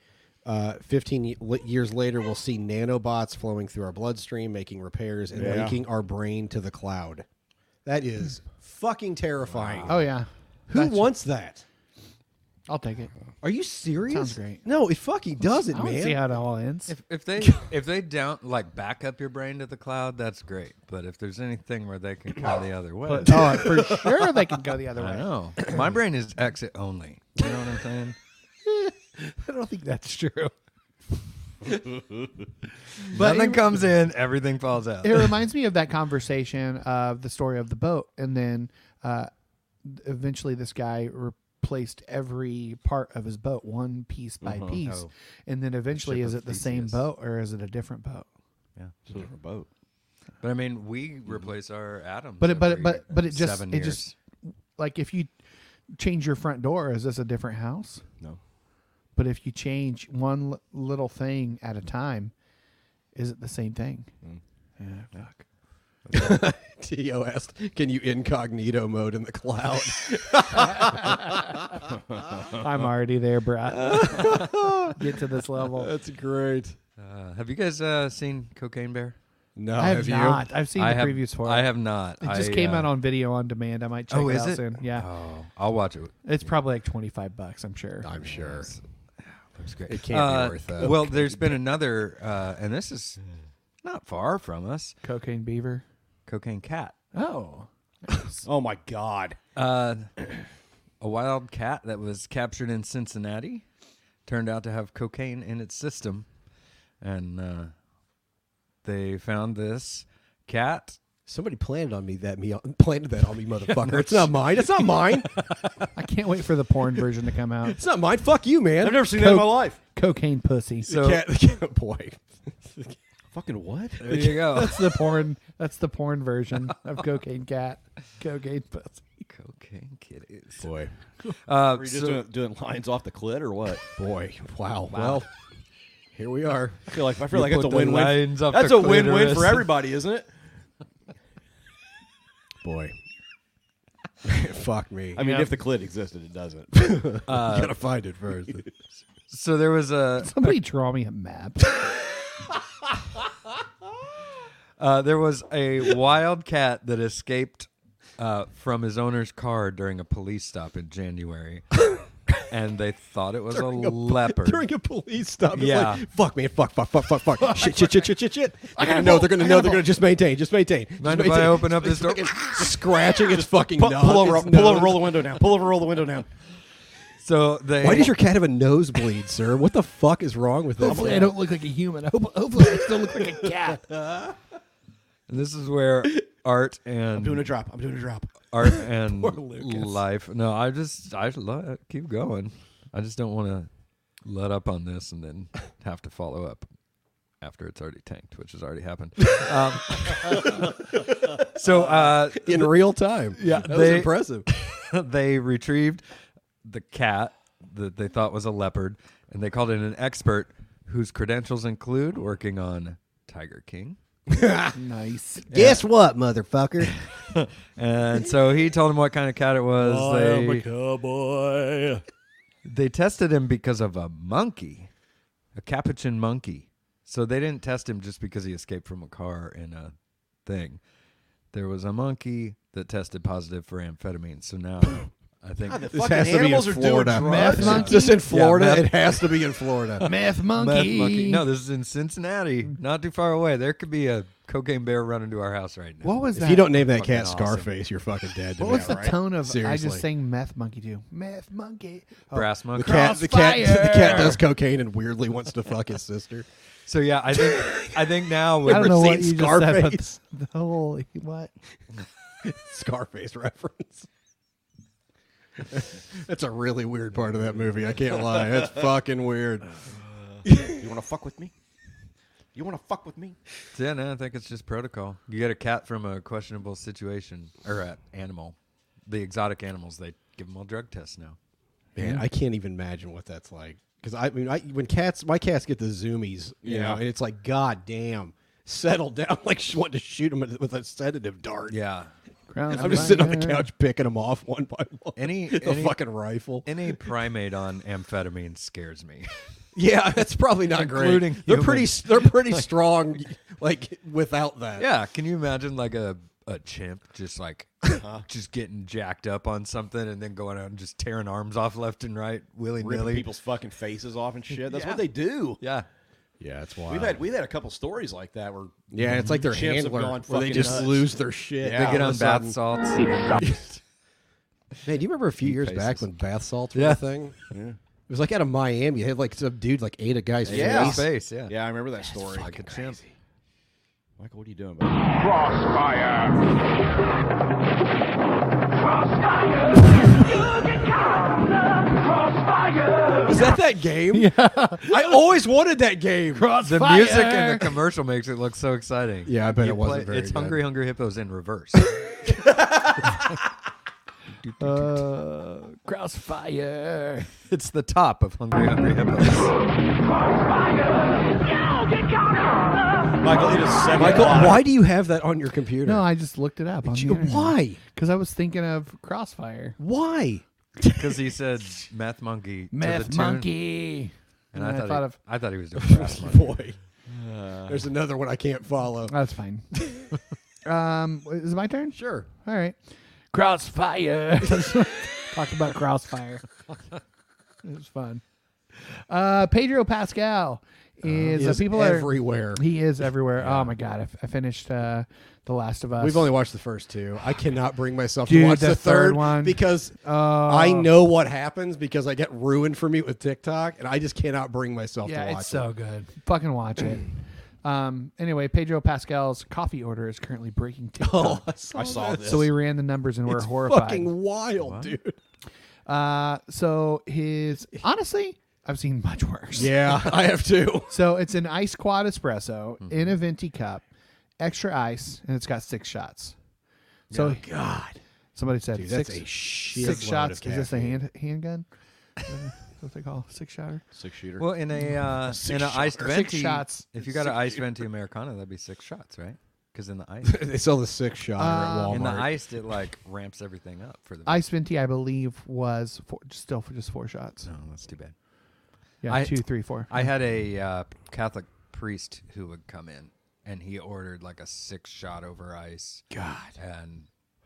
[SPEAKER 1] Uh, 15 ye- li- years later, we'll see nanobots flowing through our bloodstream, making repairs, and
[SPEAKER 2] Yeah.
[SPEAKER 1] linking our brain to the cloud. That is fucking terrifying.
[SPEAKER 2] Oh yeah.
[SPEAKER 1] Who wants that?
[SPEAKER 2] I'll take it.
[SPEAKER 1] Are you serious?
[SPEAKER 2] Sounds great.
[SPEAKER 1] No, it fucking doesn't,
[SPEAKER 2] I don't
[SPEAKER 1] man.
[SPEAKER 2] see how it all ends.
[SPEAKER 4] If, if <laughs> they if they down like back up your brain to the cloud, that's great. But if there's anything where they can go the other way, <laughs>
[SPEAKER 2] But- oh, for sure they can go the other
[SPEAKER 4] I
[SPEAKER 2] way.
[SPEAKER 4] know. <clears throat> My brain is exit only. You know what I'm saying?
[SPEAKER 2] <laughs> I don't think that's true.
[SPEAKER 4] <laughs> Nothing
[SPEAKER 2] it-
[SPEAKER 4] comes in, everything falls out.
[SPEAKER 2] It reminds me of that conversation of the story of the boat, and then uh, eventually this guy replaced every part of his boat one piece by
[SPEAKER 4] Mhm.
[SPEAKER 2] piece,
[SPEAKER 4] Oh.
[SPEAKER 2] and then eventually
[SPEAKER 4] Ship
[SPEAKER 2] is
[SPEAKER 4] of
[SPEAKER 2] it the same
[SPEAKER 4] Theseus.
[SPEAKER 2] boat or is it a different boat?
[SPEAKER 4] Yeah,
[SPEAKER 8] it's a different boat.
[SPEAKER 4] But I mean, we replace our atoms.
[SPEAKER 2] But it, but
[SPEAKER 4] every
[SPEAKER 2] it, but but it just
[SPEAKER 4] seven
[SPEAKER 2] it
[SPEAKER 4] years.
[SPEAKER 2] just like if you change your front door, is this a different house?
[SPEAKER 8] No.
[SPEAKER 2] But if you change one l- little thing at a time, is it the same thing? Yeah, fuck.
[SPEAKER 1] Tio asked, "Can you incognito mode in the cloud?"
[SPEAKER 2] I'm already there, <laughs> bruh. Get to this level.
[SPEAKER 1] That's great.
[SPEAKER 4] Uh, have you guys uh, seen Cocaine Bear?
[SPEAKER 1] No,
[SPEAKER 2] I have, not. I've seen
[SPEAKER 4] Oh, I
[SPEAKER 2] the
[SPEAKER 4] have-
[SPEAKER 2] previews for it.
[SPEAKER 4] I have not.
[SPEAKER 2] It just
[SPEAKER 4] I,
[SPEAKER 2] came
[SPEAKER 4] uh,
[SPEAKER 2] out on video on demand. I might check
[SPEAKER 4] Oh,
[SPEAKER 2] it
[SPEAKER 4] is
[SPEAKER 2] out
[SPEAKER 4] it?
[SPEAKER 2] soon. Yeah.
[SPEAKER 4] Oh, I'll watch it.
[SPEAKER 2] It's probably like 25 bucks, I'm sure.
[SPEAKER 1] <laughs> I'm sure.
[SPEAKER 4] Looks great.
[SPEAKER 1] It can't
[SPEAKER 4] Uh,
[SPEAKER 1] be worth that.
[SPEAKER 4] Well, there's been another, uh, and this is not far from us.
[SPEAKER 2] Cocaine Beaver,
[SPEAKER 4] Cocaine Cat.
[SPEAKER 2] Oh.
[SPEAKER 8] oh my God.
[SPEAKER 4] Uh, <clears throat> a wild cat that was captured in Cincinnati turned out to have cocaine in its system, and uh, they found this cat.
[SPEAKER 1] Somebody planted on me that me planted that <laughs> on me, motherfucker. it's not mine. It's not mine.
[SPEAKER 2] I can't wait for the porn version to come out.
[SPEAKER 1] It's not mine. Fuck you, man.
[SPEAKER 8] I've never seen that in my life.
[SPEAKER 2] <laughs> Cocaine pussy.
[SPEAKER 1] So, cat, the cat <laughs> boy.
[SPEAKER 8] Fucking what?
[SPEAKER 4] There you go.
[SPEAKER 1] <laughs>
[SPEAKER 4] <laughs>
[SPEAKER 2] That's the porn. That's the porn version <laughs> of Cocaine Cat, Cocaine Pussy.
[SPEAKER 4] Cocaine kitties.
[SPEAKER 1] Boy.
[SPEAKER 4] Uh,
[SPEAKER 8] Were you just
[SPEAKER 4] so-
[SPEAKER 8] doing, doing lines off the clit or what?
[SPEAKER 1] Boy, wow. Well, here we are.
[SPEAKER 8] I feel like I feel
[SPEAKER 4] You
[SPEAKER 8] like that's a
[SPEAKER 4] put the
[SPEAKER 8] win-win.
[SPEAKER 4] lines up
[SPEAKER 8] That's
[SPEAKER 4] the
[SPEAKER 8] a win-win
[SPEAKER 4] clitoris.
[SPEAKER 8] for everybody, isn't it?
[SPEAKER 1] Boy. <laughs> Fuck me.
[SPEAKER 8] I mean,
[SPEAKER 4] Yeah.
[SPEAKER 8] if the clit existed, it <laughs> doesn't.
[SPEAKER 1] you gotta find it first.
[SPEAKER 4] So there was a
[SPEAKER 2] Somebody draw me a map.
[SPEAKER 4] Uh, there was a wild cat that escaped uh, from his owner's car during a police stop in
[SPEAKER 1] <laughs>
[SPEAKER 4] January, and they thought it was a,
[SPEAKER 1] During a-
[SPEAKER 4] leopard.
[SPEAKER 1] During a police stop, it's
[SPEAKER 4] Yeah.
[SPEAKER 1] like, fuck, man, fuck, fuck, fuck, fuck, fuck, shit, shit, shit, shit, shit, shit. They're gonna know, they're gonna know, they're gonna just maintain, just maintain. Just
[SPEAKER 4] Mind if I
[SPEAKER 1] maintain.
[SPEAKER 4] open up this
[SPEAKER 1] It's <laughs>
[SPEAKER 4] door?
[SPEAKER 1] fucking Scratching its fucking
[SPEAKER 8] pull,
[SPEAKER 1] nose.
[SPEAKER 8] pull over,
[SPEAKER 1] its
[SPEAKER 8] pull over,
[SPEAKER 1] nose.
[SPEAKER 8] roll the window down. Pull over, roll the window down.
[SPEAKER 4] so they.
[SPEAKER 1] Why does your cat have a nosebleed, sir? What the fuck is wrong with
[SPEAKER 2] <laughs>
[SPEAKER 1] this?
[SPEAKER 2] Hopefully, I don't look like a human. I hope, hopefully, I still look like a cat.
[SPEAKER 4] And this
[SPEAKER 8] <laughs>
[SPEAKER 4] is where art and
[SPEAKER 8] I'm doing a drop. I'm doing a drop.
[SPEAKER 4] art
[SPEAKER 8] <laughs>
[SPEAKER 4] and
[SPEAKER 8] Poor Lucas.
[SPEAKER 4] life. No, I just I lo- keep going. I just don't want to let up on this and
[SPEAKER 8] <laughs>
[SPEAKER 4] then have to follow up after it's already tanked, which has already
[SPEAKER 8] <laughs>
[SPEAKER 4] happened. Um, <laughs> so uh,
[SPEAKER 1] in real time.
[SPEAKER 4] Yeah,
[SPEAKER 1] that was impressive.
[SPEAKER 4] they retrieved the cat that they thought was a leopard, and they called in an expert whose credentials include working on Tiger King.
[SPEAKER 2] <laughs> nice.
[SPEAKER 1] Guess
[SPEAKER 2] <laughs>
[SPEAKER 1] what, motherfucker?
[SPEAKER 4] And so he told him what kind of cat it was.
[SPEAKER 8] Oh,
[SPEAKER 4] they, cowboy. They tested him because of a monkey, a capuchin monkey. So they didn't test him just because he escaped from a car in a thing. There was a monkey that tested positive for amphetamine.
[SPEAKER 2] <coughs>
[SPEAKER 4] So now I think
[SPEAKER 8] God, the This fucking has to be in animals are doing Florida. drugs. Meth monkey?
[SPEAKER 1] Just in
[SPEAKER 4] Yeah,
[SPEAKER 1] Florida.
[SPEAKER 4] meth-
[SPEAKER 1] It has to be
[SPEAKER 2] <laughs>
[SPEAKER 1] in Florida.
[SPEAKER 4] No, this is in Cincinnati, not too far away. There could be a cocaine bear running to our house right now.
[SPEAKER 2] What was
[SPEAKER 1] if
[SPEAKER 2] that?
[SPEAKER 1] you don't name that
[SPEAKER 4] Fucking
[SPEAKER 1] cat
[SPEAKER 4] awesome.
[SPEAKER 1] Scarface, you're fucking dead. To
[SPEAKER 2] What
[SPEAKER 1] me,
[SPEAKER 2] was the
[SPEAKER 1] right?
[SPEAKER 2] tone of I
[SPEAKER 1] Seriously.
[SPEAKER 2] just sang Meth Monkey to? Meth Monkey. Oh,
[SPEAKER 4] Brass monkey.
[SPEAKER 1] The cat, the cat, <laughs> the cat
[SPEAKER 4] Crossfire.
[SPEAKER 1] does cocaine and weirdly wants to fuck his sister. <laughs>
[SPEAKER 4] So yeah, I think I think now
[SPEAKER 2] <laughs> I don't know what you
[SPEAKER 1] Scarface.
[SPEAKER 2] just said, but <laughs> the whole what?
[SPEAKER 1] Scarface reference. <laughs> That's a really weird part of that movie. I can't lie. That's fucking weird.
[SPEAKER 8] You want to fuck with me? You want to fuck with me?
[SPEAKER 4] Yeah, no, I think it's just protocol. You get a cat from a questionable situation or an animal. The exotic animals, they give them all drug tests now.
[SPEAKER 1] Man, I can't even imagine what that's like. Because I mean, I, when cats, my cats get the zoomies, you
[SPEAKER 4] Yeah.
[SPEAKER 1] know, and it's like, god damn, settle down. <laughs> Like she wanted to shoot him with a sedative dart.
[SPEAKER 4] Yeah.
[SPEAKER 1] And I'm just sitting on the couch picking them off one by one.
[SPEAKER 4] <laughs> Any
[SPEAKER 1] the
[SPEAKER 4] any-
[SPEAKER 1] fucking rifle.
[SPEAKER 4] <laughs> Any primate on amphetamine scares me. <laughs>
[SPEAKER 1] Yeah, <laughs> that's probably not great.
[SPEAKER 4] Including
[SPEAKER 1] They're pretty.
[SPEAKER 4] humans.
[SPEAKER 1] s- They're pretty
[SPEAKER 4] Like-
[SPEAKER 1] strong. Like without that.
[SPEAKER 4] Yeah, can you imagine like a a chimp just <laughs> like just getting jacked up on something and then going out and just tearing arms off left and right willy
[SPEAKER 8] Ripping
[SPEAKER 4] nilly?
[SPEAKER 8] people's fucking faces off and shit. That's
[SPEAKER 4] Yeah.
[SPEAKER 8] what they do.
[SPEAKER 4] Yeah.
[SPEAKER 1] Yeah, it's
[SPEAKER 8] We've had we've had a couple stories like that where
[SPEAKER 1] Yeah, it's like their
[SPEAKER 8] chimps have
[SPEAKER 1] handler,
[SPEAKER 8] gone
[SPEAKER 1] where they
[SPEAKER 8] fucking
[SPEAKER 1] just
[SPEAKER 8] nuts.
[SPEAKER 1] lose their shit.
[SPEAKER 8] Yeah,
[SPEAKER 4] they get
[SPEAKER 1] all
[SPEAKER 4] on
[SPEAKER 1] of a
[SPEAKER 4] bath
[SPEAKER 1] sudden.
[SPEAKER 4] salts. <laughs>
[SPEAKER 1] Man, do you remember a few
[SPEAKER 4] Eat
[SPEAKER 1] years back
[SPEAKER 4] faces.
[SPEAKER 1] when bath salts were
[SPEAKER 4] Yeah.
[SPEAKER 1] a thing?
[SPEAKER 8] Yeah.
[SPEAKER 1] It was like out of Miami. It had like some dude like ate a guy's
[SPEAKER 8] yeah.
[SPEAKER 1] face.
[SPEAKER 4] face, yeah.
[SPEAKER 8] I remember that story.
[SPEAKER 4] fucking chimp.
[SPEAKER 8] Michael, what are you doing? Buddy?
[SPEAKER 1] Was that that game? Yeah. I always wanted that game.
[SPEAKER 4] The music in the commercial makes it look so exciting.
[SPEAKER 1] Yeah, I bet
[SPEAKER 4] You
[SPEAKER 1] it wasn't very
[SPEAKER 4] It's
[SPEAKER 1] good.
[SPEAKER 4] Hungry Hungry Hippos in reverse. <laughs>
[SPEAKER 1] <laughs>
[SPEAKER 2] Uh, Crossfire.
[SPEAKER 4] it's the top of Hungry Hungry Hippos.
[SPEAKER 8] Michael, it is seven.
[SPEAKER 1] Michael,
[SPEAKER 8] o'clock.
[SPEAKER 1] why do you have that on your computer?
[SPEAKER 2] No, I just looked it up. on
[SPEAKER 1] you-
[SPEAKER 2] the internet.
[SPEAKER 1] why?
[SPEAKER 2] Because I was thinking of Crossfire.
[SPEAKER 1] Why?
[SPEAKER 4] Because he <laughs> said meth monkey. to the
[SPEAKER 2] Meth
[SPEAKER 4] tune.
[SPEAKER 2] Monkey.
[SPEAKER 4] And,
[SPEAKER 2] And
[SPEAKER 4] I,
[SPEAKER 2] I
[SPEAKER 4] thought
[SPEAKER 2] thought
[SPEAKER 4] he,
[SPEAKER 2] of-
[SPEAKER 4] I thought he was doing <laughs> brass monkey.
[SPEAKER 1] Boy,
[SPEAKER 8] Uh.
[SPEAKER 1] there's another one I can't follow.
[SPEAKER 2] That's
[SPEAKER 1] <laughs>
[SPEAKER 2] fine. um, is it my turn?
[SPEAKER 1] Sure.
[SPEAKER 2] All right. Crossfire. <laughs> Talk about crossfire. it was fun. Uh, Pedro Pascal is
[SPEAKER 1] He
[SPEAKER 2] uh,
[SPEAKER 1] is
[SPEAKER 2] people
[SPEAKER 1] everywhere.
[SPEAKER 2] Are, he is everywhere. Oh my god! I, f- I finished uh, the Last of Us.
[SPEAKER 1] We've only watched the first two. I cannot bring myself
[SPEAKER 2] Dude,
[SPEAKER 1] to watch
[SPEAKER 2] the
[SPEAKER 1] the,
[SPEAKER 2] third
[SPEAKER 1] third,
[SPEAKER 2] one.
[SPEAKER 1] because
[SPEAKER 2] Oh.
[SPEAKER 1] I know what happens because I get ruined for me with TikTok, and I just cannot bring myself
[SPEAKER 2] yeah,
[SPEAKER 1] to watch
[SPEAKER 2] it's
[SPEAKER 1] it. <laughs>
[SPEAKER 2] so good. Fucking watch
[SPEAKER 1] <clears throat>
[SPEAKER 2] it. Um. Anyway, Pedro Pascal's coffee order is currently
[SPEAKER 1] <laughs>
[SPEAKER 2] breaking TikTok.
[SPEAKER 8] I saw this.
[SPEAKER 2] so we ran the numbers and we're
[SPEAKER 1] Oh, it's
[SPEAKER 2] horrified.
[SPEAKER 1] fucking wild, dude.
[SPEAKER 2] Uh, so his honestly, I've seen much worse.
[SPEAKER 1] Yeah, <laughs> I have too.
[SPEAKER 2] So it's an ice quad espresso
[SPEAKER 1] Mm-hmm.
[SPEAKER 2] in a venti cup, extra ice, and it's got six shots. So
[SPEAKER 1] God,
[SPEAKER 2] somebody said
[SPEAKER 1] Dude,
[SPEAKER 2] six,
[SPEAKER 1] that's a
[SPEAKER 2] six
[SPEAKER 1] shitload
[SPEAKER 2] shots.
[SPEAKER 1] of
[SPEAKER 2] Is this a
[SPEAKER 1] caffeine.
[SPEAKER 2] hand handgun? what they call it? six shotter?
[SPEAKER 8] Six shooter.
[SPEAKER 4] Well, in a uh, in an iced
[SPEAKER 2] shots.
[SPEAKER 4] venti,
[SPEAKER 2] Six shots.
[SPEAKER 4] if you got an iced venti americano, that'd be six shots, right? Because in the ice,
[SPEAKER 1] they sell the six shot
[SPEAKER 2] Uh,
[SPEAKER 1] at Walmart.
[SPEAKER 4] in the iced, it like ramps everything up for the.
[SPEAKER 2] Ice venti, I believe, was four, still for just four shots.
[SPEAKER 4] No, Oh, that's too bad.
[SPEAKER 2] Yeah,
[SPEAKER 4] I-
[SPEAKER 2] two, three, four.
[SPEAKER 4] I had a uh, Catholic priest who would come in, and he ordered like a six shot over ice. God, and,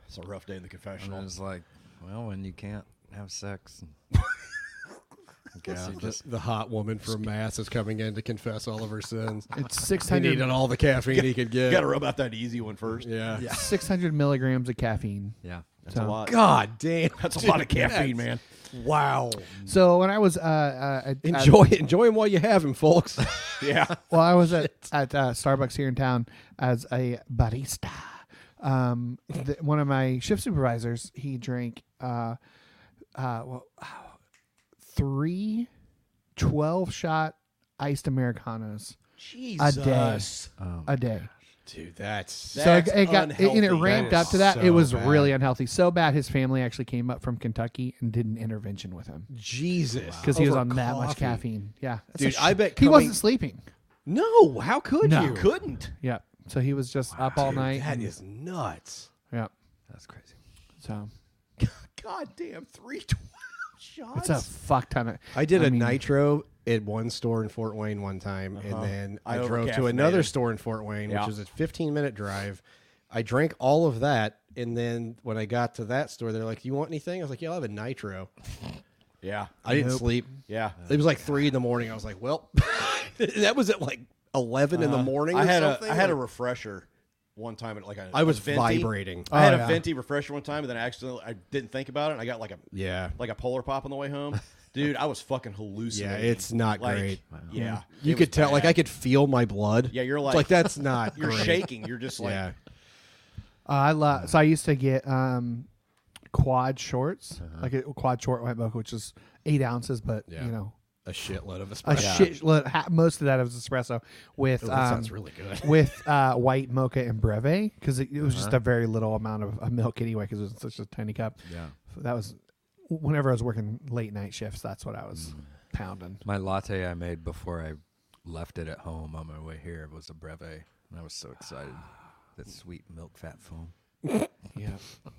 [SPEAKER 8] It's a rough day in the
[SPEAKER 4] and I
[SPEAKER 8] confessional.
[SPEAKER 4] was like, well, when you can't have sex, <laughs> and I guess you
[SPEAKER 1] the,
[SPEAKER 4] just
[SPEAKER 1] the hot woman from Mass is coming in to confess all of her sins. <laughs>
[SPEAKER 2] It's
[SPEAKER 1] He
[SPEAKER 2] 600,
[SPEAKER 1] needed all the caffeine he could
[SPEAKER 8] You
[SPEAKER 1] get.
[SPEAKER 8] gotta rub out that easy one first.
[SPEAKER 1] Yeah.
[SPEAKER 2] 600 milligrams of caffeine.
[SPEAKER 4] yeah.
[SPEAKER 8] That's a lot.
[SPEAKER 1] God damn,
[SPEAKER 8] That's a
[SPEAKER 1] dude,
[SPEAKER 8] lot of caffeine,
[SPEAKER 1] that's-
[SPEAKER 8] man.
[SPEAKER 1] Wow.
[SPEAKER 2] So when I was uh, uh, at- at-
[SPEAKER 1] Enjoy, enjoy him while you have him, <laughs> folks.
[SPEAKER 8] Yeah.
[SPEAKER 2] Well, I was at, at uh, Starbucks here in town as a barista. Um, th- one of my shift supervisors, he drank uh, uh, well, three 12 shot iced Americanos
[SPEAKER 1] Jesus. Oh
[SPEAKER 2] a day.
[SPEAKER 1] Dude, that's,
[SPEAKER 2] so it,
[SPEAKER 1] that's
[SPEAKER 2] it got it, and it
[SPEAKER 1] unhealthy.
[SPEAKER 2] ramped
[SPEAKER 1] That
[SPEAKER 2] up to
[SPEAKER 1] is
[SPEAKER 2] that.
[SPEAKER 1] so
[SPEAKER 2] it was
[SPEAKER 1] bad.
[SPEAKER 2] really unhealthy, so bad his family actually came up from Kentucky and did an intervention with him
[SPEAKER 1] Jesus.
[SPEAKER 2] because he was
[SPEAKER 1] Over
[SPEAKER 2] on that much
[SPEAKER 1] coffee.
[SPEAKER 2] caffeine. Yeah, That's a
[SPEAKER 1] Dude, I bet
[SPEAKER 2] he
[SPEAKER 1] coming-
[SPEAKER 2] wasn't sleeping.
[SPEAKER 1] No, how could
[SPEAKER 2] No.
[SPEAKER 1] you?
[SPEAKER 8] Couldn't.
[SPEAKER 2] Yeah, so he was just up all
[SPEAKER 1] Dude,
[SPEAKER 2] night.
[SPEAKER 1] That
[SPEAKER 2] and-
[SPEAKER 1] is nuts. <laughs>
[SPEAKER 2] Yeah,
[SPEAKER 4] That's crazy.
[SPEAKER 2] so.
[SPEAKER 1] God damn, three twelve
[SPEAKER 2] It's
[SPEAKER 1] shots.
[SPEAKER 2] a fuck ton of. uh,
[SPEAKER 1] I did a
[SPEAKER 2] mean,
[SPEAKER 1] nitro at one store in Fort Wayne one time, and
[SPEAKER 8] Uh-huh.
[SPEAKER 1] then I,
[SPEAKER 8] I
[SPEAKER 1] drove to
[SPEAKER 8] overcaffeinated.
[SPEAKER 1] another store in Fort Wayne,
[SPEAKER 8] Yeah.
[SPEAKER 1] which was a 15 minute drive. I drank all of that, and then when I got to that store, they're like, "You want anything?" I was like, "Yeah, I'll have a nitro."
[SPEAKER 8] Yeah.
[SPEAKER 1] I didn't
[SPEAKER 8] Nope.
[SPEAKER 1] sleep.
[SPEAKER 8] Yeah.
[SPEAKER 1] it was like three in the morning. I was like, "Well, <laughs> that was at like 11 in the
[SPEAKER 8] Uh,
[SPEAKER 1] morning."
[SPEAKER 8] I
[SPEAKER 1] or
[SPEAKER 8] had
[SPEAKER 1] something.
[SPEAKER 8] a I had a
[SPEAKER 1] Like-
[SPEAKER 8] refresher one time at like a
[SPEAKER 1] I was
[SPEAKER 8] a venti.
[SPEAKER 1] vibrating.
[SPEAKER 8] I had
[SPEAKER 1] Oh,
[SPEAKER 8] a
[SPEAKER 1] yeah.
[SPEAKER 8] venti refresher one time, and then I accidentally I didn't think about it, and I got like a
[SPEAKER 1] Oh, Yeah.
[SPEAKER 8] like a polar pop on the way home.
[SPEAKER 1] <laughs>
[SPEAKER 8] Dude, I was fucking hallucinating.
[SPEAKER 1] Yeah, it's not
[SPEAKER 8] Like,
[SPEAKER 1] great.
[SPEAKER 8] Yeah,
[SPEAKER 1] you
[SPEAKER 8] it
[SPEAKER 1] could
[SPEAKER 8] was
[SPEAKER 1] tell. Like
[SPEAKER 8] bad.
[SPEAKER 1] I could feel my blood.
[SPEAKER 8] Yeah, you're
[SPEAKER 1] It's
[SPEAKER 8] like
[SPEAKER 1] like that's
[SPEAKER 8] <laughs>
[SPEAKER 1] not.
[SPEAKER 8] You're
[SPEAKER 1] great.
[SPEAKER 8] shaking. You're just like
[SPEAKER 1] Yeah.
[SPEAKER 2] Uh, I love. So I used to get um, quad shorts, like a quad short white mocha, which is eight ounces, but
[SPEAKER 1] Uh-huh. Yeah.
[SPEAKER 2] you know,
[SPEAKER 1] A shitload of
[SPEAKER 2] a
[SPEAKER 1] espresso.
[SPEAKER 2] shit. load- ha- Most of that was espresso with.
[SPEAKER 1] Ooh, that sounds
[SPEAKER 2] um,
[SPEAKER 1] really good.
[SPEAKER 2] with uh, white mocha and breve because it, it was just
[SPEAKER 1] Uh-huh.
[SPEAKER 2] a very little amount of, of milk anyway because it was such a tiny cup.
[SPEAKER 4] Yeah.
[SPEAKER 2] So that was whenever I was working late night shifts. That's what I was pounding.
[SPEAKER 4] My latte I made before I left it at home on my way here was a breve, and I was so excited.
[SPEAKER 1] Ah.
[SPEAKER 4] That sweet milk fat
[SPEAKER 1] <sighs>
[SPEAKER 4] foam.
[SPEAKER 1] Yeah.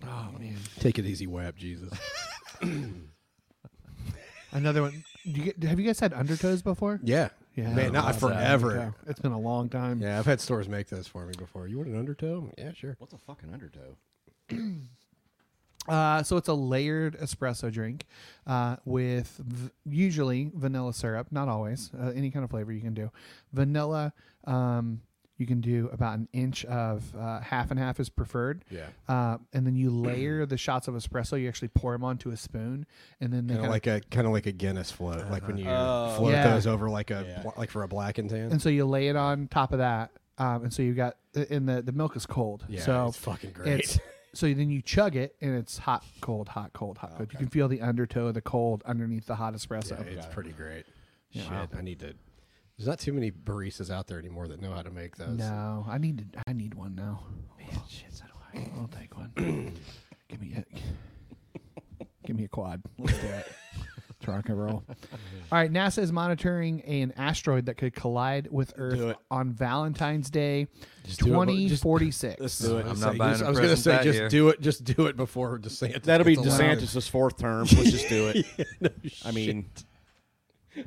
[SPEAKER 2] Oh man.
[SPEAKER 1] Take it easy,
[SPEAKER 2] <laughs>
[SPEAKER 1] Wap Jesus.
[SPEAKER 2] Another one. Do you get, have you guys had undertows before?
[SPEAKER 1] Yeah.
[SPEAKER 2] Yeah.
[SPEAKER 1] Man, not
[SPEAKER 2] I've had
[SPEAKER 1] forever.
[SPEAKER 2] Undertow. It's been a long time.
[SPEAKER 1] Yeah, I've had stores make those for me before. You want an undertow? Yeah, sure.
[SPEAKER 8] What's a fucking undertow?
[SPEAKER 2] Uh, so it's a layered espresso drink uh, with v- usually vanilla syrup, not always, uh, any kind of flavor you can do. Vanilla, um, you can do about an inch of uh, half and half is preferred.
[SPEAKER 1] Yeah.
[SPEAKER 2] Uh, and then you layer the shots of espresso. You actually pour them onto a spoon, and then they
[SPEAKER 1] Kind of
[SPEAKER 2] kind
[SPEAKER 1] like a kind of like a Guinness float, like when you
[SPEAKER 2] Oh.
[SPEAKER 1] float
[SPEAKER 2] Yeah.
[SPEAKER 1] those over like a bla- like for a black and tan.
[SPEAKER 2] and so you lay it on top of that, um, and so you've got and the the milk is cold.
[SPEAKER 1] Yeah,
[SPEAKER 2] so
[SPEAKER 1] it's fucking great.
[SPEAKER 2] it's- so then you chug it, and it's hot, cold, hot, cold, hot, cold. You can feel the undertow of the cold underneath the hot espresso.
[SPEAKER 1] Oh, Yeah, <laughs> it's pretty great.
[SPEAKER 2] Yeah.
[SPEAKER 1] Shit, I need to. There's not too many baristas out there anymore that know how to make those.
[SPEAKER 2] No, I need to. I need one now. Man, shit, so do I. I'll take
[SPEAKER 1] <clears throat>
[SPEAKER 2] one. give me a, give me a quad. Let's do it. Rock and roll. All right, NASA is monitoring an asteroid that could collide with Earth on Valentine's Day,
[SPEAKER 1] do it, but
[SPEAKER 2] twenty forty six.
[SPEAKER 1] Let's do it.
[SPEAKER 4] I'm
[SPEAKER 1] Say-
[SPEAKER 4] not buying
[SPEAKER 1] just-
[SPEAKER 4] a
[SPEAKER 1] I was gonna
[SPEAKER 4] present
[SPEAKER 1] say
[SPEAKER 4] that
[SPEAKER 1] just
[SPEAKER 4] year.
[SPEAKER 1] do it. Just do it before <laughs> DeSantis.
[SPEAKER 8] That'll be
[SPEAKER 1] gets elected.
[SPEAKER 8] DeSantis's fourth
[SPEAKER 1] <laughs>
[SPEAKER 8] term. Let's just do it.
[SPEAKER 1] Yeah, no
[SPEAKER 8] I mean,
[SPEAKER 4] Ah.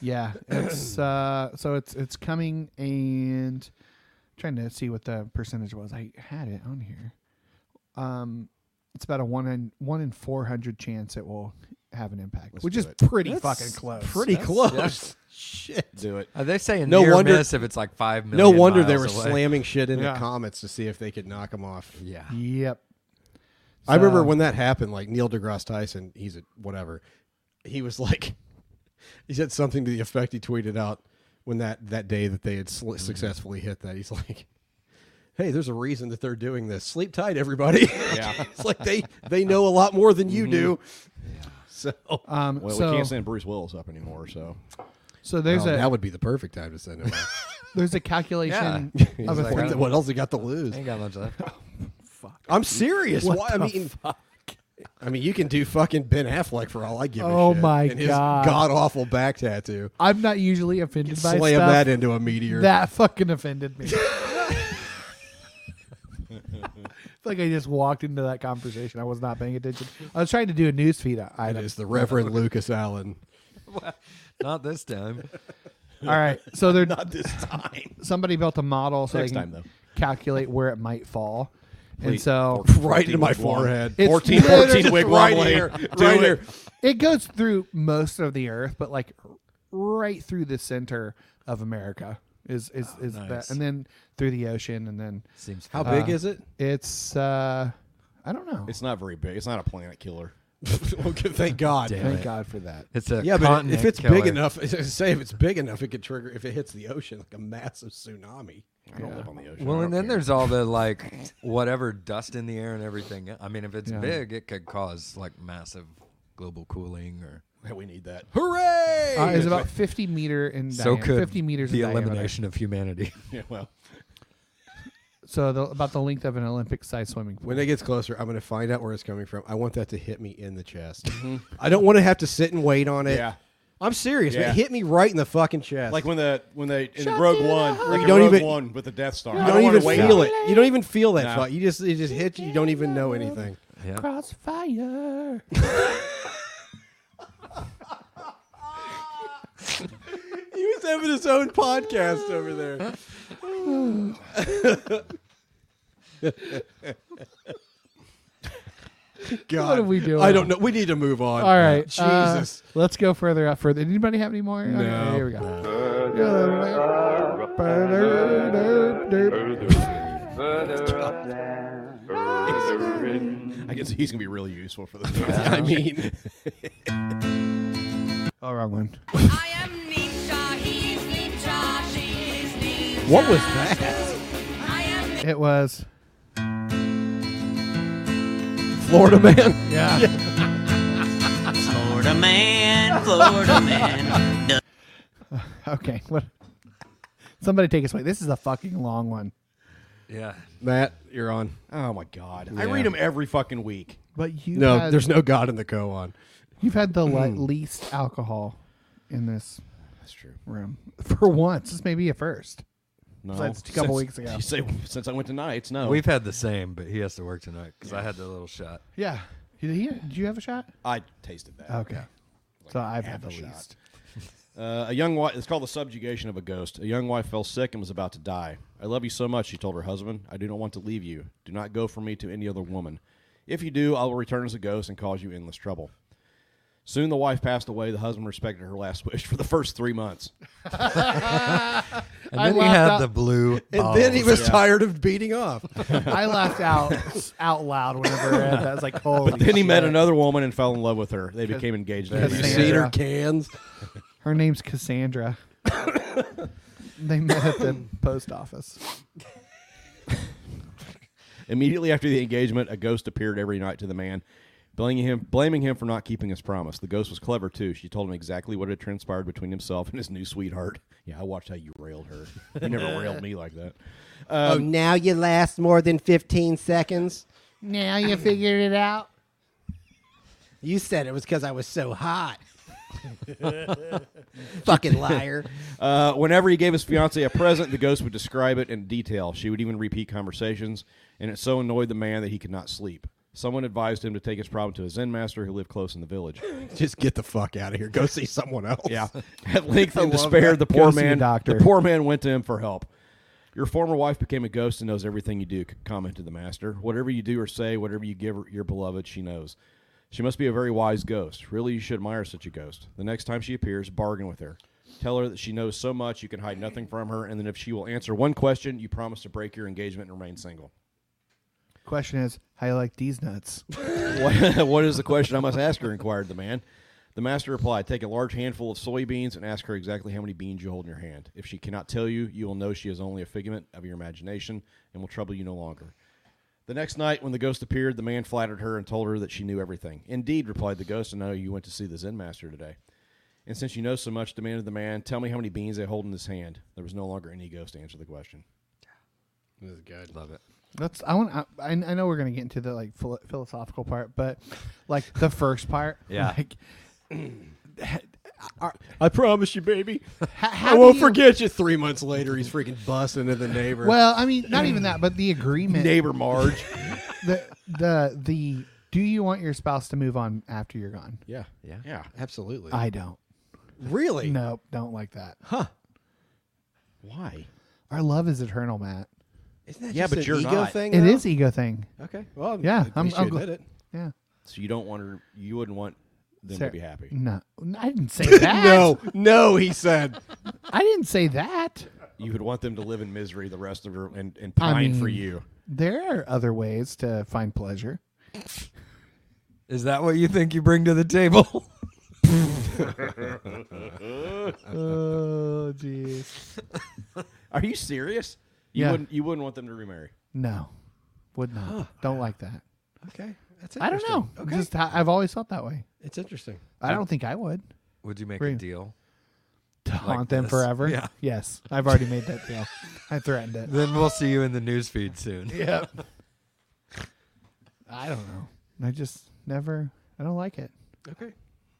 [SPEAKER 2] Yeah,
[SPEAKER 1] <clears throat>
[SPEAKER 2] it's uh, so it's it's coming and trying to see what the percentage was. I had it on here. Um, it's about a one in one in four hundred chance it will have an impact, which is pretty
[SPEAKER 1] That's
[SPEAKER 2] fucking close.
[SPEAKER 1] Pretty close. <laughs> Shit.
[SPEAKER 8] Do it.
[SPEAKER 4] Are they saying near miss if it's like five
[SPEAKER 1] No
[SPEAKER 4] million
[SPEAKER 1] wonder they were
[SPEAKER 4] miles away?
[SPEAKER 1] slamming shit in
[SPEAKER 2] Yeah.
[SPEAKER 1] the comments to see if they could knock them off.
[SPEAKER 4] <laughs> Yeah.
[SPEAKER 2] Yep.
[SPEAKER 1] I remember
[SPEAKER 2] So-
[SPEAKER 1] when that happened, like Neil deGrasse Tyson, he's a whatever. He was like, <laughs> he said something to the effect he tweeted out when that, that day that they had sl- successfully hit that. He's <laughs> like, hey, there's a reason that they're doing this. Sleep tight, everybody. <laughs>
[SPEAKER 8] Yeah.
[SPEAKER 1] it's like they, they know a lot more than you do. So,
[SPEAKER 2] Um,
[SPEAKER 8] well,
[SPEAKER 2] so-
[SPEAKER 8] we can't send Bruce Willis up anymore. So,
[SPEAKER 2] So there's
[SPEAKER 1] Well,
[SPEAKER 2] a
[SPEAKER 1] oh, that would be the perfect time to send him. out.
[SPEAKER 2] <laughs> there's a calculation
[SPEAKER 1] <laughs> He's
[SPEAKER 2] of a
[SPEAKER 1] like,
[SPEAKER 2] thing.
[SPEAKER 1] what else he got to lose?
[SPEAKER 4] Ain't got much
[SPEAKER 1] <laughs>
[SPEAKER 4] left.
[SPEAKER 1] I'm serious.
[SPEAKER 2] What
[SPEAKER 1] Why? I
[SPEAKER 2] the
[SPEAKER 1] mean, I mean, you can do fucking Ben Affleck for all I give.
[SPEAKER 2] Oh
[SPEAKER 1] a shit.
[SPEAKER 2] my
[SPEAKER 1] and
[SPEAKER 2] God.
[SPEAKER 1] god awful back tattoo.
[SPEAKER 2] I'm not usually offended by
[SPEAKER 1] Slam
[SPEAKER 2] stuff.
[SPEAKER 1] that into a meteor.
[SPEAKER 2] That fucking offended me. <laughs> It's like I just walked into that conversation. I was not paying attention. I was trying to do a news feed item.
[SPEAKER 1] It is the Reverend Lucas <laughs> Allen.
[SPEAKER 4] Not this time.
[SPEAKER 2] All right, so they're
[SPEAKER 1] <laughs> not this time.
[SPEAKER 2] Somebody built a model so
[SPEAKER 8] Next
[SPEAKER 2] they
[SPEAKER 8] time,
[SPEAKER 2] can
[SPEAKER 8] though.
[SPEAKER 2] calculate where it might fall, and
[SPEAKER 8] Please.
[SPEAKER 2] so
[SPEAKER 1] right into my
[SPEAKER 8] Wigwam.
[SPEAKER 1] forehead.
[SPEAKER 2] It's
[SPEAKER 8] 14, 14
[SPEAKER 2] literally-
[SPEAKER 8] wigwam
[SPEAKER 1] right
[SPEAKER 8] lane.
[SPEAKER 1] here,
[SPEAKER 8] Do
[SPEAKER 1] right
[SPEAKER 8] it.
[SPEAKER 1] here.
[SPEAKER 2] it goes through most of the Earth, but like right through the center of America is is is
[SPEAKER 4] nice.
[SPEAKER 2] that, and then through the ocean, and then
[SPEAKER 4] Seems
[SPEAKER 1] How
[SPEAKER 2] uh,
[SPEAKER 1] big is it?
[SPEAKER 2] It's uh, I don't know.
[SPEAKER 8] It's not very big. It's not a planet killer.
[SPEAKER 1] <laughs> okay, thank God.
[SPEAKER 4] Damn
[SPEAKER 2] Thank
[SPEAKER 4] it.
[SPEAKER 2] God for that.
[SPEAKER 4] It's a
[SPEAKER 1] yeah, but
[SPEAKER 4] continent
[SPEAKER 1] if it's big
[SPEAKER 4] killer.
[SPEAKER 1] enough, <laughs> say if it's big enough, it could trigger if it hits the ocean like a massive tsunami.
[SPEAKER 8] I don't live on the ocean.
[SPEAKER 4] Well,
[SPEAKER 8] I
[SPEAKER 4] and
[SPEAKER 8] don't
[SPEAKER 4] then
[SPEAKER 8] care.
[SPEAKER 4] there's all the
[SPEAKER 1] <laughs>
[SPEAKER 4] like whatever dust in the air and everything. I mean, if it's
[SPEAKER 2] Yeah.
[SPEAKER 4] big, it could cause like massive global cooling or
[SPEAKER 8] Yeah, we need that.
[SPEAKER 1] Hooray!
[SPEAKER 2] Uh, it's about 50 meter in
[SPEAKER 4] so
[SPEAKER 2] diameter,
[SPEAKER 4] could
[SPEAKER 2] 50 meters
[SPEAKER 4] the
[SPEAKER 2] in diameter.
[SPEAKER 4] elimination of
[SPEAKER 1] <laughs>
[SPEAKER 4] humanity.
[SPEAKER 8] Yeah, well,
[SPEAKER 2] So the, about the length of an Olympic-sized swimming pool.
[SPEAKER 1] When it gets closer, I'm going to find out where it's coming from. I want that to hit me in the chest. I don't want to have to sit and wait on it.
[SPEAKER 8] Mm-hmm. Yeah.
[SPEAKER 1] I'm serious,
[SPEAKER 8] Yeah.
[SPEAKER 1] man. Hit me right in the fucking chest.
[SPEAKER 8] like when the when they in Rogue One, like
[SPEAKER 1] You
[SPEAKER 8] in
[SPEAKER 1] don't
[SPEAKER 8] Rogue
[SPEAKER 1] even-
[SPEAKER 8] One with the Death Star.
[SPEAKER 1] you
[SPEAKER 8] I
[SPEAKER 1] don't,
[SPEAKER 8] wanna
[SPEAKER 1] even
[SPEAKER 8] wait
[SPEAKER 1] feel
[SPEAKER 8] on
[SPEAKER 1] it. You don't even feel that.
[SPEAKER 8] No.
[SPEAKER 1] fuck. You just it just hits you. You don't even know anything.
[SPEAKER 4] Yeah.
[SPEAKER 2] Crossfire.
[SPEAKER 8] having his own podcast over
[SPEAKER 1] <laughs>
[SPEAKER 8] there. God,
[SPEAKER 2] What are we doing?
[SPEAKER 8] I don't know. We need to move on.
[SPEAKER 2] All right, uh,
[SPEAKER 8] Jesus.
[SPEAKER 2] let's go further out further. Anybody have any more? Okay,
[SPEAKER 8] No.
[SPEAKER 2] here we go.
[SPEAKER 1] I guess he's gonna be really useful for
[SPEAKER 8] <laughs>
[SPEAKER 1] this.
[SPEAKER 8] I mean,
[SPEAKER 2] Oh, wrong one.
[SPEAKER 8] What was that?
[SPEAKER 2] It was
[SPEAKER 8] Florida man.
[SPEAKER 2] <laughs> Yeah.
[SPEAKER 15] Florida man, Florida man.
[SPEAKER 2] <laughs> okay. What? Somebody take us away. This is a fucking long one.
[SPEAKER 4] Yeah.
[SPEAKER 8] Matt, you're on.
[SPEAKER 1] Oh my God, I
[SPEAKER 8] Yeah.
[SPEAKER 1] read them every fucking week.
[SPEAKER 2] But you
[SPEAKER 8] no,
[SPEAKER 2] had-
[SPEAKER 8] there's no God in the koan.
[SPEAKER 2] You've had the li- least alcohol in this. Mm. That's
[SPEAKER 1] true.
[SPEAKER 2] Room <laughs> for once. This may be a first. Besides a couple weeks
[SPEAKER 1] Since-
[SPEAKER 2] ago.
[SPEAKER 1] You say since I went to nights.
[SPEAKER 8] Oh.
[SPEAKER 1] No,
[SPEAKER 4] We've had the same, but he has to work tonight because I had the little shot.
[SPEAKER 2] Yeah. Did, he, did you have a shot?
[SPEAKER 1] I tasted that.
[SPEAKER 2] Okay. So I've had the
[SPEAKER 1] Half a shot.
[SPEAKER 2] least.
[SPEAKER 1] Uh, a young wife. It's called the subjugation of a ghost. A young wife fell sick and was about to die. I love you so much, she told her husband. I do not want to leave you. Do not go from me to any other woman. If you do, I will return as a ghost and cause you endless trouble. Soon the wife passed away. The husband respected her last <laughs> wish for the first three months.
[SPEAKER 4] And then he had the blue.
[SPEAKER 8] <laughs> And then he was
[SPEAKER 1] Yeah.
[SPEAKER 8] tired of beating <laughs> off.
[SPEAKER 2] I laughed out
[SPEAKER 1] <laughs>
[SPEAKER 2] out loud whenever I read that. I was like, holy
[SPEAKER 1] But then he
[SPEAKER 2] shit.
[SPEAKER 1] met another woman and fell in love with her. They
[SPEAKER 2] Cause-
[SPEAKER 1] became engaged.
[SPEAKER 2] Have you
[SPEAKER 8] seen her cans?
[SPEAKER 2] Her name's Cassandra.
[SPEAKER 1] <laughs>
[SPEAKER 2] they met at the post office.
[SPEAKER 1] Immediately after the engagement, a ghost appeared every night to the man, blaming him, blaming him for not keeping his promise. The ghost was clever too. She told him exactly what had transpired between himself and his new sweetheart. Yeah, I watched how you railed her. You never railed me like that. Um,
[SPEAKER 8] Oh, now you last more than 15 seconds?
[SPEAKER 2] Now you figured it out.
[SPEAKER 8] You said it was because I was so <laughs> hot.
[SPEAKER 1] Uh, whenever he gave his fiancee a present, the ghost would describe it in detail. She would even repeat conversations, and it so annoyed the man that he could not sleep. Someone advised him to take his problem to his zen master, who lived close in the village.
[SPEAKER 8] <laughs> Just get the fuck out of here. Go see someone else.
[SPEAKER 1] Yeah. <laughs> At length,
[SPEAKER 8] I
[SPEAKER 1] in
[SPEAKER 8] love
[SPEAKER 1] despair,
[SPEAKER 8] that.
[SPEAKER 1] the poor
[SPEAKER 8] Go see a
[SPEAKER 1] man,
[SPEAKER 8] doctor.
[SPEAKER 1] the poor man went to him for help. Your former wife became a ghost and knows everything you do, c- commented the master. Whatever you do or say, whatever you give her- your beloved, she knows. She must be a very wise ghost. Really, you should admire such a ghost. The next time she appears, bargain with her. Tell her that she knows so much you can hide nothing from her, and then if she will answer one question, you promise to break your engagement and remain single.
[SPEAKER 2] Question is, how you like these nuts?
[SPEAKER 1] what, <laughs> what is the question I must ask her? inquired the man. The master replied, Take a large handful of soybeans and ask her exactly how many beans you hold in your hand. If she cannot tell you, you will know she is only a figment of your imagination and will trouble you no longer. The next night, when the ghost appeared, the man flattered her and told her that she knew everything. Indeed, replied the ghost, and I know you went to see the Zen master today. And since you know so much, demanded the man, tell me how many beans I hold in his hand. There was no longer any ghost to answer the question.
[SPEAKER 8] This is good.
[SPEAKER 4] Love it.
[SPEAKER 2] That's I want. I, I I know we're gonna get into the like philo- philosophical part, but like the first part,
[SPEAKER 4] Yeah.
[SPEAKER 2] Like,
[SPEAKER 8] I promise you, baby.
[SPEAKER 2] how
[SPEAKER 8] I
[SPEAKER 2] do
[SPEAKER 8] won't
[SPEAKER 2] you-
[SPEAKER 8] forget you. Three months later, he's freaking busting into the neighbor.
[SPEAKER 2] well, I mean, not even that, but the agreement,
[SPEAKER 8] Neighbor Marge.
[SPEAKER 2] the the the do you want your spouse to move on after you're gone?
[SPEAKER 8] yeah.
[SPEAKER 4] Yeah.
[SPEAKER 1] Yeah.
[SPEAKER 8] Absolutely.
[SPEAKER 2] I don't.
[SPEAKER 8] Really?
[SPEAKER 2] Nope, don't like that.
[SPEAKER 8] Huh.
[SPEAKER 1] Why?
[SPEAKER 2] Our love is eternal, Matt.
[SPEAKER 8] Isn't that
[SPEAKER 1] Yeah,
[SPEAKER 8] just
[SPEAKER 1] but
[SPEAKER 8] an
[SPEAKER 1] you're
[SPEAKER 8] ego
[SPEAKER 1] not.
[SPEAKER 8] thing?
[SPEAKER 2] It
[SPEAKER 8] though?
[SPEAKER 2] is ego thing.
[SPEAKER 8] Okay. Well,
[SPEAKER 2] Yeah,
[SPEAKER 8] At
[SPEAKER 2] I'm-
[SPEAKER 8] least
[SPEAKER 2] I'm
[SPEAKER 8] you
[SPEAKER 2] gl-
[SPEAKER 8] admit it.
[SPEAKER 2] Yeah.
[SPEAKER 1] So you don't want her, you wouldn't want them
[SPEAKER 2] Sarah-
[SPEAKER 1] to be happy.
[SPEAKER 2] No, I
[SPEAKER 8] <laughs>
[SPEAKER 2] didn't say that.
[SPEAKER 8] No, no, he said.
[SPEAKER 2] I didn't say that.
[SPEAKER 1] You would want them to live in misery the rest of her and, and
[SPEAKER 2] I
[SPEAKER 1] pine for
[SPEAKER 2] mean-
[SPEAKER 1] you.
[SPEAKER 2] There are other ways to
[SPEAKER 8] <laughs>
[SPEAKER 2] find pleasure.
[SPEAKER 4] Is that what you think you bring to the table?
[SPEAKER 2] Oh, jeez.
[SPEAKER 1] Are you serious? You
[SPEAKER 2] Yeah.
[SPEAKER 1] wouldn't you wouldn't want them to remarry.
[SPEAKER 2] No, would not. Don't like that.
[SPEAKER 8] Okay. That's
[SPEAKER 2] I don't know. Just I- I've always thought that way.
[SPEAKER 8] It's interesting.
[SPEAKER 2] I don't think I would
[SPEAKER 4] <laughs> Would you make
[SPEAKER 2] Really?
[SPEAKER 4] a deal?
[SPEAKER 2] to
[SPEAKER 4] Like
[SPEAKER 2] haunt them
[SPEAKER 4] this?
[SPEAKER 2] forever.
[SPEAKER 4] Yeah.
[SPEAKER 2] Yes, I've already made that deal. I threatened it.
[SPEAKER 4] <laughs> Then we'll see you in the news feed soon.
[SPEAKER 2] Yep. I don't know. I just never. I don't like it.
[SPEAKER 8] Okay.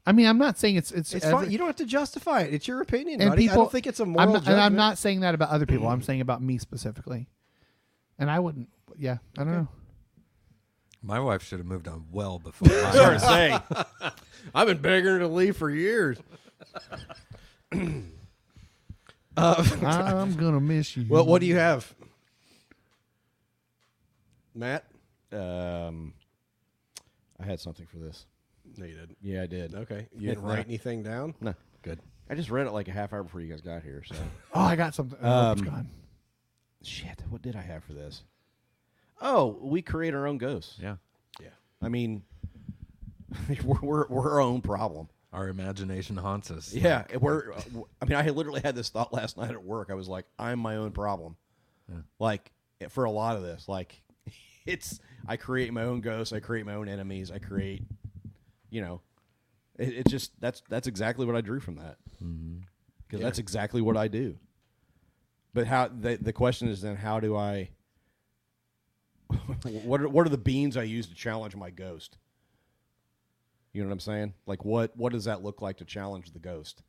[SPEAKER 2] I mean, I'm not saying it's it's.
[SPEAKER 8] It's
[SPEAKER 2] every-
[SPEAKER 8] fine. You don't have to justify it. It's your opinion.
[SPEAKER 2] and
[SPEAKER 8] buddy.
[SPEAKER 2] people,
[SPEAKER 8] I don't think it's a
[SPEAKER 2] I'm
[SPEAKER 8] moral
[SPEAKER 2] not- and I'm
[SPEAKER 8] judgment.
[SPEAKER 2] not saying that about other people. I'm saying about me specifically. And I wouldn't. Yeah, I don't know.
[SPEAKER 4] My wife should have moved on well <laughs> before. I
[SPEAKER 1] Sorry to say.
[SPEAKER 8] I've been begging her to leave for years.
[SPEAKER 2] I'm gonna miss you.
[SPEAKER 1] Well, what do you have, Matt?
[SPEAKER 8] Um, I had something for this.
[SPEAKER 1] No, you didn't.
[SPEAKER 8] Yeah, I did.
[SPEAKER 1] Okay. You
[SPEAKER 8] Yeah,
[SPEAKER 1] didn't write
[SPEAKER 8] no.
[SPEAKER 1] anything down?
[SPEAKER 8] No.
[SPEAKER 1] Good.
[SPEAKER 8] I just read it like a half hour before you guys got here. So.
[SPEAKER 2] Oh, I got something. Oh, it's gone.
[SPEAKER 8] Shit. What did I have for this? Oh, we create our own ghosts.
[SPEAKER 4] Yeah.
[SPEAKER 1] Yeah.
[SPEAKER 8] I mean, <laughs> we're, we're, we're our own problem.
[SPEAKER 4] Our imagination haunts us.
[SPEAKER 8] Yeah, we're. uh, I mean, I literally had this thought last night at work. I was like, I'm my own problem.
[SPEAKER 4] Yeah.
[SPEAKER 8] Like eh, for a lot of this, like <laughs> it's I create my own ghosts. I create my own enemies. I create, you know, it, it just that's that's exactly what I drew from that
[SPEAKER 4] Mhm.
[SPEAKER 8] because
[SPEAKER 4] Yeah.
[SPEAKER 8] that's exactly what I do. But how the the question is then how do I? <laughs> what are, what are the beans I use to challenge my ghost? You know what I'm saying? Like what what does that look like to challenge the ghost?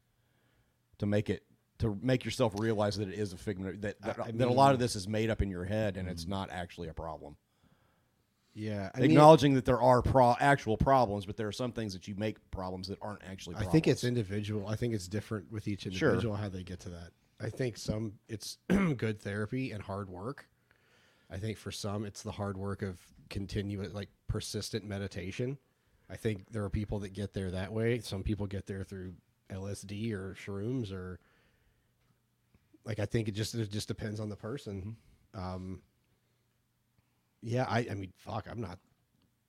[SPEAKER 8] To make it to make yourself realize that it is a figment that that,
[SPEAKER 1] I
[SPEAKER 8] that a lot
[SPEAKER 1] mean- Mm-hmm.
[SPEAKER 8] of this is made up in your head and it's not actually a problem.
[SPEAKER 1] Yeah.
[SPEAKER 8] Acknowledging that there are pro- actual problems, but there are some things that you make problems that aren't actually.
[SPEAKER 1] I
[SPEAKER 8] Problems.
[SPEAKER 1] think it's individual. I think it's different with each
[SPEAKER 8] Sure.
[SPEAKER 1] individual how they get to that. I think some it's <clears throat> good therapy and hard work. I think for some it's the hard work of continuous like persistent meditation. I think there are people that get there that way. Some people get there through LSD or shrooms or like I think it just it just depends on the person.
[SPEAKER 8] Mm-hmm.
[SPEAKER 1] Um yeah, I I mean fuck, I'm not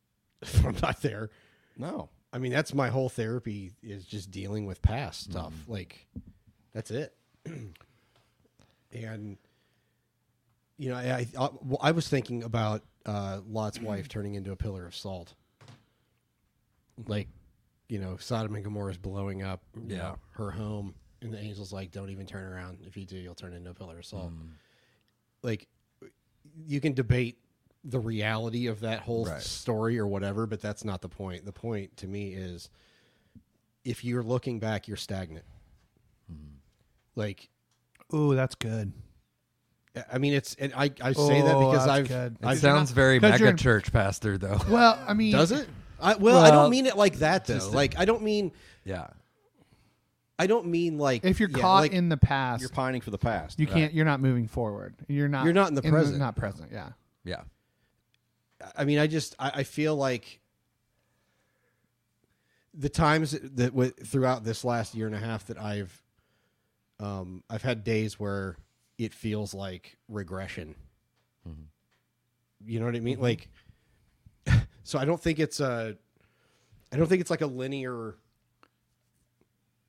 [SPEAKER 1] <laughs> I'm not there.
[SPEAKER 8] No.
[SPEAKER 1] I mean, that's my whole therapy is just dealing with past stuff. Like, that's it. <clears throat> and, you know, I, I, well, I was thinking about uh, Lot's wife turning into a pillar of salt. Like, you know, Sodom and Gomorrah is blowing up
[SPEAKER 4] Yeah.
[SPEAKER 1] you know, her home. And the angel's like, don't even turn around. If you do, you'll turn into a pillar of salt. Like, you can debate the reality of that whole
[SPEAKER 4] Right.
[SPEAKER 1] story or whatever, but that's not the point. The point to me is if you're looking back, you're stagnant.
[SPEAKER 2] Hmm.
[SPEAKER 1] Like,
[SPEAKER 2] Ooh, that's good.
[SPEAKER 1] I- I mean, it's, and I, I say that
[SPEAKER 2] Oh,
[SPEAKER 1] because
[SPEAKER 2] that's
[SPEAKER 1] I've,
[SPEAKER 2] good.
[SPEAKER 4] It
[SPEAKER 1] I've-
[SPEAKER 4] sounds very
[SPEAKER 2] Because you're
[SPEAKER 4] mega
[SPEAKER 2] in-
[SPEAKER 4] church pastor, though.
[SPEAKER 2] Well, I mean,
[SPEAKER 1] does it? I, well, I
[SPEAKER 4] Well,
[SPEAKER 1] don't mean it like that though.
[SPEAKER 4] just a-
[SPEAKER 1] like, I don't mean,
[SPEAKER 4] <laughs> yeah.
[SPEAKER 1] I don't mean like,
[SPEAKER 2] If you're
[SPEAKER 1] yeah,
[SPEAKER 2] caught
[SPEAKER 1] like,
[SPEAKER 2] in the past,
[SPEAKER 8] You're pining for the past.
[SPEAKER 2] you can't. You're not moving forward. You're not.
[SPEAKER 1] You're not in the present.
[SPEAKER 2] Not present. Yeah.
[SPEAKER 4] Yeah.
[SPEAKER 1] I mean, I just I, I feel like the times that w- throughout this last year and a half that I've um I've had days where it feels like regression. You know what I mean? Like, <laughs> so I don't think it's a, I don't think it's like a linear.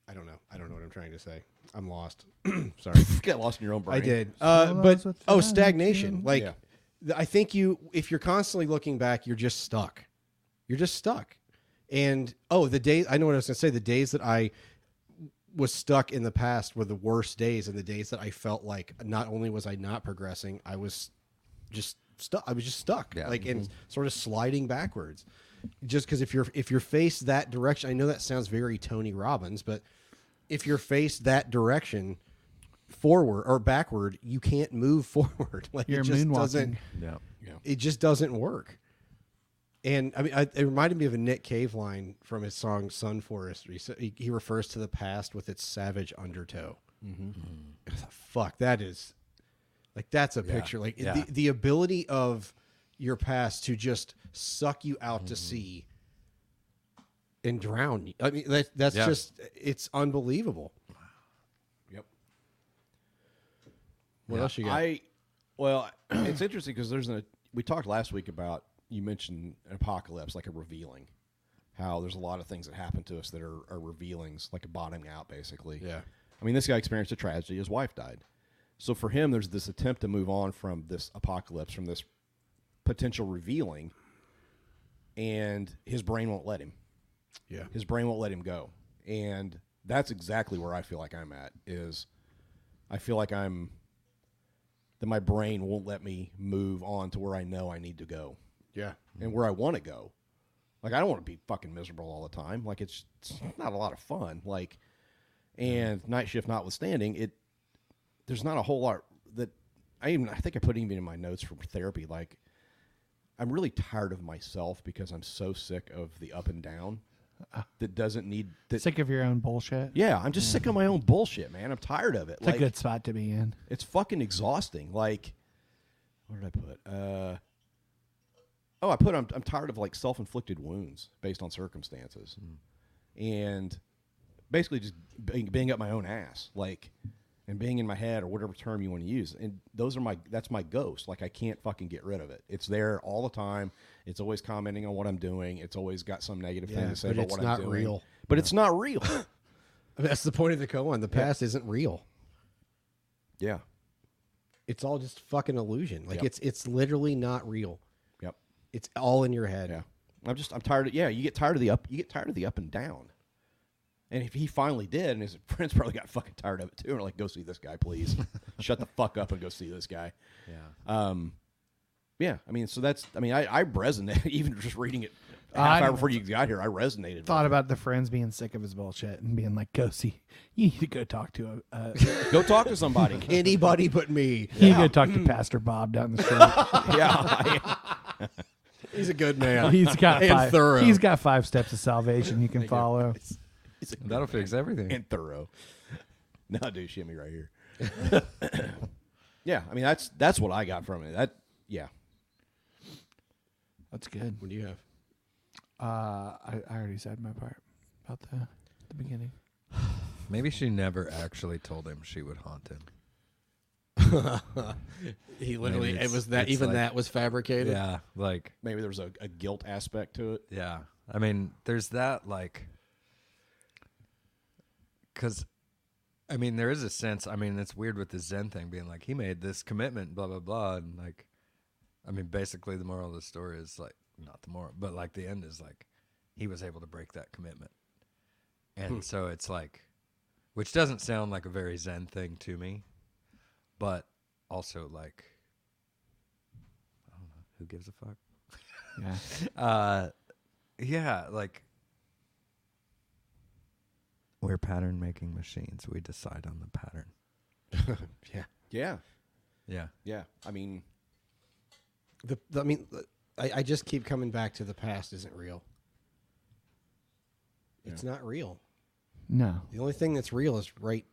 [SPEAKER 1] I don't know. I don't know what I'm trying to say. I'm lost. <clears throat> Sorry.
[SPEAKER 8] get lost in your own brain.
[SPEAKER 1] I did. Uh, but
[SPEAKER 2] that's what
[SPEAKER 1] oh,
[SPEAKER 2] I
[SPEAKER 1] stagnation. Like
[SPEAKER 8] Yeah.
[SPEAKER 1] th- I think you, if you're constantly looking back, you're just stuck. You're just stuck. And oh, the day I know what I was going to say. The days that I was stuck in the past were the worst days, and the days that I felt like not only was I not progressing, I was just stuck. I was just stuck,
[SPEAKER 4] Yeah.
[SPEAKER 1] like
[SPEAKER 8] Mm-hmm.
[SPEAKER 1] and sort of sliding backwards. Just because if you're if you're faced that direction, I know that sounds very Tony Robbins, but if you're faced that direction forward or backward, you can't move <laughs> forward. Like
[SPEAKER 2] You're
[SPEAKER 1] it just doesn't.
[SPEAKER 2] moonwalking.
[SPEAKER 4] Yeah.
[SPEAKER 1] It just doesn't work. And I mean, I, it reminded me of a Nick Cave line from his song "Sun Forestry." So he, he refers to the past with its savage undertow. I thought, Fuck, that is like that's a
[SPEAKER 4] Yeah.
[SPEAKER 1] picture. Like
[SPEAKER 4] Yeah.
[SPEAKER 1] the, the ability of your past to just suck you out to
[SPEAKER 4] Mm-hmm.
[SPEAKER 1] sea and drown you. I mean, that that's
[SPEAKER 4] Yeah.
[SPEAKER 1] just it's unbelievable.
[SPEAKER 8] Yep.
[SPEAKER 1] What else you got?
[SPEAKER 8] I well, <clears throat> it's interesting because there's an we talked last week about you mentioned an apocalypse, like a revealing. How there's a lot of things that happen to us that are, are revealings, like a bottoming out, basically.
[SPEAKER 1] Yeah.
[SPEAKER 8] I mean, this guy experienced a tragedy. His wife died. So for him, there's this attempt to move on from this apocalypse, from this potential revealing, and his brain won't let him.
[SPEAKER 1] Yeah.
[SPEAKER 8] His brain won't let him go. And that's exactly where I feel like I'm at is I feel like I'm that my brain won't let me move on to where I know I need to go
[SPEAKER 1] yeah.
[SPEAKER 8] and where I want to go. Like I don't want to be fucking miserable all the time. Like it's, it's not a lot of fun. Like and night shift notwithstanding, it there's not a whole lot that I even I think I put even in my notes from therapy like I'm really tired of myself because I'm so sick of the up and down that doesn't need that.
[SPEAKER 2] Uh. Sick of your own bullshit.
[SPEAKER 8] Yeah, I'm just sick of my own bullshit, man. I'm tired of it.
[SPEAKER 2] It's a good spot to be in.
[SPEAKER 8] It's fucking exhausting. Like, what did I put? Uh, oh, I put I'm, I'm tired of like self inflicted wounds based on circumstances,
[SPEAKER 1] Hmm.
[SPEAKER 8] and basically just being, being up my own ass, like, and being in my head or whatever term you want to use. And those are my that's my ghost. Like I can't fucking get rid of it. It's there all the time. It's always commenting on what I'm doing. It's always got some negative
[SPEAKER 1] Yeah,
[SPEAKER 8] thing to say
[SPEAKER 1] but
[SPEAKER 8] about
[SPEAKER 1] it's
[SPEAKER 8] what
[SPEAKER 1] not
[SPEAKER 8] I'm doing.
[SPEAKER 1] real.
[SPEAKER 8] But it's not real. <coughs>
[SPEAKER 1] I mean, <laughs> that's the point of the koan. The past isn't real.
[SPEAKER 8] Yeah.
[SPEAKER 1] It's all just fucking illusion. Like
[SPEAKER 8] Yep.
[SPEAKER 1] it's it's literally not real.
[SPEAKER 8] Yep.
[SPEAKER 1] It's all in your head.
[SPEAKER 8] Yeah. I'm just I'm tired of yeah, you get tired of the up you get tired of the up and down. And if he finally did, and his <laughs> friends probably got fucking tired of it too, and were like, go see this guy, please. <laughs> Shut the fuck up and go see this guy.
[SPEAKER 4] Yeah.
[SPEAKER 8] Um Yeah, I mean, so that's I mean, I, I resonate <laughs> even just reading it
[SPEAKER 2] I
[SPEAKER 8] half hour
[SPEAKER 2] know.
[SPEAKER 8] before you got here, I resonated. with
[SPEAKER 2] Thought about the friends being sick of his bullshit and being like, "Go see, you need to go talk to a, <laughs> uh,
[SPEAKER 8] it. Go talk to somebody. <laughs>
[SPEAKER 1] Anybody <laughs> but me.
[SPEAKER 2] you need to go talk to Pastor Bob down the street."
[SPEAKER 8] yeah.
[SPEAKER 1] He's a
[SPEAKER 2] <laughs>
[SPEAKER 1] good
[SPEAKER 2] <laughs>
[SPEAKER 1] man.
[SPEAKER 2] he's got
[SPEAKER 1] and
[SPEAKER 2] five,
[SPEAKER 1] thorough.
[SPEAKER 2] He's got five steps of salvation you can follow.
[SPEAKER 8] <laughs>
[SPEAKER 4] That'll fix everything.
[SPEAKER 8] and thorough. <laughs> No, dude, shimmy right here. <coughs> yeah, I mean that's that's what I got from it. That yeah.
[SPEAKER 2] That's good.
[SPEAKER 1] What do you have?
[SPEAKER 2] Uh, I, I already said my part about the the beginning.
[SPEAKER 4] Maybe she never actually told him she would haunt him.
[SPEAKER 1] He literally-
[SPEAKER 4] Maybe
[SPEAKER 1] it was that-
[SPEAKER 4] it's
[SPEAKER 1] even that was fabricated?
[SPEAKER 4] Yeah, like
[SPEAKER 8] maybe there's a, a guilt aspect to it.
[SPEAKER 4] Yeah, I mean, there's that like, because, I mean, there is a sense. I mean, it's weird with the Zen thing being like he made this commitment, blah blah blah, and like, I mean, basically the moral of the story is like not the moral, but like the end is like he was able to break that commitment, and
[SPEAKER 23] Hmm.
[SPEAKER 4] so it's like, which doesn't sound like a very Zen thing to me, but also like, I don't know, who gives a fuck?
[SPEAKER 2] Yeah.
[SPEAKER 4] uh, yeah, like we're pattern making machines. We decide on the pattern.
[SPEAKER 1] yeah.
[SPEAKER 8] Yeah.
[SPEAKER 4] Yeah.
[SPEAKER 8] Yeah. I mean
[SPEAKER 1] The, the- I mean, the- I, I just keep coming back to the past isn't real. It's not real.
[SPEAKER 2] No.
[SPEAKER 1] The only thing that's real is right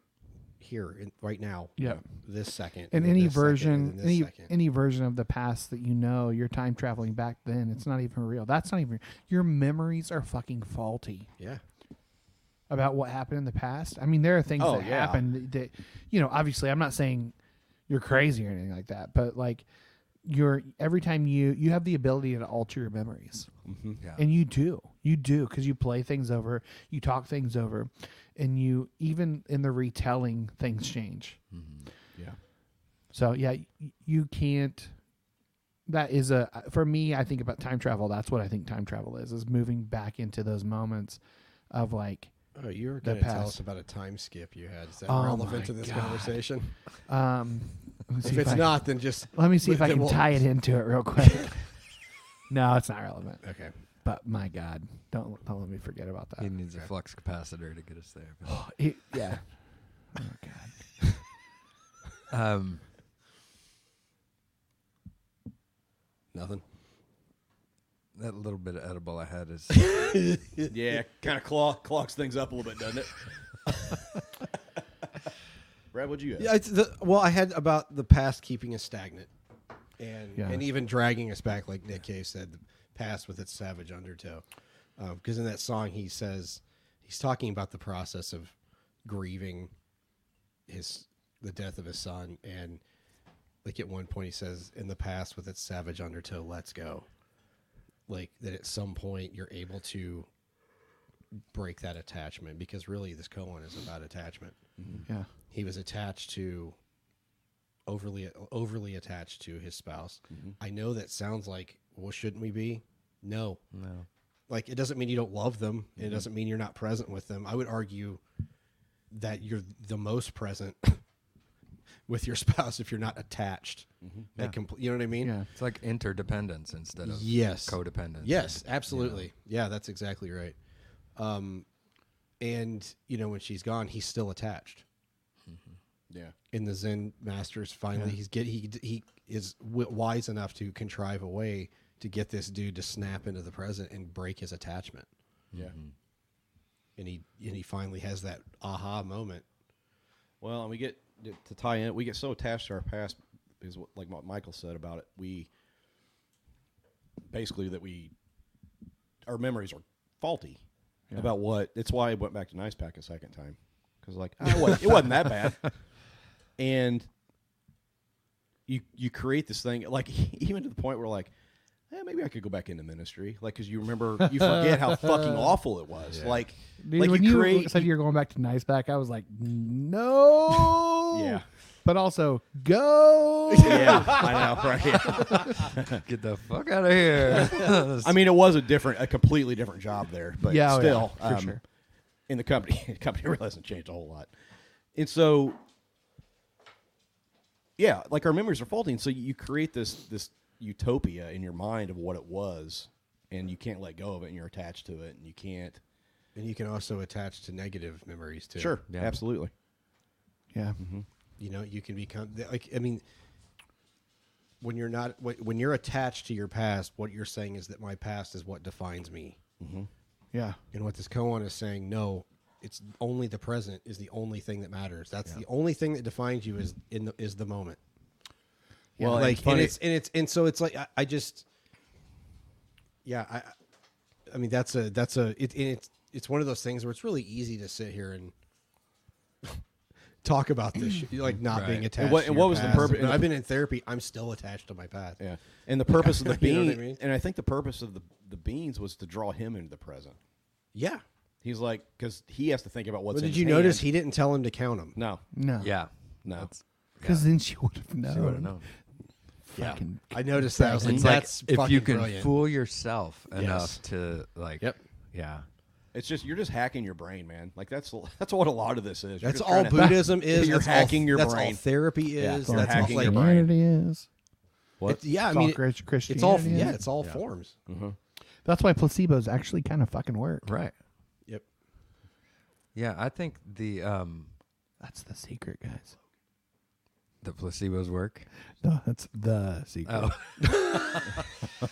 [SPEAKER 1] here, in, right now.
[SPEAKER 2] Yeah.
[SPEAKER 1] This second.
[SPEAKER 2] And
[SPEAKER 1] then
[SPEAKER 2] any
[SPEAKER 1] this second, and
[SPEAKER 2] version,
[SPEAKER 1] then this
[SPEAKER 2] any
[SPEAKER 1] second.
[SPEAKER 2] any version of the past that you know, you're time traveling back then. It's not even real. That's not even your memories are fucking faulty.
[SPEAKER 1] Yeah.
[SPEAKER 2] About what happened in the past. I mean, there are things
[SPEAKER 8] Oh,
[SPEAKER 2] that
[SPEAKER 8] yeah.
[SPEAKER 2] happened that, that you know. Obviously, I'm not saying you're crazy or anything like that, but like you're every time you you have the ability to alter your memories,
[SPEAKER 8] Mhm. Yeah.
[SPEAKER 2] and you do, you do, because you play things over, you talk things over, and you even in the retelling things change.
[SPEAKER 8] Mm-hmm. Yeah.
[SPEAKER 2] So yeah, y- you can't. That is a for me. I think about time travel. That's what I think time travel is: is moving back into those moments of like.
[SPEAKER 1] Oh, you were
[SPEAKER 2] the
[SPEAKER 1] going to tell
[SPEAKER 2] past.
[SPEAKER 1] us about a time skip you had. Is that
[SPEAKER 2] Oh my
[SPEAKER 1] relevant to this
[SPEAKER 2] God.
[SPEAKER 1] conversation?
[SPEAKER 2] Um, let me see
[SPEAKER 1] if it's
[SPEAKER 2] I-
[SPEAKER 1] not, then just
[SPEAKER 2] let me see if I
[SPEAKER 1] then
[SPEAKER 2] can
[SPEAKER 1] we'll-
[SPEAKER 2] tie it into it real quick. <laughs> no, it's not relevant.
[SPEAKER 1] Okay.
[SPEAKER 2] But my God, don't don't let me forget about that.
[SPEAKER 4] He needs a flux capacitor to get us there. <laughs> but-
[SPEAKER 2] It- yeah.
[SPEAKER 4] um,
[SPEAKER 1] Nothing.
[SPEAKER 4] That little bit of edible I had <laughs> is
[SPEAKER 8] yeah, kind of claw, clogs things up a little bit, doesn't it? Brad, what'd you have?
[SPEAKER 1] Yeah, it's the, well, I had about the past keeping us stagnant, and
[SPEAKER 8] Yeah.
[SPEAKER 1] and even dragging us back, like Nick Cave said, the past with its savage undertow. Because in that song, he says he's talking about the process of grieving his the death of his son, and like at one point he says, "In the past with its savage undertow, let's go." Like that, at some point you're able to break that attachment because really this koan is about attachment.
[SPEAKER 2] Yeah.
[SPEAKER 1] He was attached to overly overly attached to his spouse.
[SPEAKER 4] Mm-hmm.
[SPEAKER 1] I know that sounds like well shouldn't we be? No.
[SPEAKER 4] No.
[SPEAKER 1] Like it doesn't mean you don't love them. and It
[SPEAKER 4] Mhm.
[SPEAKER 1] doesn't mean you're not present with them. I would argue that you're the most present <laughs> with your spouse if you're not attached. Like, compl- you know what I mean?
[SPEAKER 4] Mm-hmm. Yeah. It's like interdependence instead of
[SPEAKER 1] yes
[SPEAKER 4] codependence.
[SPEAKER 1] yes absolutely yeah that's exactly right um and you know when she's gone he's still attached
[SPEAKER 8] Yeah.
[SPEAKER 1] in the zen masters finally
[SPEAKER 8] Yeah.
[SPEAKER 1] he's get he he is w- wise enough to contrive a way to get this dude to snap into the present and break his attachment
[SPEAKER 8] Yeah.
[SPEAKER 1] and he and he finally has that aha moment.
[SPEAKER 8] Well, and we get to tie in. We get so attached to our past because, what- like what Michael said about it, we basically that we our memories are faulty
[SPEAKER 5] Yeah.
[SPEAKER 8] about what. That's why I went back to Nice Pack a second time because, like, ah, it, wasn't, it wasn't that bad. And you you create this thing like <laughs> even to the point where like. eh, maybe I could go back into ministry, like because you remember you forget how fucking awful it was.
[SPEAKER 2] Yeah.
[SPEAKER 8] Like,
[SPEAKER 2] Dude,
[SPEAKER 8] like
[SPEAKER 2] when
[SPEAKER 8] you
[SPEAKER 2] you
[SPEAKER 8] create
[SPEAKER 2] <laughs> said you're going back to nice back, I was like, no.
[SPEAKER 8] Yeah.
[SPEAKER 2] But also, go.
[SPEAKER 8] Yeah, <laughs> I know, right?
[SPEAKER 4] Get the fuck outta <laughs> here.
[SPEAKER 8] I mean, it was a different, a completely different job there, but
[SPEAKER 2] Yeah, oh, yeah,
[SPEAKER 8] still,
[SPEAKER 2] for
[SPEAKER 8] um,
[SPEAKER 2] sure.
[SPEAKER 8] in the company, <laughs> the company really hasn't changed a whole lot. And so, yeah, like our memories are faulty, and so you create this this utopia in your mind of what it was, and you can't let go of it, and you're attached to it, and you can't.
[SPEAKER 1] And you can also attach to negative memories too.
[SPEAKER 8] Sure, absolutely.
[SPEAKER 2] Yeah.
[SPEAKER 1] You know, you can become like I mean when you're not when when you're attached to your past, what you're saying is that my past is what defines me. Mm-hmm.
[SPEAKER 2] Yeah.
[SPEAKER 1] And what this koan is saying, no, it's only the present is the only thing that matters. That's the only thing that defines you is in the is the moment.
[SPEAKER 8] Well,
[SPEAKER 1] Well,
[SPEAKER 8] and
[SPEAKER 1] like and,
[SPEAKER 8] funny-
[SPEAKER 1] it's and it's and so it's like I, I just yeah, I I mean that's a that's a it, and it's it's one of those things where it's really easy to sit here and <laughs> talk about this shit, like not
[SPEAKER 8] Right.
[SPEAKER 1] being
[SPEAKER 8] And
[SPEAKER 1] attached.
[SPEAKER 8] what-
[SPEAKER 1] to
[SPEAKER 8] and
[SPEAKER 1] your
[SPEAKER 8] what was the
[SPEAKER 1] past.
[SPEAKER 8] purpose-
[SPEAKER 1] And I've been in therapy. I'm still attached to my past.
[SPEAKER 8] Yeah, and the purpose of the
[SPEAKER 1] <laughs> You know
[SPEAKER 8] bean,
[SPEAKER 1] what I mean?
[SPEAKER 8] and I think the purpose of the the beans was to draw him into the present.
[SPEAKER 1] Yeah,
[SPEAKER 8] he's like because he has to think about what's.
[SPEAKER 1] But
[SPEAKER 8] in
[SPEAKER 1] did
[SPEAKER 8] his
[SPEAKER 1] you notice
[SPEAKER 8] hand.
[SPEAKER 1] he didn't tell him to count them?
[SPEAKER 8] No.
[SPEAKER 2] No.
[SPEAKER 8] Yeah. No.
[SPEAKER 2] Because then she would have known.
[SPEAKER 4] would've known.
[SPEAKER 1] Yeah.
[SPEAKER 2] Fucking
[SPEAKER 1] I noticed that. I was like,
[SPEAKER 4] It's like,
[SPEAKER 1] that's
[SPEAKER 4] if you
[SPEAKER 1] fucking
[SPEAKER 4] can
[SPEAKER 1] brilliant.
[SPEAKER 4] fool yourself enough
[SPEAKER 1] Yes.
[SPEAKER 4] to like, yeah,
[SPEAKER 8] It's just you're just hacking your brain, man. Like that's that's what a lot of this is. You're
[SPEAKER 1] That's
[SPEAKER 8] just
[SPEAKER 1] all
[SPEAKER 8] trying to-
[SPEAKER 1] Buddhism is.
[SPEAKER 8] You're
[SPEAKER 1] that's all-
[SPEAKER 8] hacking your
[SPEAKER 1] that's all
[SPEAKER 8] brain.
[SPEAKER 1] therapy
[SPEAKER 8] Yeah,
[SPEAKER 1] is.
[SPEAKER 8] you're
[SPEAKER 1] that's
[SPEAKER 8] hacking
[SPEAKER 1] all like
[SPEAKER 8] your brain.
[SPEAKER 2] Christianity is.
[SPEAKER 8] What?
[SPEAKER 1] It's- yeah, I
[SPEAKER 2] It's
[SPEAKER 1] mean,
[SPEAKER 2] all
[SPEAKER 1] it-
[SPEAKER 2] Chris-
[SPEAKER 1] it's all
[SPEAKER 2] Christianity
[SPEAKER 1] yeah,
[SPEAKER 2] is.
[SPEAKER 1] it's all
[SPEAKER 2] Yeah.
[SPEAKER 1] forms.
[SPEAKER 2] That's why placebos actually kind of fucking work.
[SPEAKER 4] Right.
[SPEAKER 1] Yep.
[SPEAKER 4] yeah. I think the um
[SPEAKER 2] That's the secret, guys.
[SPEAKER 4] the placebos work.
[SPEAKER 2] No, that's the secret.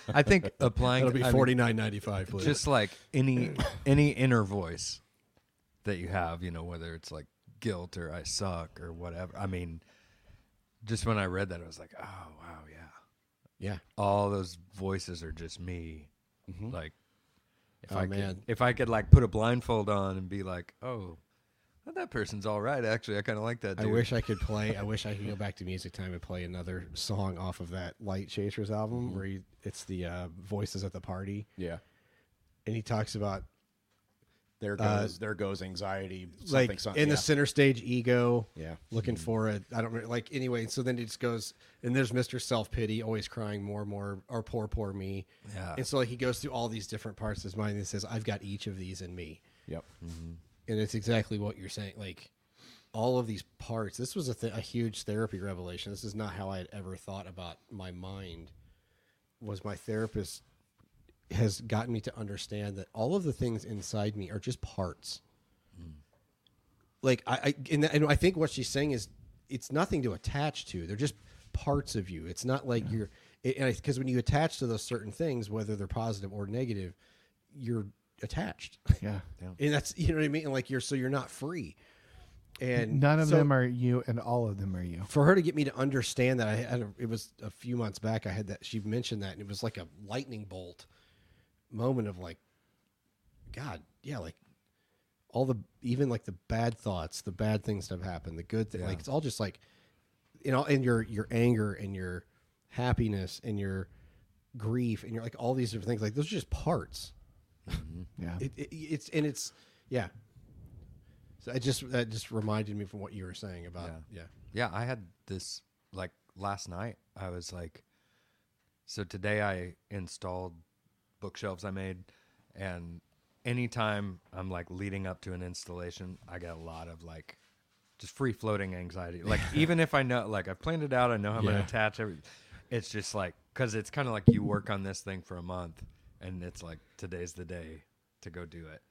[SPEAKER 4] I <laughs> think applying
[SPEAKER 1] That'll be
[SPEAKER 4] I mean,
[SPEAKER 1] $49.95, please.
[SPEAKER 4] Just like any any inner voice that you have, you know, whether it's like guilt or I suck or whatever. I mean, just when I read that, I was like, oh wow, yeah,
[SPEAKER 1] Yeah.
[SPEAKER 4] All those voices are just me. Like, if
[SPEAKER 1] Oh,
[SPEAKER 4] I
[SPEAKER 1] man.
[SPEAKER 4] could, if I could like put a blindfold on and be like, oh, well, that person's all right. Actually, I kind of like that.
[SPEAKER 1] I
[SPEAKER 4] dude."
[SPEAKER 1] wish I could
[SPEAKER 4] <laughs>
[SPEAKER 1] play. I wish I could go back to music time and play another song off of that Light Chasers album
[SPEAKER 4] Mm-hmm.
[SPEAKER 1] where he, it's the uh, voices at the party.
[SPEAKER 8] Yeah.
[SPEAKER 1] and he talks about
[SPEAKER 8] There
[SPEAKER 1] uh,
[SPEAKER 8] goes there goes anxiety. Something,
[SPEAKER 1] like
[SPEAKER 8] something,
[SPEAKER 1] in the
[SPEAKER 8] yeah.
[SPEAKER 1] center stage ego.
[SPEAKER 8] Yeah.
[SPEAKER 4] Mm-hmm.
[SPEAKER 1] looking for it. I don't re- like anyway. So then it just goes and there's Mister Self Pity always crying more and more or poor poor me.
[SPEAKER 4] Yeah.
[SPEAKER 1] and so like he goes through all these different parts of his mind and says I've got each of these in me.
[SPEAKER 8] Yep.
[SPEAKER 1] and it's exactly what you're saying. Like all of these parts. This was a, th- a huge therapy revelation. This is not how I had ever thought about my mind. Was my therapist has gotten me to understand that all of the things inside me are just parts. Like I, I and, and I think what she's saying is it's nothing to attach to. They're just parts of you. It's not like you're because when you attach to those certain things, whether they're positive or negative, you're attached.
[SPEAKER 2] Yeah.
[SPEAKER 1] and that's <laughs> you know what I mean. Like you're so you're not free. And
[SPEAKER 2] None of
[SPEAKER 1] so
[SPEAKER 2] them are you, and all of them are you.
[SPEAKER 1] for her to get me to understand that I had a, it was a few months back I had that she mentioned that and it was like a lightning bolt moment of like god yeah like all the even like the bad thoughts the bad things that have happened the good thing like it's all just like you know and your your anger and your happiness and your grief and your like all these different things like those are just parts
[SPEAKER 2] Yeah.
[SPEAKER 1] it, it, it's and it's yeah so I just that just reminded me from what you were saying about yeah.
[SPEAKER 4] Yeah, I had this like last night. I was like, so today I installed bookshelves I made, and anytime I'm like leading up to an installation, I get a lot of like just free floating anxiety. Like even if I know, like I've planned it out, I know how I'm gonna
[SPEAKER 6] Yeah.
[SPEAKER 4] attach every. It's just like because it's kind of like you work on this thing for a month, and it's like today's the day to go do it,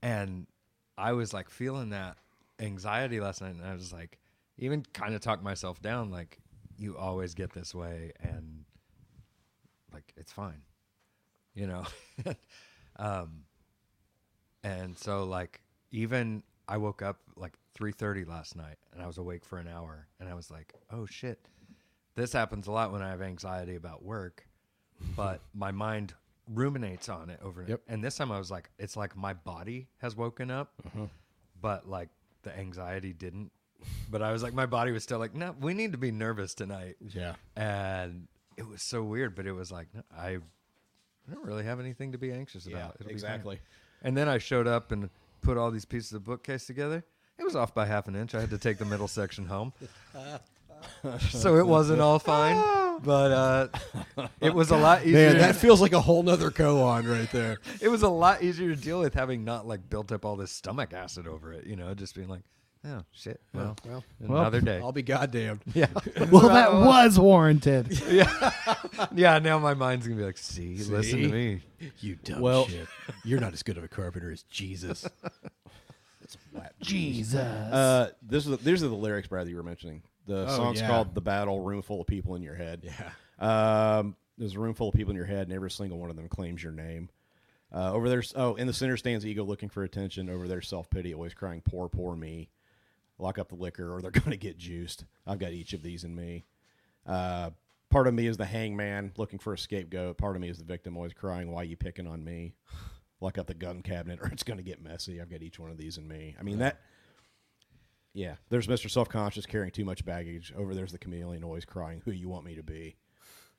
[SPEAKER 4] and I was like feeling that anxiety last night, and I was like, even kind of talked myself down, like you always get this way, and like it's fine, <laughs> you know. um, and so like even I woke up like 3:30 last night and I was awake for an hour and I was like, "Oh shit. This happens a lot when I have anxiety about work, but my mind ruminates on it overnight." And this time I was like, it's like my body has woken up, but like the anxiety didn't. But I was like my body was still like, "No, we need to be nervous tonight."
[SPEAKER 8] Yeah.
[SPEAKER 4] And it was so weird, but it was like no, I I don't really have anything to be anxious
[SPEAKER 8] Yeah,
[SPEAKER 4] about. be fine.
[SPEAKER 8] exactly.
[SPEAKER 4] And then I showed up and put all these pieces of bookcase together. It was off by half an inch. I had to take the
[SPEAKER 1] <laughs>
[SPEAKER 4] middle section home. so it wasn't all fine,
[SPEAKER 1] <laughs>
[SPEAKER 4] but uh, it was a lot easier.
[SPEAKER 1] Man, that feels like a whole nother koan right there.
[SPEAKER 4] <laughs> It was a lot easier to deal with having not like built up all this stomach acid over it, you know, just being like, oh, shit. Well,
[SPEAKER 1] Well,
[SPEAKER 4] another day.
[SPEAKER 1] I'll be goddamned.
[SPEAKER 4] <laughs> Yeah.
[SPEAKER 2] Well,
[SPEAKER 1] <laughs>
[SPEAKER 2] that was warranted.
[SPEAKER 4] yeah. yeah, now my mind's going to be like, see, listen to
[SPEAKER 1] See?
[SPEAKER 4] me.
[SPEAKER 1] <laughs> You dumb
[SPEAKER 4] Well-
[SPEAKER 1] shit. You're not as good of a carpenter as Jesus. <laughs>
[SPEAKER 2] Jesus.
[SPEAKER 8] Uh, this is these are the lyrics, Brad, that you were mentioning. The
[SPEAKER 1] Oh,
[SPEAKER 8] song's
[SPEAKER 1] yeah.
[SPEAKER 8] called "The Battle," room full of people in your head. Yeah. Um, there's a room full of people in your head, and every single one of them claims your name. Uh, over there's oh, in the center stands ego looking for attention. Over there, self pity, always crying, "Poor, poor me." Lock up the liquor, or they're <laughs> gonna get juiced. I've got each of these in me. Uh, part of me is the hangman looking for a scapegoat. Part of me is the victim, always crying, "Why you picking on me?" <sighs> Lock up the gun cabinet, or <laughs> it's gonna get messy. I've got each one of these in me. I mean
[SPEAKER 1] Yeah.
[SPEAKER 8] that. Yeah, there's Mr. Self Conscious carrying too much baggage. Over there's the chameleon always crying, "Who you want me to be?"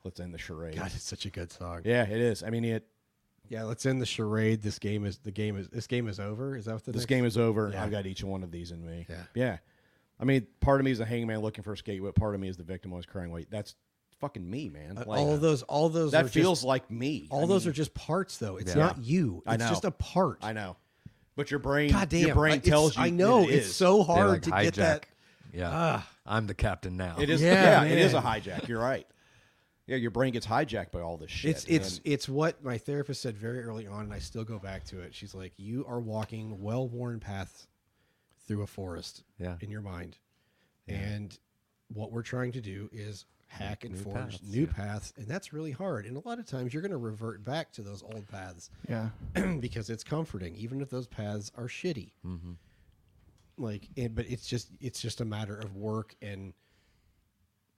[SPEAKER 8] Let's end the charade.
[SPEAKER 1] God, it's such a good song.
[SPEAKER 8] Yeah, it is. I mean, it.
[SPEAKER 1] Yeah, let's end the charade. This game is the game is this game is over. Is that what the
[SPEAKER 8] this
[SPEAKER 1] next-
[SPEAKER 8] game is over.
[SPEAKER 1] Yeah.
[SPEAKER 8] I've got each one of these in me.
[SPEAKER 1] Yeah.
[SPEAKER 8] yeah. I mean, part of me is the hangman looking for a scapegoat. Part of me is the victim always crying. Wait, that's fucking me, man.
[SPEAKER 1] Uh,
[SPEAKER 8] Like,
[SPEAKER 1] all those, all those.
[SPEAKER 8] That
[SPEAKER 1] are just-
[SPEAKER 8] feels like me.
[SPEAKER 1] All
[SPEAKER 8] I
[SPEAKER 1] those
[SPEAKER 8] mean-
[SPEAKER 1] are just parts, though. It's
[SPEAKER 8] Yeah.
[SPEAKER 1] not you.
[SPEAKER 8] I
[SPEAKER 1] It's
[SPEAKER 8] know.
[SPEAKER 1] just a part.
[SPEAKER 8] I know. But your brain,
[SPEAKER 1] God damn,
[SPEAKER 8] your brain
[SPEAKER 1] I- it's-
[SPEAKER 8] tells you.
[SPEAKER 1] I know,
[SPEAKER 8] it
[SPEAKER 1] it's
[SPEAKER 8] is.
[SPEAKER 1] so
[SPEAKER 4] They,
[SPEAKER 1] hard
[SPEAKER 4] like,
[SPEAKER 1] to get
[SPEAKER 4] hijack.
[SPEAKER 1] that-
[SPEAKER 4] Yeah.
[SPEAKER 1] Ah.
[SPEAKER 4] I'm the captain now.
[SPEAKER 8] It is.
[SPEAKER 1] Yeah,
[SPEAKER 8] Yeah, it is a
[SPEAKER 1] man.
[SPEAKER 8] hijack. You're right. Yeah, your brain gets hijacked by all this shit.
[SPEAKER 1] It's it's
[SPEAKER 8] and-
[SPEAKER 1] it's what my therapist said very early on, and I still go back to it. She's like, "You are walking well-worn paths through a forest,
[SPEAKER 4] Yeah.
[SPEAKER 1] in your mind,
[SPEAKER 4] Yeah.
[SPEAKER 1] and what we're trying to do is hack and
[SPEAKER 4] New
[SPEAKER 1] forge
[SPEAKER 4] paths,
[SPEAKER 1] new
[SPEAKER 4] yeah.
[SPEAKER 1] paths, and that's really hard. And a lot of times, you're going to revert back to those old paths, <clears throat>
[SPEAKER 2] Yeah.
[SPEAKER 1] because it's comforting, even if those paths are shitty.
[SPEAKER 4] Mhm.
[SPEAKER 1] Like, it, but it's just it's just a matter of work and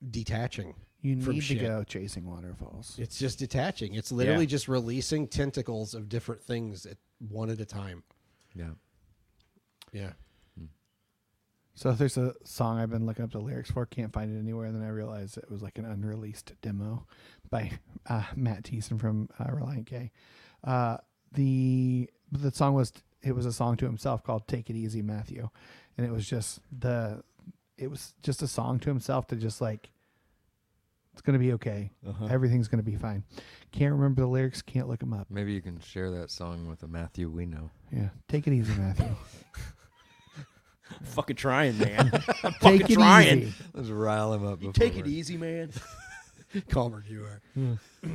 [SPEAKER 1] detaching.
[SPEAKER 2] You
[SPEAKER 1] from
[SPEAKER 2] need to
[SPEAKER 1] shit.
[SPEAKER 2] go chasing waterfalls.
[SPEAKER 1] It's just detaching. It's literally
[SPEAKER 2] Yeah.
[SPEAKER 1] just releasing tentacles of different things at one at a time.
[SPEAKER 4] Yeah.
[SPEAKER 1] Yeah.
[SPEAKER 2] So there's a song I've been looking up the lyrics for, can't find it anywhere. And then I realized it was like an unreleased demo by uh, Matt Thiessen from uh, Reliant K. Uh, the the song was it was a song to himself called "Take It Easy, Matthew," and it was just the it was just a song to himself to just like it's gonna be okay,
[SPEAKER 4] Uh-huh.
[SPEAKER 2] everything's gonna be fine. Can't remember the lyrics, can't look them up.
[SPEAKER 4] Maybe you can share that song with a Matthew we know.
[SPEAKER 2] Yeah, take it easy, Matthew.
[SPEAKER 8] I'm fucking trying,
[SPEAKER 1] <laughs>
[SPEAKER 8] man. I'm fucking
[SPEAKER 2] Take it
[SPEAKER 8] trying.
[SPEAKER 2] easy.
[SPEAKER 4] Let's rile him up.
[SPEAKER 8] You
[SPEAKER 4] before
[SPEAKER 8] take it
[SPEAKER 4] we're-
[SPEAKER 8] easy,
[SPEAKER 1] <laughs>
[SPEAKER 8] man.
[SPEAKER 1] <laughs> Calmer you are.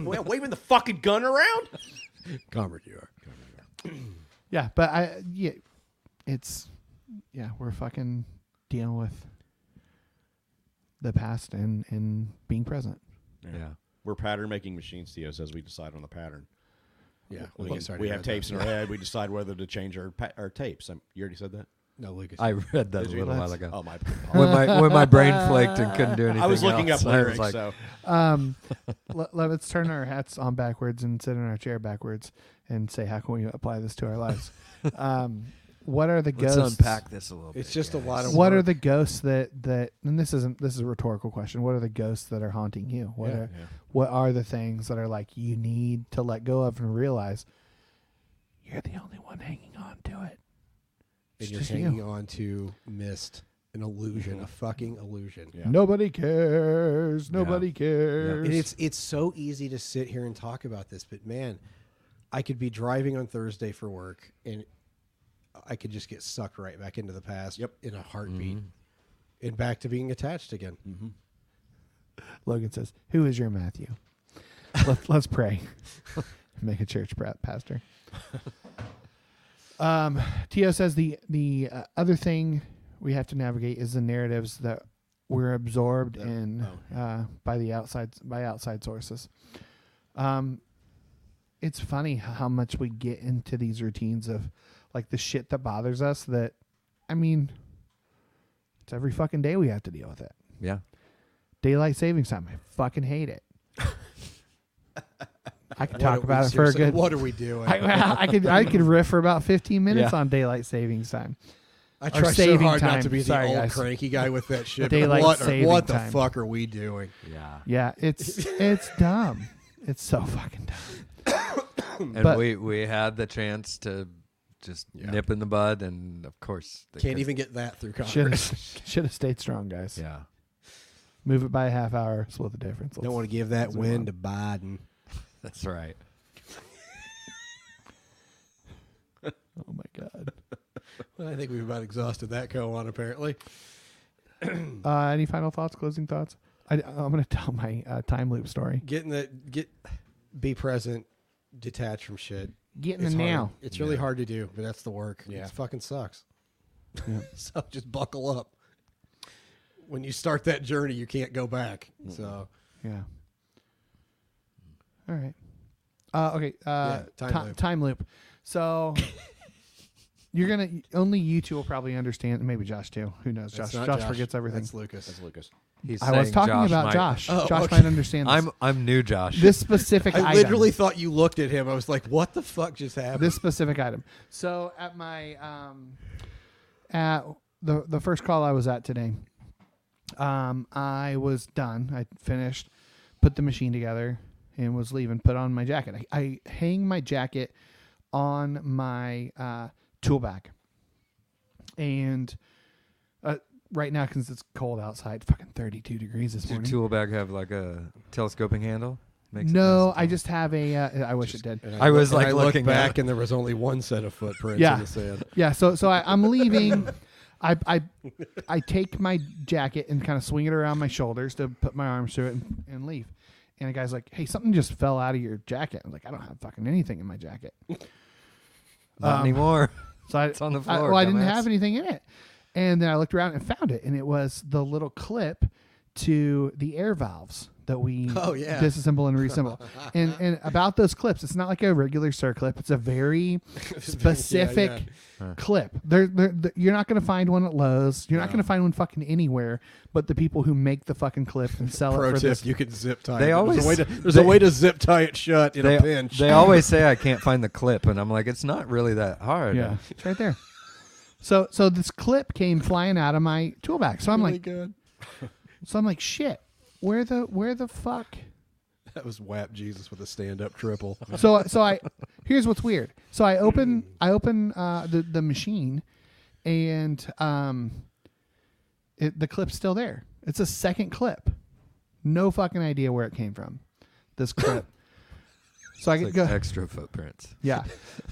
[SPEAKER 8] Wa- waving the fucking gun around.
[SPEAKER 1] Calmer you are.
[SPEAKER 2] Yeah, but I yeah, it's yeah, we're fucking dealing with the past and and being present.
[SPEAKER 4] Yeah.
[SPEAKER 8] We're pattern making machines, Theo says. We decide on the pattern.
[SPEAKER 1] Yeah,
[SPEAKER 8] We,
[SPEAKER 1] Lucas already
[SPEAKER 8] we have
[SPEAKER 1] read that.
[SPEAKER 8] tapes in our head. We decide whether to change our pa- our tapes. Um you already said that.
[SPEAKER 1] No, Lucas.
[SPEAKER 4] I read that
[SPEAKER 8] Did
[SPEAKER 4] a
[SPEAKER 8] you?
[SPEAKER 4] little while ago.
[SPEAKER 8] Oh
[SPEAKER 4] <laughs>
[SPEAKER 8] my.
[SPEAKER 4] when my when my brain flaked and couldn't do anything.
[SPEAKER 8] I was looking
[SPEAKER 4] else,
[SPEAKER 8] up
[SPEAKER 4] <laughs> I
[SPEAKER 8] lyrics.
[SPEAKER 4] was like,
[SPEAKER 8] so
[SPEAKER 2] Um,
[SPEAKER 4] <laughs>
[SPEAKER 2] let, let's turn our hats on backwards and sit in our chair backwards and say, how can we apply this to our
[SPEAKER 4] <laughs>
[SPEAKER 2] lives? um, what are the
[SPEAKER 4] let's
[SPEAKER 2] ghosts?
[SPEAKER 4] unpack this a little.
[SPEAKER 1] It's
[SPEAKER 4] bit,
[SPEAKER 1] just a
[SPEAKER 4] guys.
[SPEAKER 1] lot of
[SPEAKER 2] What are
[SPEAKER 1] work.
[SPEAKER 2] the ghosts that that? And this isn't this is a rhetorical question. What are the ghosts that are haunting you? What
[SPEAKER 1] Yeah,
[SPEAKER 2] are
[SPEAKER 1] yeah.
[SPEAKER 2] what are the things that are like you need to let go of and realize you're the only one hanging on to it.
[SPEAKER 1] And
[SPEAKER 2] It's
[SPEAKER 1] you're
[SPEAKER 2] just
[SPEAKER 1] hanging
[SPEAKER 2] you. Mm-hmm.
[SPEAKER 1] on to mist, an illusion, a fucking illusion.
[SPEAKER 8] Yeah.
[SPEAKER 2] Nobody cares.
[SPEAKER 4] Yeah.
[SPEAKER 2] Nobody
[SPEAKER 4] Yeah.
[SPEAKER 2] cares.
[SPEAKER 1] And it's it's so easy to sit here and talk about this, but man, I could be driving on Thursday for work and I could just get sucked right back into the past
[SPEAKER 8] Yep.
[SPEAKER 1] in a heartbeat
[SPEAKER 2] Mm-hmm.
[SPEAKER 1] and back to being attached again.
[SPEAKER 2] Logan says, "Who is your Matthew?" Let, let's <laughs> pray. Make a church brat pastor. <laughs> Um, Tio says the the uh, other thing we have to navigate is the narratives that we're absorbed in uh, by the outside by outside sources. Um, it's funny how much we get into these routines of like the shit that bothers us that I mean it's every fucking day we have to deal with it.
[SPEAKER 4] Yeah.
[SPEAKER 2] Daylight savings time. I fucking hate it. I
[SPEAKER 1] <laughs>
[SPEAKER 2] could
[SPEAKER 1] What
[SPEAKER 2] talk
[SPEAKER 1] are we-
[SPEAKER 2] about it for a
[SPEAKER 1] seriously,
[SPEAKER 2] good
[SPEAKER 1] what are we doing?
[SPEAKER 2] I, I could I could riff for about 15 minutes
[SPEAKER 1] Yeah.
[SPEAKER 2] on daylight savings time.
[SPEAKER 1] I
[SPEAKER 2] Or
[SPEAKER 1] try so
[SPEAKER 2] saving
[SPEAKER 1] hard
[SPEAKER 2] time.
[SPEAKER 1] not to be the
[SPEAKER 2] Sorry,
[SPEAKER 1] old
[SPEAKER 2] guys.
[SPEAKER 1] cranky guy with
[SPEAKER 2] <laughs>
[SPEAKER 1] that shit. but
[SPEAKER 2] daylight
[SPEAKER 1] what, are-
[SPEAKER 2] saving
[SPEAKER 1] what the
[SPEAKER 2] time.
[SPEAKER 1] fuck are we doing?
[SPEAKER 4] Yeah.
[SPEAKER 2] Yeah,
[SPEAKER 1] <laughs>
[SPEAKER 2] it's it's dumb. It's so fucking dumb.
[SPEAKER 4] And
[SPEAKER 2] but
[SPEAKER 4] we we had the chance to just nip in the bud, and of course they
[SPEAKER 1] Can't
[SPEAKER 4] couldn't.
[SPEAKER 1] even get that through
[SPEAKER 2] should
[SPEAKER 1] Congress.
[SPEAKER 2] have stayed strong, guys.
[SPEAKER 4] Yeah.
[SPEAKER 2] Move it by a half hour, split the difference.
[SPEAKER 1] Don't want to give that win to Biden.
[SPEAKER 4] That's right.
[SPEAKER 2] Oh my god.
[SPEAKER 1] Well, I think we've about exhausted that go on apparently.
[SPEAKER 2] Uh, any final thoughts? Closing thoughts? I, I'm going to tell my uh, time loop story.
[SPEAKER 1] Getting the get be present, detach from shit.
[SPEAKER 2] Get in the
[SPEAKER 1] It's hard.
[SPEAKER 2] now.
[SPEAKER 1] It's really hard to do, but that's the work.
[SPEAKER 2] Yeah.
[SPEAKER 1] It fucking sucks.
[SPEAKER 2] Yeah.
[SPEAKER 1] <laughs> so just buckle up. When you start that journey, you can't go back. So
[SPEAKER 2] Yeah. All right. Uh, okay. Uh,
[SPEAKER 1] Yeah, time
[SPEAKER 2] ti-
[SPEAKER 1] loop.
[SPEAKER 2] time loop. So
[SPEAKER 1] <laughs>
[SPEAKER 2] you're gonna only you two will probably understand. Maybe Josh too. Who knows?
[SPEAKER 1] That's
[SPEAKER 2] Josh.
[SPEAKER 1] not
[SPEAKER 2] Josh,
[SPEAKER 1] Josh.
[SPEAKER 2] forgets everything.
[SPEAKER 1] That's Lucas. That's
[SPEAKER 8] Lucas.
[SPEAKER 4] He's
[SPEAKER 2] I was
[SPEAKER 4] saying
[SPEAKER 2] talking about
[SPEAKER 4] might-
[SPEAKER 2] Josh.
[SPEAKER 1] Oh,
[SPEAKER 2] Josh
[SPEAKER 1] okay.
[SPEAKER 2] might understand. This.
[SPEAKER 4] I'm I'm new Josh.
[SPEAKER 2] This specific
[SPEAKER 1] I
[SPEAKER 2] item.
[SPEAKER 1] literally thought you looked at him. I was like, "What the fuck just happened?"
[SPEAKER 2] this specific item. So at my um, at the the first call I was at today, um, I was done. I finished, put the machine together, and was leaving. Put on my jacket. I, I hang my jacket on my uh, tool bag, and uh, right now because it's cold outside, fucking thirty two degrees this
[SPEAKER 4] Does your
[SPEAKER 2] morning.
[SPEAKER 4] tool bag have like a telescoping handle? Makes it
[SPEAKER 2] no, I just have a. Uh, I wish it did.
[SPEAKER 1] And
[SPEAKER 4] I was,
[SPEAKER 1] look- and
[SPEAKER 4] like,
[SPEAKER 1] I looked
[SPEAKER 4] looking
[SPEAKER 1] back,
[SPEAKER 4] at-
[SPEAKER 1] and there was only one set of footprints
[SPEAKER 2] yeah.
[SPEAKER 1] in the sand.
[SPEAKER 2] Yeah, so so I, I'm leaving. I, I I take my jacket and kind of swing it around my shoulders to put my arms through it and, and leave. And the guy's like, "Hey, something just fell out of your jacket." I'm like, "I don't have fucking anything in my jacket." Um, <laughs>
[SPEAKER 4] Not anymore.
[SPEAKER 2] So I,
[SPEAKER 4] it's on the
[SPEAKER 2] I-
[SPEAKER 4] floor.
[SPEAKER 2] well, I didn't
[SPEAKER 4] dumbass.
[SPEAKER 2] have anything in it. And then I looked around and found it, and it was the little clip to the air valves that we
[SPEAKER 1] <laughs> Oh, yeah.
[SPEAKER 2] disassemble and
[SPEAKER 1] <laughs>
[SPEAKER 2] reassemble. and and about those clips, it's not like a regular circlip. It's a
[SPEAKER 1] <laughs>
[SPEAKER 2] very specific
[SPEAKER 4] Huh.
[SPEAKER 2] clip. They're, they're, th- you're not going to find one at Lowe's. You're not
[SPEAKER 1] No.
[SPEAKER 2] going to find one fucking anywhere. But the people who make the fucking clip and sell it
[SPEAKER 1] Pro
[SPEAKER 2] for
[SPEAKER 1] tip:
[SPEAKER 2] this,
[SPEAKER 1] You can zip tie.
[SPEAKER 4] They
[SPEAKER 1] it.
[SPEAKER 4] always
[SPEAKER 1] there's a way to, there's a
[SPEAKER 4] they-
[SPEAKER 1] way to zip tie it shut in
[SPEAKER 4] they,
[SPEAKER 1] a pinch.
[SPEAKER 4] they always say I can't find the clip, and I'm like, it's not really that hard.
[SPEAKER 2] Yeah, it's right there. So so this clip came flying out of my tool bag. So I'm
[SPEAKER 1] Really
[SPEAKER 2] like,
[SPEAKER 1] good.
[SPEAKER 2] so I'm like, shit. Where the where the fuck?
[SPEAKER 1] That was whap Jesus with a stand up <laughs> triple.
[SPEAKER 2] So so I here's what's weird. So I open I open uh, the the machine, and um, it, the clip's still there. It's a second clip. No fucking idea where it came from. This clip. so I
[SPEAKER 4] It's
[SPEAKER 2] could
[SPEAKER 4] like
[SPEAKER 2] go.
[SPEAKER 4] extra footprints.
[SPEAKER 2] yeah.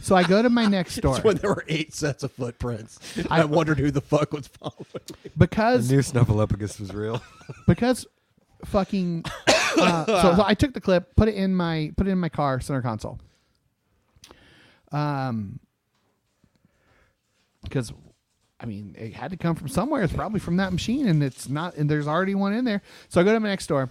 [SPEAKER 2] So I go to my next door.
[SPEAKER 1] It's when there were eight sets of footprints.
[SPEAKER 2] I-
[SPEAKER 1] I, wondered who the fuck was following. me.
[SPEAKER 4] I
[SPEAKER 2] because
[SPEAKER 4] knew Snuffleupagus was real. <laughs>
[SPEAKER 2] because fucking <coughs> uh, so, so I took the clip, put it in my put it in my car center console. Um, because I mean it had to come from somewhere. It's probably from that machine, and it's not. And there's already one in there. So I go to my next door.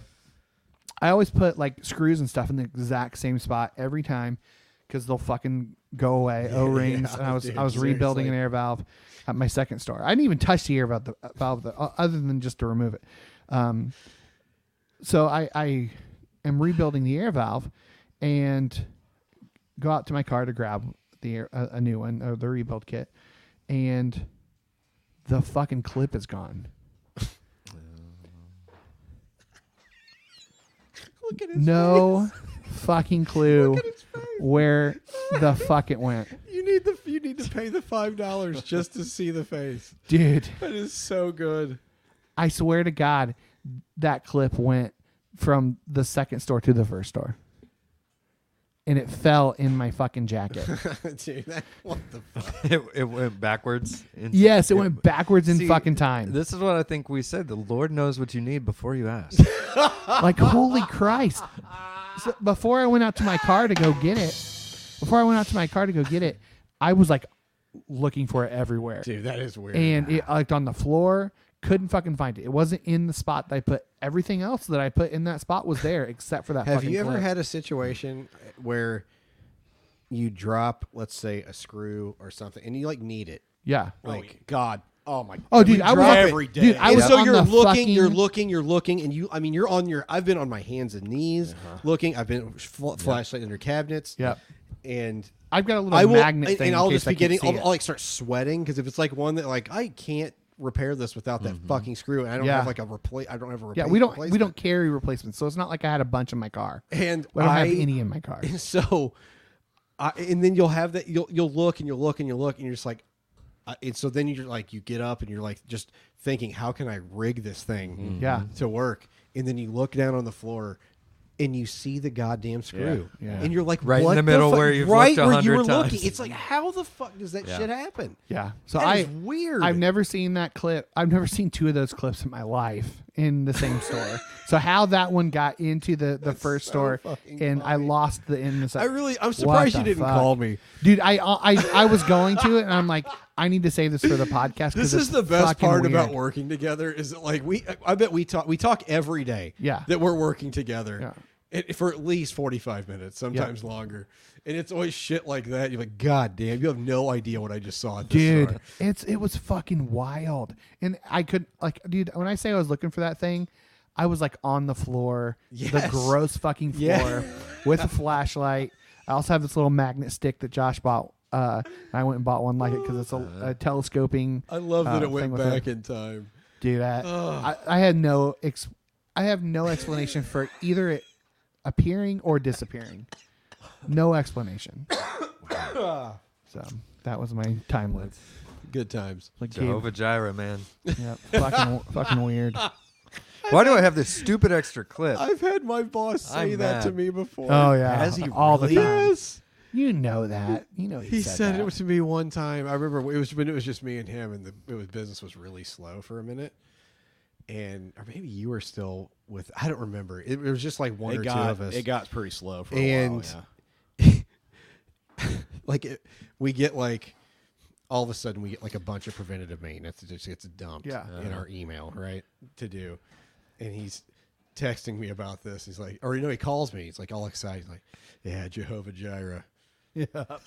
[SPEAKER 2] I always put like screws and stuff in the exact same spot every time because they'll fucking go away. O rings. and I was
[SPEAKER 1] dude,
[SPEAKER 2] I was rebuilding an
[SPEAKER 1] seriously.
[SPEAKER 2] air valve at my second store. I didn't even touch the air valve, the, valve the, other than just to remove it. Um, so I I am rebuilding the air valve and go out to my car to grab the air, a, a new one or the rebuild kit and the fucking clip is gone.
[SPEAKER 1] <laughs> Look at his
[SPEAKER 2] No
[SPEAKER 1] <laughs>
[SPEAKER 2] fucking clue where the fuck it went.
[SPEAKER 1] face. <laughs> You need the you need to pay the five dollars just to see the face.
[SPEAKER 2] Dude,
[SPEAKER 1] That is so <laughs> good.
[SPEAKER 2] I swear to God, that clip went from the second store to the first store. And it fell in my fucking jacket.
[SPEAKER 1] Dude, that, what the fuck?
[SPEAKER 4] it, it went backwards. in-
[SPEAKER 2] yes, it went backwards in
[SPEAKER 4] See,
[SPEAKER 2] fucking time.
[SPEAKER 4] This is what I think we said. The Lord knows what you need before
[SPEAKER 2] <laughs>
[SPEAKER 4] you ask.
[SPEAKER 2] like holy christ so before i went out to my car to go get it before i went out to my car to go get it i was like looking for it everywhere
[SPEAKER 1] Dude, that is weird.
[SPEAKER 2] and it like on the floor couldn't fucking find it it wasn't in the spot that i put everything else that i put in that spot was there except for that
[SPEAKER 1] Have
[SPEAKER 2] fucking
[SPEAKER 1] you ever
[SPEAKER 2] clip.
[SPEAKER 1] had a situation where you drop, let's say, a screw or something, and you like need it.
[SPEAKER 2] Yeah.
[SPEAKER 1] Like God. Oh my.
[SPEAKER 2] Oh, dude, I was-
[SPEAKER 1] every day.
[SPEAKER 2] dude, I
[SPEAKER 1] And
[SPEAKER 2] was
[SPEAKER 1] so
[SPEAKER 2] on
[SPEAKER 1] you're
[SPEAKER 2] the
[SPEAKER 1] looking,
[SPEAKER 2] fucking-
[SPEAKER 1] you're looking, you're looking, and you. I mean, you're on your. I've been on my hands and knees
[SPEAKER 2] Uh-huh.
[SPEAKER 1] looking. I've been fl- flashlight under cabinets.
[SPEAKER 2] Yep.
[SPEAKER 1] And
[SPEAKER 2] I've got a little
[SPEAKER 1] I will,
[SPEAKER 2] magnet
[SPEAKER 1] and,
[SPEAKER 2] thing
[SPEAKER 1] and
[SPEAKER 2] in
[SPEAKER 1] I'll
[SPEAKER 2] case
[SPEAKER 1] just
[SPEAKER 2] I
[SPEAKER 1] be
[SPEAKER 2] can't
[SPEAKER 1] getting.
[SPEAKER 2] see
[SPEAKER 1] I'll,
[SPEAKER 2] it.
[SPEAKER 1] I'll like start sweating because if it's like one that like I can't repair this without that fucking screw, and I don't
[SPEAKER 2] Mm-hmm. Yeah.
[SPEAKER 1] have like a replace. I don't have a
[SPEAKER 2] Yeah,
[SPEAKER 1] replace-
[SPEAKER 2] we don't we
[SPEAKER 1] replacement.
[SPEAKER 2] don't carry replacements, so it's not like I had a bunch in my car.
[SPEAKER 1] and
[SPEAKER 2] I don't have any in my
[SPEAKER 1] <laughs>
[SPEAKER 2] car.
[SPEAKER 1] So, I, and then you'll have that. You'll you'll look and you'll look and you'll look and you're just like, I, and so then you're like you get up and you're like just thinking, how can I rig this thing,
[SPEAKER 4] Mm-hmm.
[SPEAKER 2] Yeah.
[SPEAKER 1] to work? And then you look down on the floor. And you see the goddamn screw,
[SPEAKER 2] Yeah. Yeah.
[SPEAKER 1] and you're like,
[SPEAKER 4] Right in
[SPEAKER 1] what
[SPEAKER 4] the middle
[SPEAKER 1] fuck?
[SPEAKER 4] where you've
[SPEAKER 1] right
[SPEAKER 4] looked a
[SPEAKER 1] where you
[SPEAKER 4] hundred
[SPEAKER 1] were
[SPEAKER 4] times.
[SPEAKER 1] looking. It's like, how the fuck does that
[SPEAKER 4] Yeah.
[SPEAKER 1] shit happen?
[SPEAKER 2] Yeah. So
[SPEAKER 1] That
[SPEAKER 2] I
[SPEAKER 1] is weird.
[SPEAKER 2] I've never seen that clip. I've never seen two of those clips in my life in the same
[SPEAKER 1] <laughs>
[SPEAKER 2] store. So how that one got into the the first store and I lost the end. It's like,
[SPEAKER 1] I really- I'm
[SPEAKER 2] what
[SPEAKER 1] surprised you
[SPEAKER 2] the
[SPEAKER 1] didn't
[SPEAKER 2] fuck?
[SPEAKER 1] call me.
[SPEAKER 2] dude. I I I was going to it and
[SPEAKER 1] <laughs>
[SPEAKER 2] I'm like, I need to save this for the podcast. 'cause
[SPEAKER 1] This is
[SPEAKER 2] it's
[SPEAKER 1] the best
[SPEAKER 2] fucking
[SPEAKER 1] part about
[SPEAKER 2] weird.
[SPEAKER 1] working together is that like we I bet we talk we talk every day.
[SPEAKER 2] Yeah.
[SPEAKER 1] That we're working together. It, for at least 45 minutes,
[SPEAKER 2] Yeah.
[SPEAKER 1] sometimes longer. And it's always shit like that. You're like, God damn, you have no idea what I just saw at this
[SPEAKER 2] dude
[SPEAKER 1] store."
[SPEAKER 2] it's it was fucking wild and i could like dude when i say i was looking for that thing i was like on the floor the
[SPEAKER 1] Yes.
[SPEAKER 2] gross fucking floor
[SPEAKER 1] <laughs> Yeah.
[SPEAKER 2] with a flashlight i also have this little magnet stick that josh bought uh and i went and bought one like it because it's a, a telescoping
[SPEAKER 1] Uh, I love
[SPEAKER 2] uh,
[SPEAKER 1] that it
[SPEAKER 2] thing
[SPEAKER 1] went
[SPEAKER 2] with a-
[SPEAKER 1] back in time.
[SPEAKER 2] dude I, I
[SPEAKER 1] Ugh.
[SPEAKER 2] i had no ex i have no explanation for either it appearing or disappearing no
[SPEAKER 1] <coughs>
[SPEAKER 2] explanation so that was my time lapse
[SPEAKER 1] Good times.
[SPEAKER 2] Like
[SPEAKER 4] Jehovah Jireh, man.
[SPEAKER 2] Yep. Fucking, fucking
[SPEAKER 1] <laughs>
[SPEAKER 2] weird.
[SPEAKER 1] Oh,
[SPEAKER 4] Why do I have this stupid extra clip?
[SPEAKER 1] I've had my boss say
[SPEAKER 4] I'm
[SPEAKER 1] that to
[SPEAKER 4] mad.
[SPEAKER 1] me before.
[SPEAKER 2] Oh yeah,
[SPEAKER 1] Has <laughs> he
[SPEAKER 2] all
[SPEAKER 1] really?
[SPEAKER 2] the time.
[SPEAKER 1] Yes.
[SPEAKER 2] You know that. You know he,
[SPEAKER 1] He
[SPEAKER 2] said,
[SPEAKER 1] said,
[SPEAKER 2] that.
[SPEAKER 1] it to me one time. I remember it was when it was just me and him, and the it was, business was really slow for a minute. And or maybe you were still with. I don't remember. It, it was just like one
[SPEAKER 8] It
[SPEAKER 1] or
[SPEAKER 8] got-
[SPEAKER 1] two of us.
[SPEAKER 8] it got pretty slow for a while,
[SPEAKER 1] and like it, we get like all of a sudden we get like a bunch of preventative maintenance. It just gets dumped
[SPEAKER 2] Yeah.
[SPEAKER 1] in our email, right? To do, and he's texting me about this. He's like, or you know, he calls me. He's like all excited. He's like, yeah, Jehovah Jireh.
[SPEAKER 2] Yep.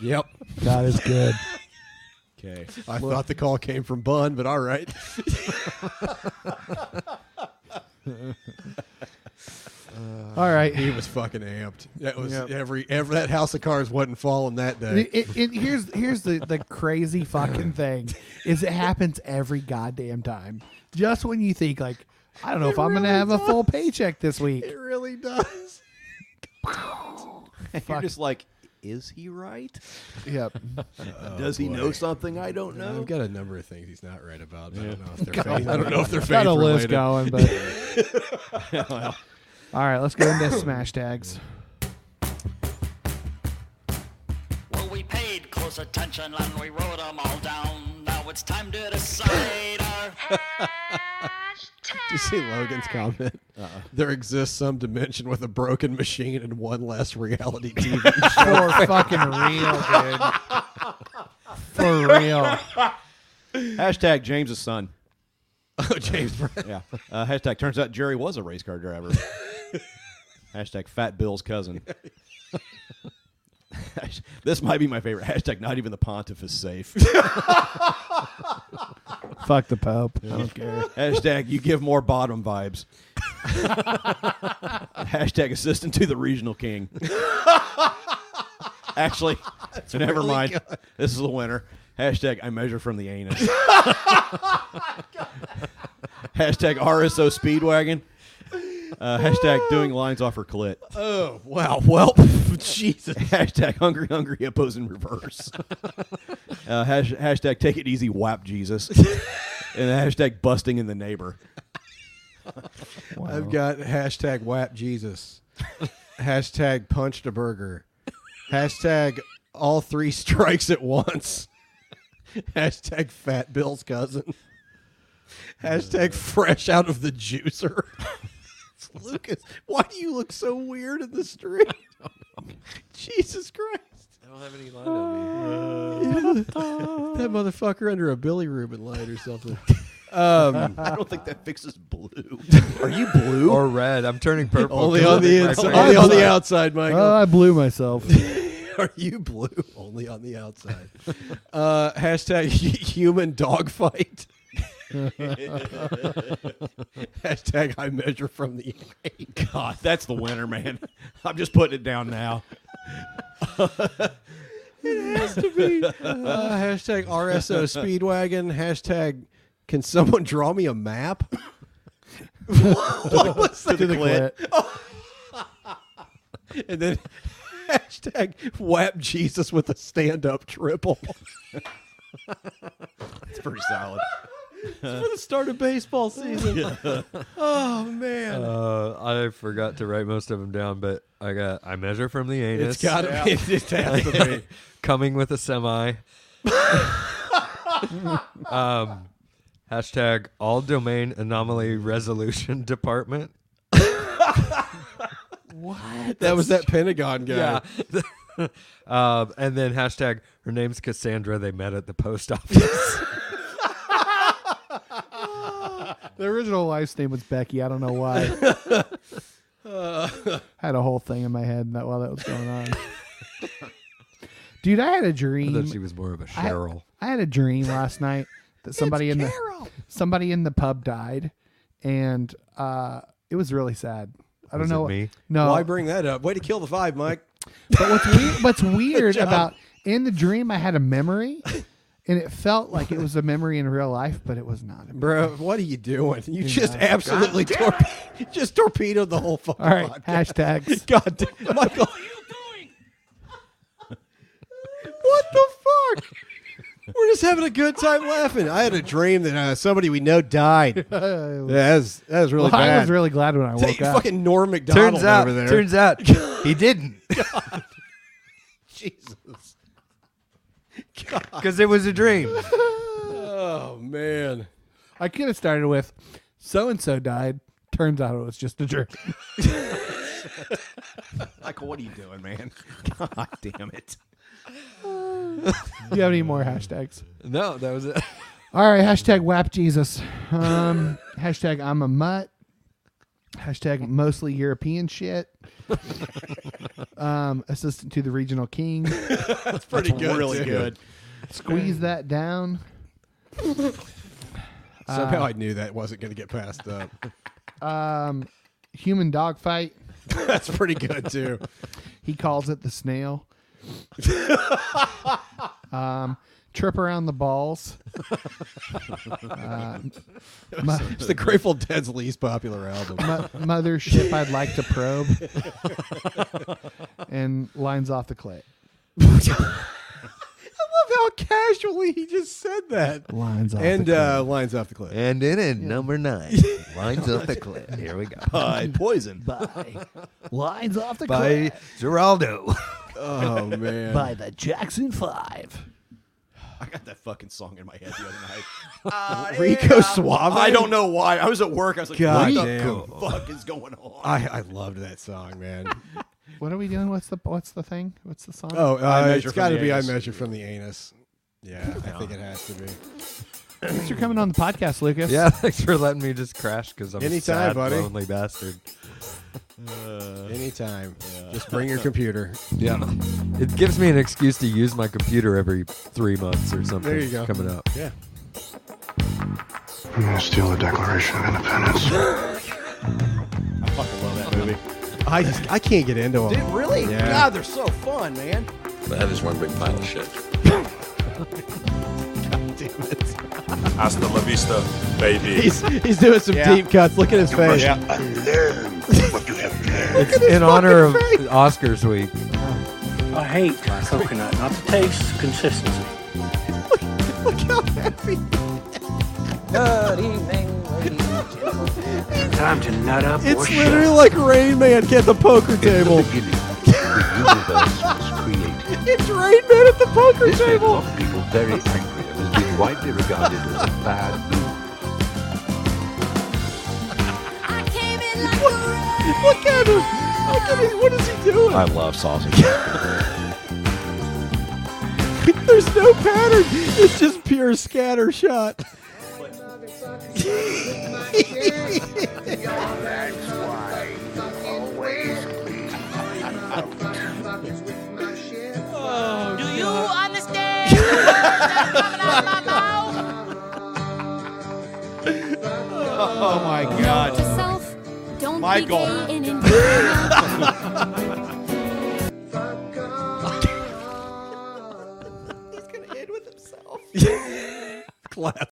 [SPEAKER 1] Yep.
[SPEAKER 2] That is good.
[SPEAKER 4] <laughs>
[SPEAKER 1] Okay. I thought the call came from Bun, but all right.
[SPEAKER 2] All right.
[SPEAKER 1] He was fucking amped. That was
[SPEAKER 2] Yep.
[SPEAKER 1] every every that house of cards wasn't falling that day.
[SPEAKER 2] <laughs> It, it, it- here's here's the, the <laughs> crazy fucking thing is it happens every goddamn time. Just when you think like I don't know if I'm gonna have a full paycheck this week.
[SPEAKER 1] It really does.
[SPEAKER 8] You're
[SPEAKER 2] Fuck.
[SPEAKER 8] just like, is he right?
[SPEAKER 2] Yep.
[SPEAKER 8] Does he
[SPEAKER 1] Oh, boy.
[SPEAKER 8] know something I don't know?
[SPEAKER 1] <laughs> I've got a number of things he's not right about. but I don't know if
[SPEAKER 2] Yeah.
[SPEAKER 1] they're <laughs> faith. I don't know if they're faith
[SPEAKER 2] Got a list
[SPEAKER 1] related.
[SPEAKER 2] going, but-
[SPEAKER 1] <laughs> Well,
[SPEAKER 2] All right, let's go into smash tags.
[SPEAKER 6] <laughs>
[SPEAKER 1] <laughs>
[SPEAKER 6] Well, we paid close attention and we wrote them all down. Now it's time to decide our.
[SPEAKER 1] Did you see Logan's comment? Uh-uh. There exists some dimension with a broken machine and one less reality TV <laughs> show.
[SPEAKER 2] For fucking real, dude. For real.
[SPEAKER 1] <laughs>
[SPEAKER 8] Hashtag James's son.
[SPEAKER 1] Oh, James.
[SPEAKER 8] yeah. Uh, hashtag turns out Jerry was a race car
[SPEAKER 4] <laughs>
[SPEAKER 8] driver. hashtag Fat Bill's cousin. <laughs> Hash- this might be my favorite. Hashtag not even the pontiff is safe. <laughs>
[SPEAKER 2] Fuck the Pope. I don't care.
[SPEAKER 8] Hashtag you give more bottom
[SPEAKER 1] <laughs>
[SPEAKER 8] vibes. Hashtag assistant to the regional
[SPEAKER 1] <laughs>
[SPEAKER 8] king. Actually,
[SPEAKER 1] That's
[SPEAKER 8] never
[SPEAKER 1] really
[SPEAKER 8] mind.
[SPEAKER 1] good.
[SPEAKER 8] This is the winner. Hashtag I measure from the anus.
[SPEAKER 1] <laughs>
[SPEAKER 8] hashtag RSO Speedwagon. Uh, hashtag doing lines off her clit.
[SPEAKER 1] Oh, wow. Well, <laughs> Jesus.
[SPEAKER 8] Hashtag hungry, hungry hippos in
[SPEAKER 1] <laughs>
[SPEAKER 8] reverse. uh, hash, hashtag take it easy, whap
[SPEAKER 1] <laughs>
[SPEAKER 8] Jesus. and hashtag busting in the neighbor.
[SPEAKER 1] I've got hashtag whap Jesus, hashtag punched a burger, hashtag all three strikes at once, hashtag fat Bill's cousin, hashtag fresh out of the juicer. <laughs> Lucas, why do you look so weird in the street? Jesus Christ.
[SPEAKER 4] I don't have any line on me.
[SPEAKER 1] that motherfucker under a Billy Rubin light or something.
[SPEAKER 8] Um,
[SPEAKER 1] Um,
[SPEAKER 8] I don't think that fixes
[SPEAKER 1] <laughs>
[SPEAKER 8] blue.
[SPEAKER 1] Are you blue Oh,
[SPEAKER 4] or red? I'm turning purple.
[SPEAKER 1] Only on the inside. Only on the outside,
[SPEAKER 8] <laughs>
[SPEAKER 1] Michael.
[SPEAKER 2] Oh, I blew myself.
[SPEAKER 1] Are you blue only on the outside? uh, hashtag <laughs> human dogfight. <laughs> hashtag I measure from the eight.
[SPEAKER 8] God, that's the winner, man. I'm just putting it down now.
[SPEAKER 1] it has to be. Uh, hashtag <laughs> RSO Speedwagon. Hashtag Can someone draw me a map? what was that?
[SPEAKER 2] To the clit.
[SPEAKER 1] Oh. <laughs> and then hashtag Whap Jesus with a stand-up triple.
[SPEAKER 8] It's pretty solid.
[SPEAKER 1] It's for the start of baseball season. oh man.
[SPEAKER 4] Uh, I forgot to write most of them down, but I got I measure from the anus.
[SPEAKER 1] It's gotta be- Yeah. it has to
[SPEAKER 4] <laughs>
[SPEAKER 8] <laughs>
[SPEAKER 1] be.
[SPEAKER 4] Coming with a
[SPEAKER 1] <laughs>
[SPEAKER 4] semi. um, hashtag all domain anomaly resolution <laughs> department.
[SPEAKER 1] That was that Pentagon guy.
[SPEAKER 4] Yeah. <laughs> um, and then hashtag her name's Cassandra. They met at the post
[SPEAKER 1] <laughs>
[SPEAKER 4] office.
[SPEAKER 2] The original wife's name was Becky. I don't know why. I had a whole thing in my head that- while that was going on. Dude, I had a dream.
[SPEAKER 4] she was more of a
[SPEAKER 2] I-
[SPEAKER 4] Cheryl.
[SPEAKER 2] I, had a dream last night that somebody in the somebody in the pub died, and uh, it was really sad. I don't
[SPEAKER 1] Was it
[SPEAKER 2] know
[SPEAKER 1] me?
[SPEAKER 2] No,
[SPEAKER 1] Why bring that up? Way to kill the vibe, Mike.
[SPEAKER 2] But what's weird, what's weird
[SPEAKER 1] job.
[SPEAKER 2] about in the dream, I had a memory, and it felt like it was a memory in real life, but it was not.
[SPEAKER 1] Bro, what are you doing?
[SPEAKER 2] <laughs>
[SPEAKER 1] You
[SPEAKER 2] Yeah.
[SPEAKER 1] just absolutely
[SPEAKER 2] God
[SPEAKER 1] tor- just torpedoed the whole fucking
[SPEAKER 2] All right,
[SPEAKER 1] podcast. <laughs>
[SPEAKER 2] hashtags.
[SPEAKER 1] God damn, Michael. what the fuck? We're just having a good time laughing. I had a dream that uh, somebody we know
[SPEAKER 2] <laughs>
[SPEAKER 1] died. Yeah, that was, that was really
[SPEAKER 2] Well,
[SPEAKER 1] bad.
[SPEAKER 2] I was really glad when I
[SPEAKER 1] Take
[SPEAKER 2] woke up.
[SPEAKER 1] Fucking Norm McDonald
[SPEAKER 4] Turns out-
[SPEAKER 1] over there.
[SPEAKER 4] turns
[SPEAKER 1] <laughs>
[SPEAKER 4] out he didn't.
[SPEAKER 1] God. <laughs>
[SPEAKER 4] <laughs>
[SPEAKER 1] Jesus.
[SPEAKER 4] Because it was a
[SPEAKER 1] <laughs>
[SPEAKER 4] dream.
[SPEAKER 1] Oh man.
[SPEAKER 2] I could have started with so and so died. Turns out it was just a jerk.
[SPEAKER 8] Michael, what are you doing, man? <laughs> God damn it.
[SPEAKER 2] Do you have any more hashtags?
[SPEAKER 4] No, that was it. <laughs>
[SPEAKER 2] All right, hashtag WAP Jesus. Um, hashtag I'm a mutt. Hashtag mostly European
[SPEAKER 4] <laughs>
[SPEAKER 2] shit. um, assistant to the regional king.
[SPEAKER 1] That's pretty good.
[SPEAKER 8] really
[SPEAKER 1] too.
[SPEAKER 8] good.
[SPEAKER 2] Squeeze that down.
[SPEAKER 1] Somehow
[SPEAKER 2] Uh,
[SPEAKER 1] I knew that wasn't going to get passed up. <laughs>
[SPEAKER 2] Um, human dogfight.
[SPEAKER 1] That's pretty good too.
[SPEAKER 2] He calls it the
[SPEAKER 1] <laughs>
[SPEAKER 2] snail. um, trip around the balls. Uh, mu-
[SPEAKER 1] it's the Grateful Dead's least popular album.
[SPEAKER 2] mu- mothership I'd like to probe. and lines off the clit.
[SPEAKER 1] I love how casually he just said that.
[SPEAKER 2] Lines off
[SPEAKER 1] and
[SPEAKER 2] the clit.
[SPEAKER 1] uh, lines off the cliff.
[SPEAKER 4] And then at number
[SPEAKER 1] <laughs>
[SPEAKER 4] nine, lines up the clip. Here we go.
[SPEAKER 8] By poison.
[SPEAKER 2] Bye. Lines off the
[SPEAKER 4] By
[SPEAKER 2] clit.
[SPEAKER 1] <laughs>
[SPEAKER 4] Geraldo.
[SPEAKER 1] Oh man.
[SPEAKER 2] By the Jackson Five.
[SPEAKER 8] I got that fucking song in my head the <laughs>
[SPEAKER 1] <laughs>
[SPEAKER 8] other night.
[SPEAKER 1] Rico
[SPEAKER 8] uh,
[SPEAKER 1] Suave.
[SPEAKER 8] I don't know why. I was at work. I was like,
[SPEAKER 1] God
[SPEAKER 8] what
[SPEAKER 1] damn.
[SPEAKER 8] the fuck is going on?
[SPEAKER 1] I, I loved that song, man.
[SPEAKER 2] What are we doing? What's the what's the thing? What's the song?
[SPEAKER 1] Oh,
[SPEAKER 8] I
[SPEAKER 1] uh,
[SPEAKER 8] measure
[SPEAKER 1] it's
[SPEAKER 8] from
[SPEAKER 1] got to
[SPEAKER 8] the
[SPEAKER 1] be I
[SPEAKER 8] anus.
[SPEAKER 1] measure from the anus. Yeah, I think it has to be.
[SPEAKER 2] Thanks for coming on the podcast, Lucas.
[SPEAKER 4] yeah, thanks for letting me just crash because I'm
[SPEAKER 1] Anytime,
[SPEAKER 4] a sad,
[SPEAKER 1] buddy.
[SPEAKER 4] lonely bastard.
[SPEAKER 1] Anytime. Just bring your computer.
[SPEAKER 4] Yeah. <laughs> It gives me an excuse to use my computer every three months or something.
[SPEAKER 1] There you go.
[SPEAKER 4] Coming up.
[SPEAKER 1] Yeah.
[SPEAKER 7] I'm gonna steal the Declaration of Independence.
[SPEAKER 8] I fucking love that movie.
[SPEAKER 1] I just I can't get into them.
[SPEAKER 8] Dude, really?
[SPEAKER 1] Yeah.
[SPEAKER 8] God, they're so fun, man.
[SPEAKER 24] That is one big pile of shit.
[SPEAKER 25] Hasta la vista, baby.
[SPEAKER 1] He's he's doing some
[SPEAKER 25] Yeah.
[SPEAKER 1] deep cuts. Look at his face.
[SPEAKER 7] Unlearn what you have learned.
[SPEAKER 4] It's in honor of Oscars week.
[SPEAKER 26] I hate coconut, not the taste, consistency.
[SPEAKER 1] Look how happy.
[SPEAKER 26] Good evening, ladies and gentlemen. Time to nut up.
[SPEAKER 1] It's literally like Rain Man at the poker table. it's Rain Man at the poker table.
[SPEAKER 24] People very angry and has been widely regarded as a bad
[SPEAKER 1] Look at him. Look at him. What is he doing?
[SPEAKER 24] I love sausage.
[SPEAKER 1] There's no pattern. It's just pure scatter shot.
[SPEAKER 8] <laughs> Oh my
[SPEAKER 2] Note
[SPEAKER 1] <laughs>
[SPEAKER 2] to
[SPEAKER 8] god.
[SPEAKER 2] self, don't
[SPEAKER 8] Michael.
[SPEAKER 2] be gay
[SPEAKER 8] <laughs>
[SPEAKER 2] in Indiana.
[SPEAKER 1] Clap.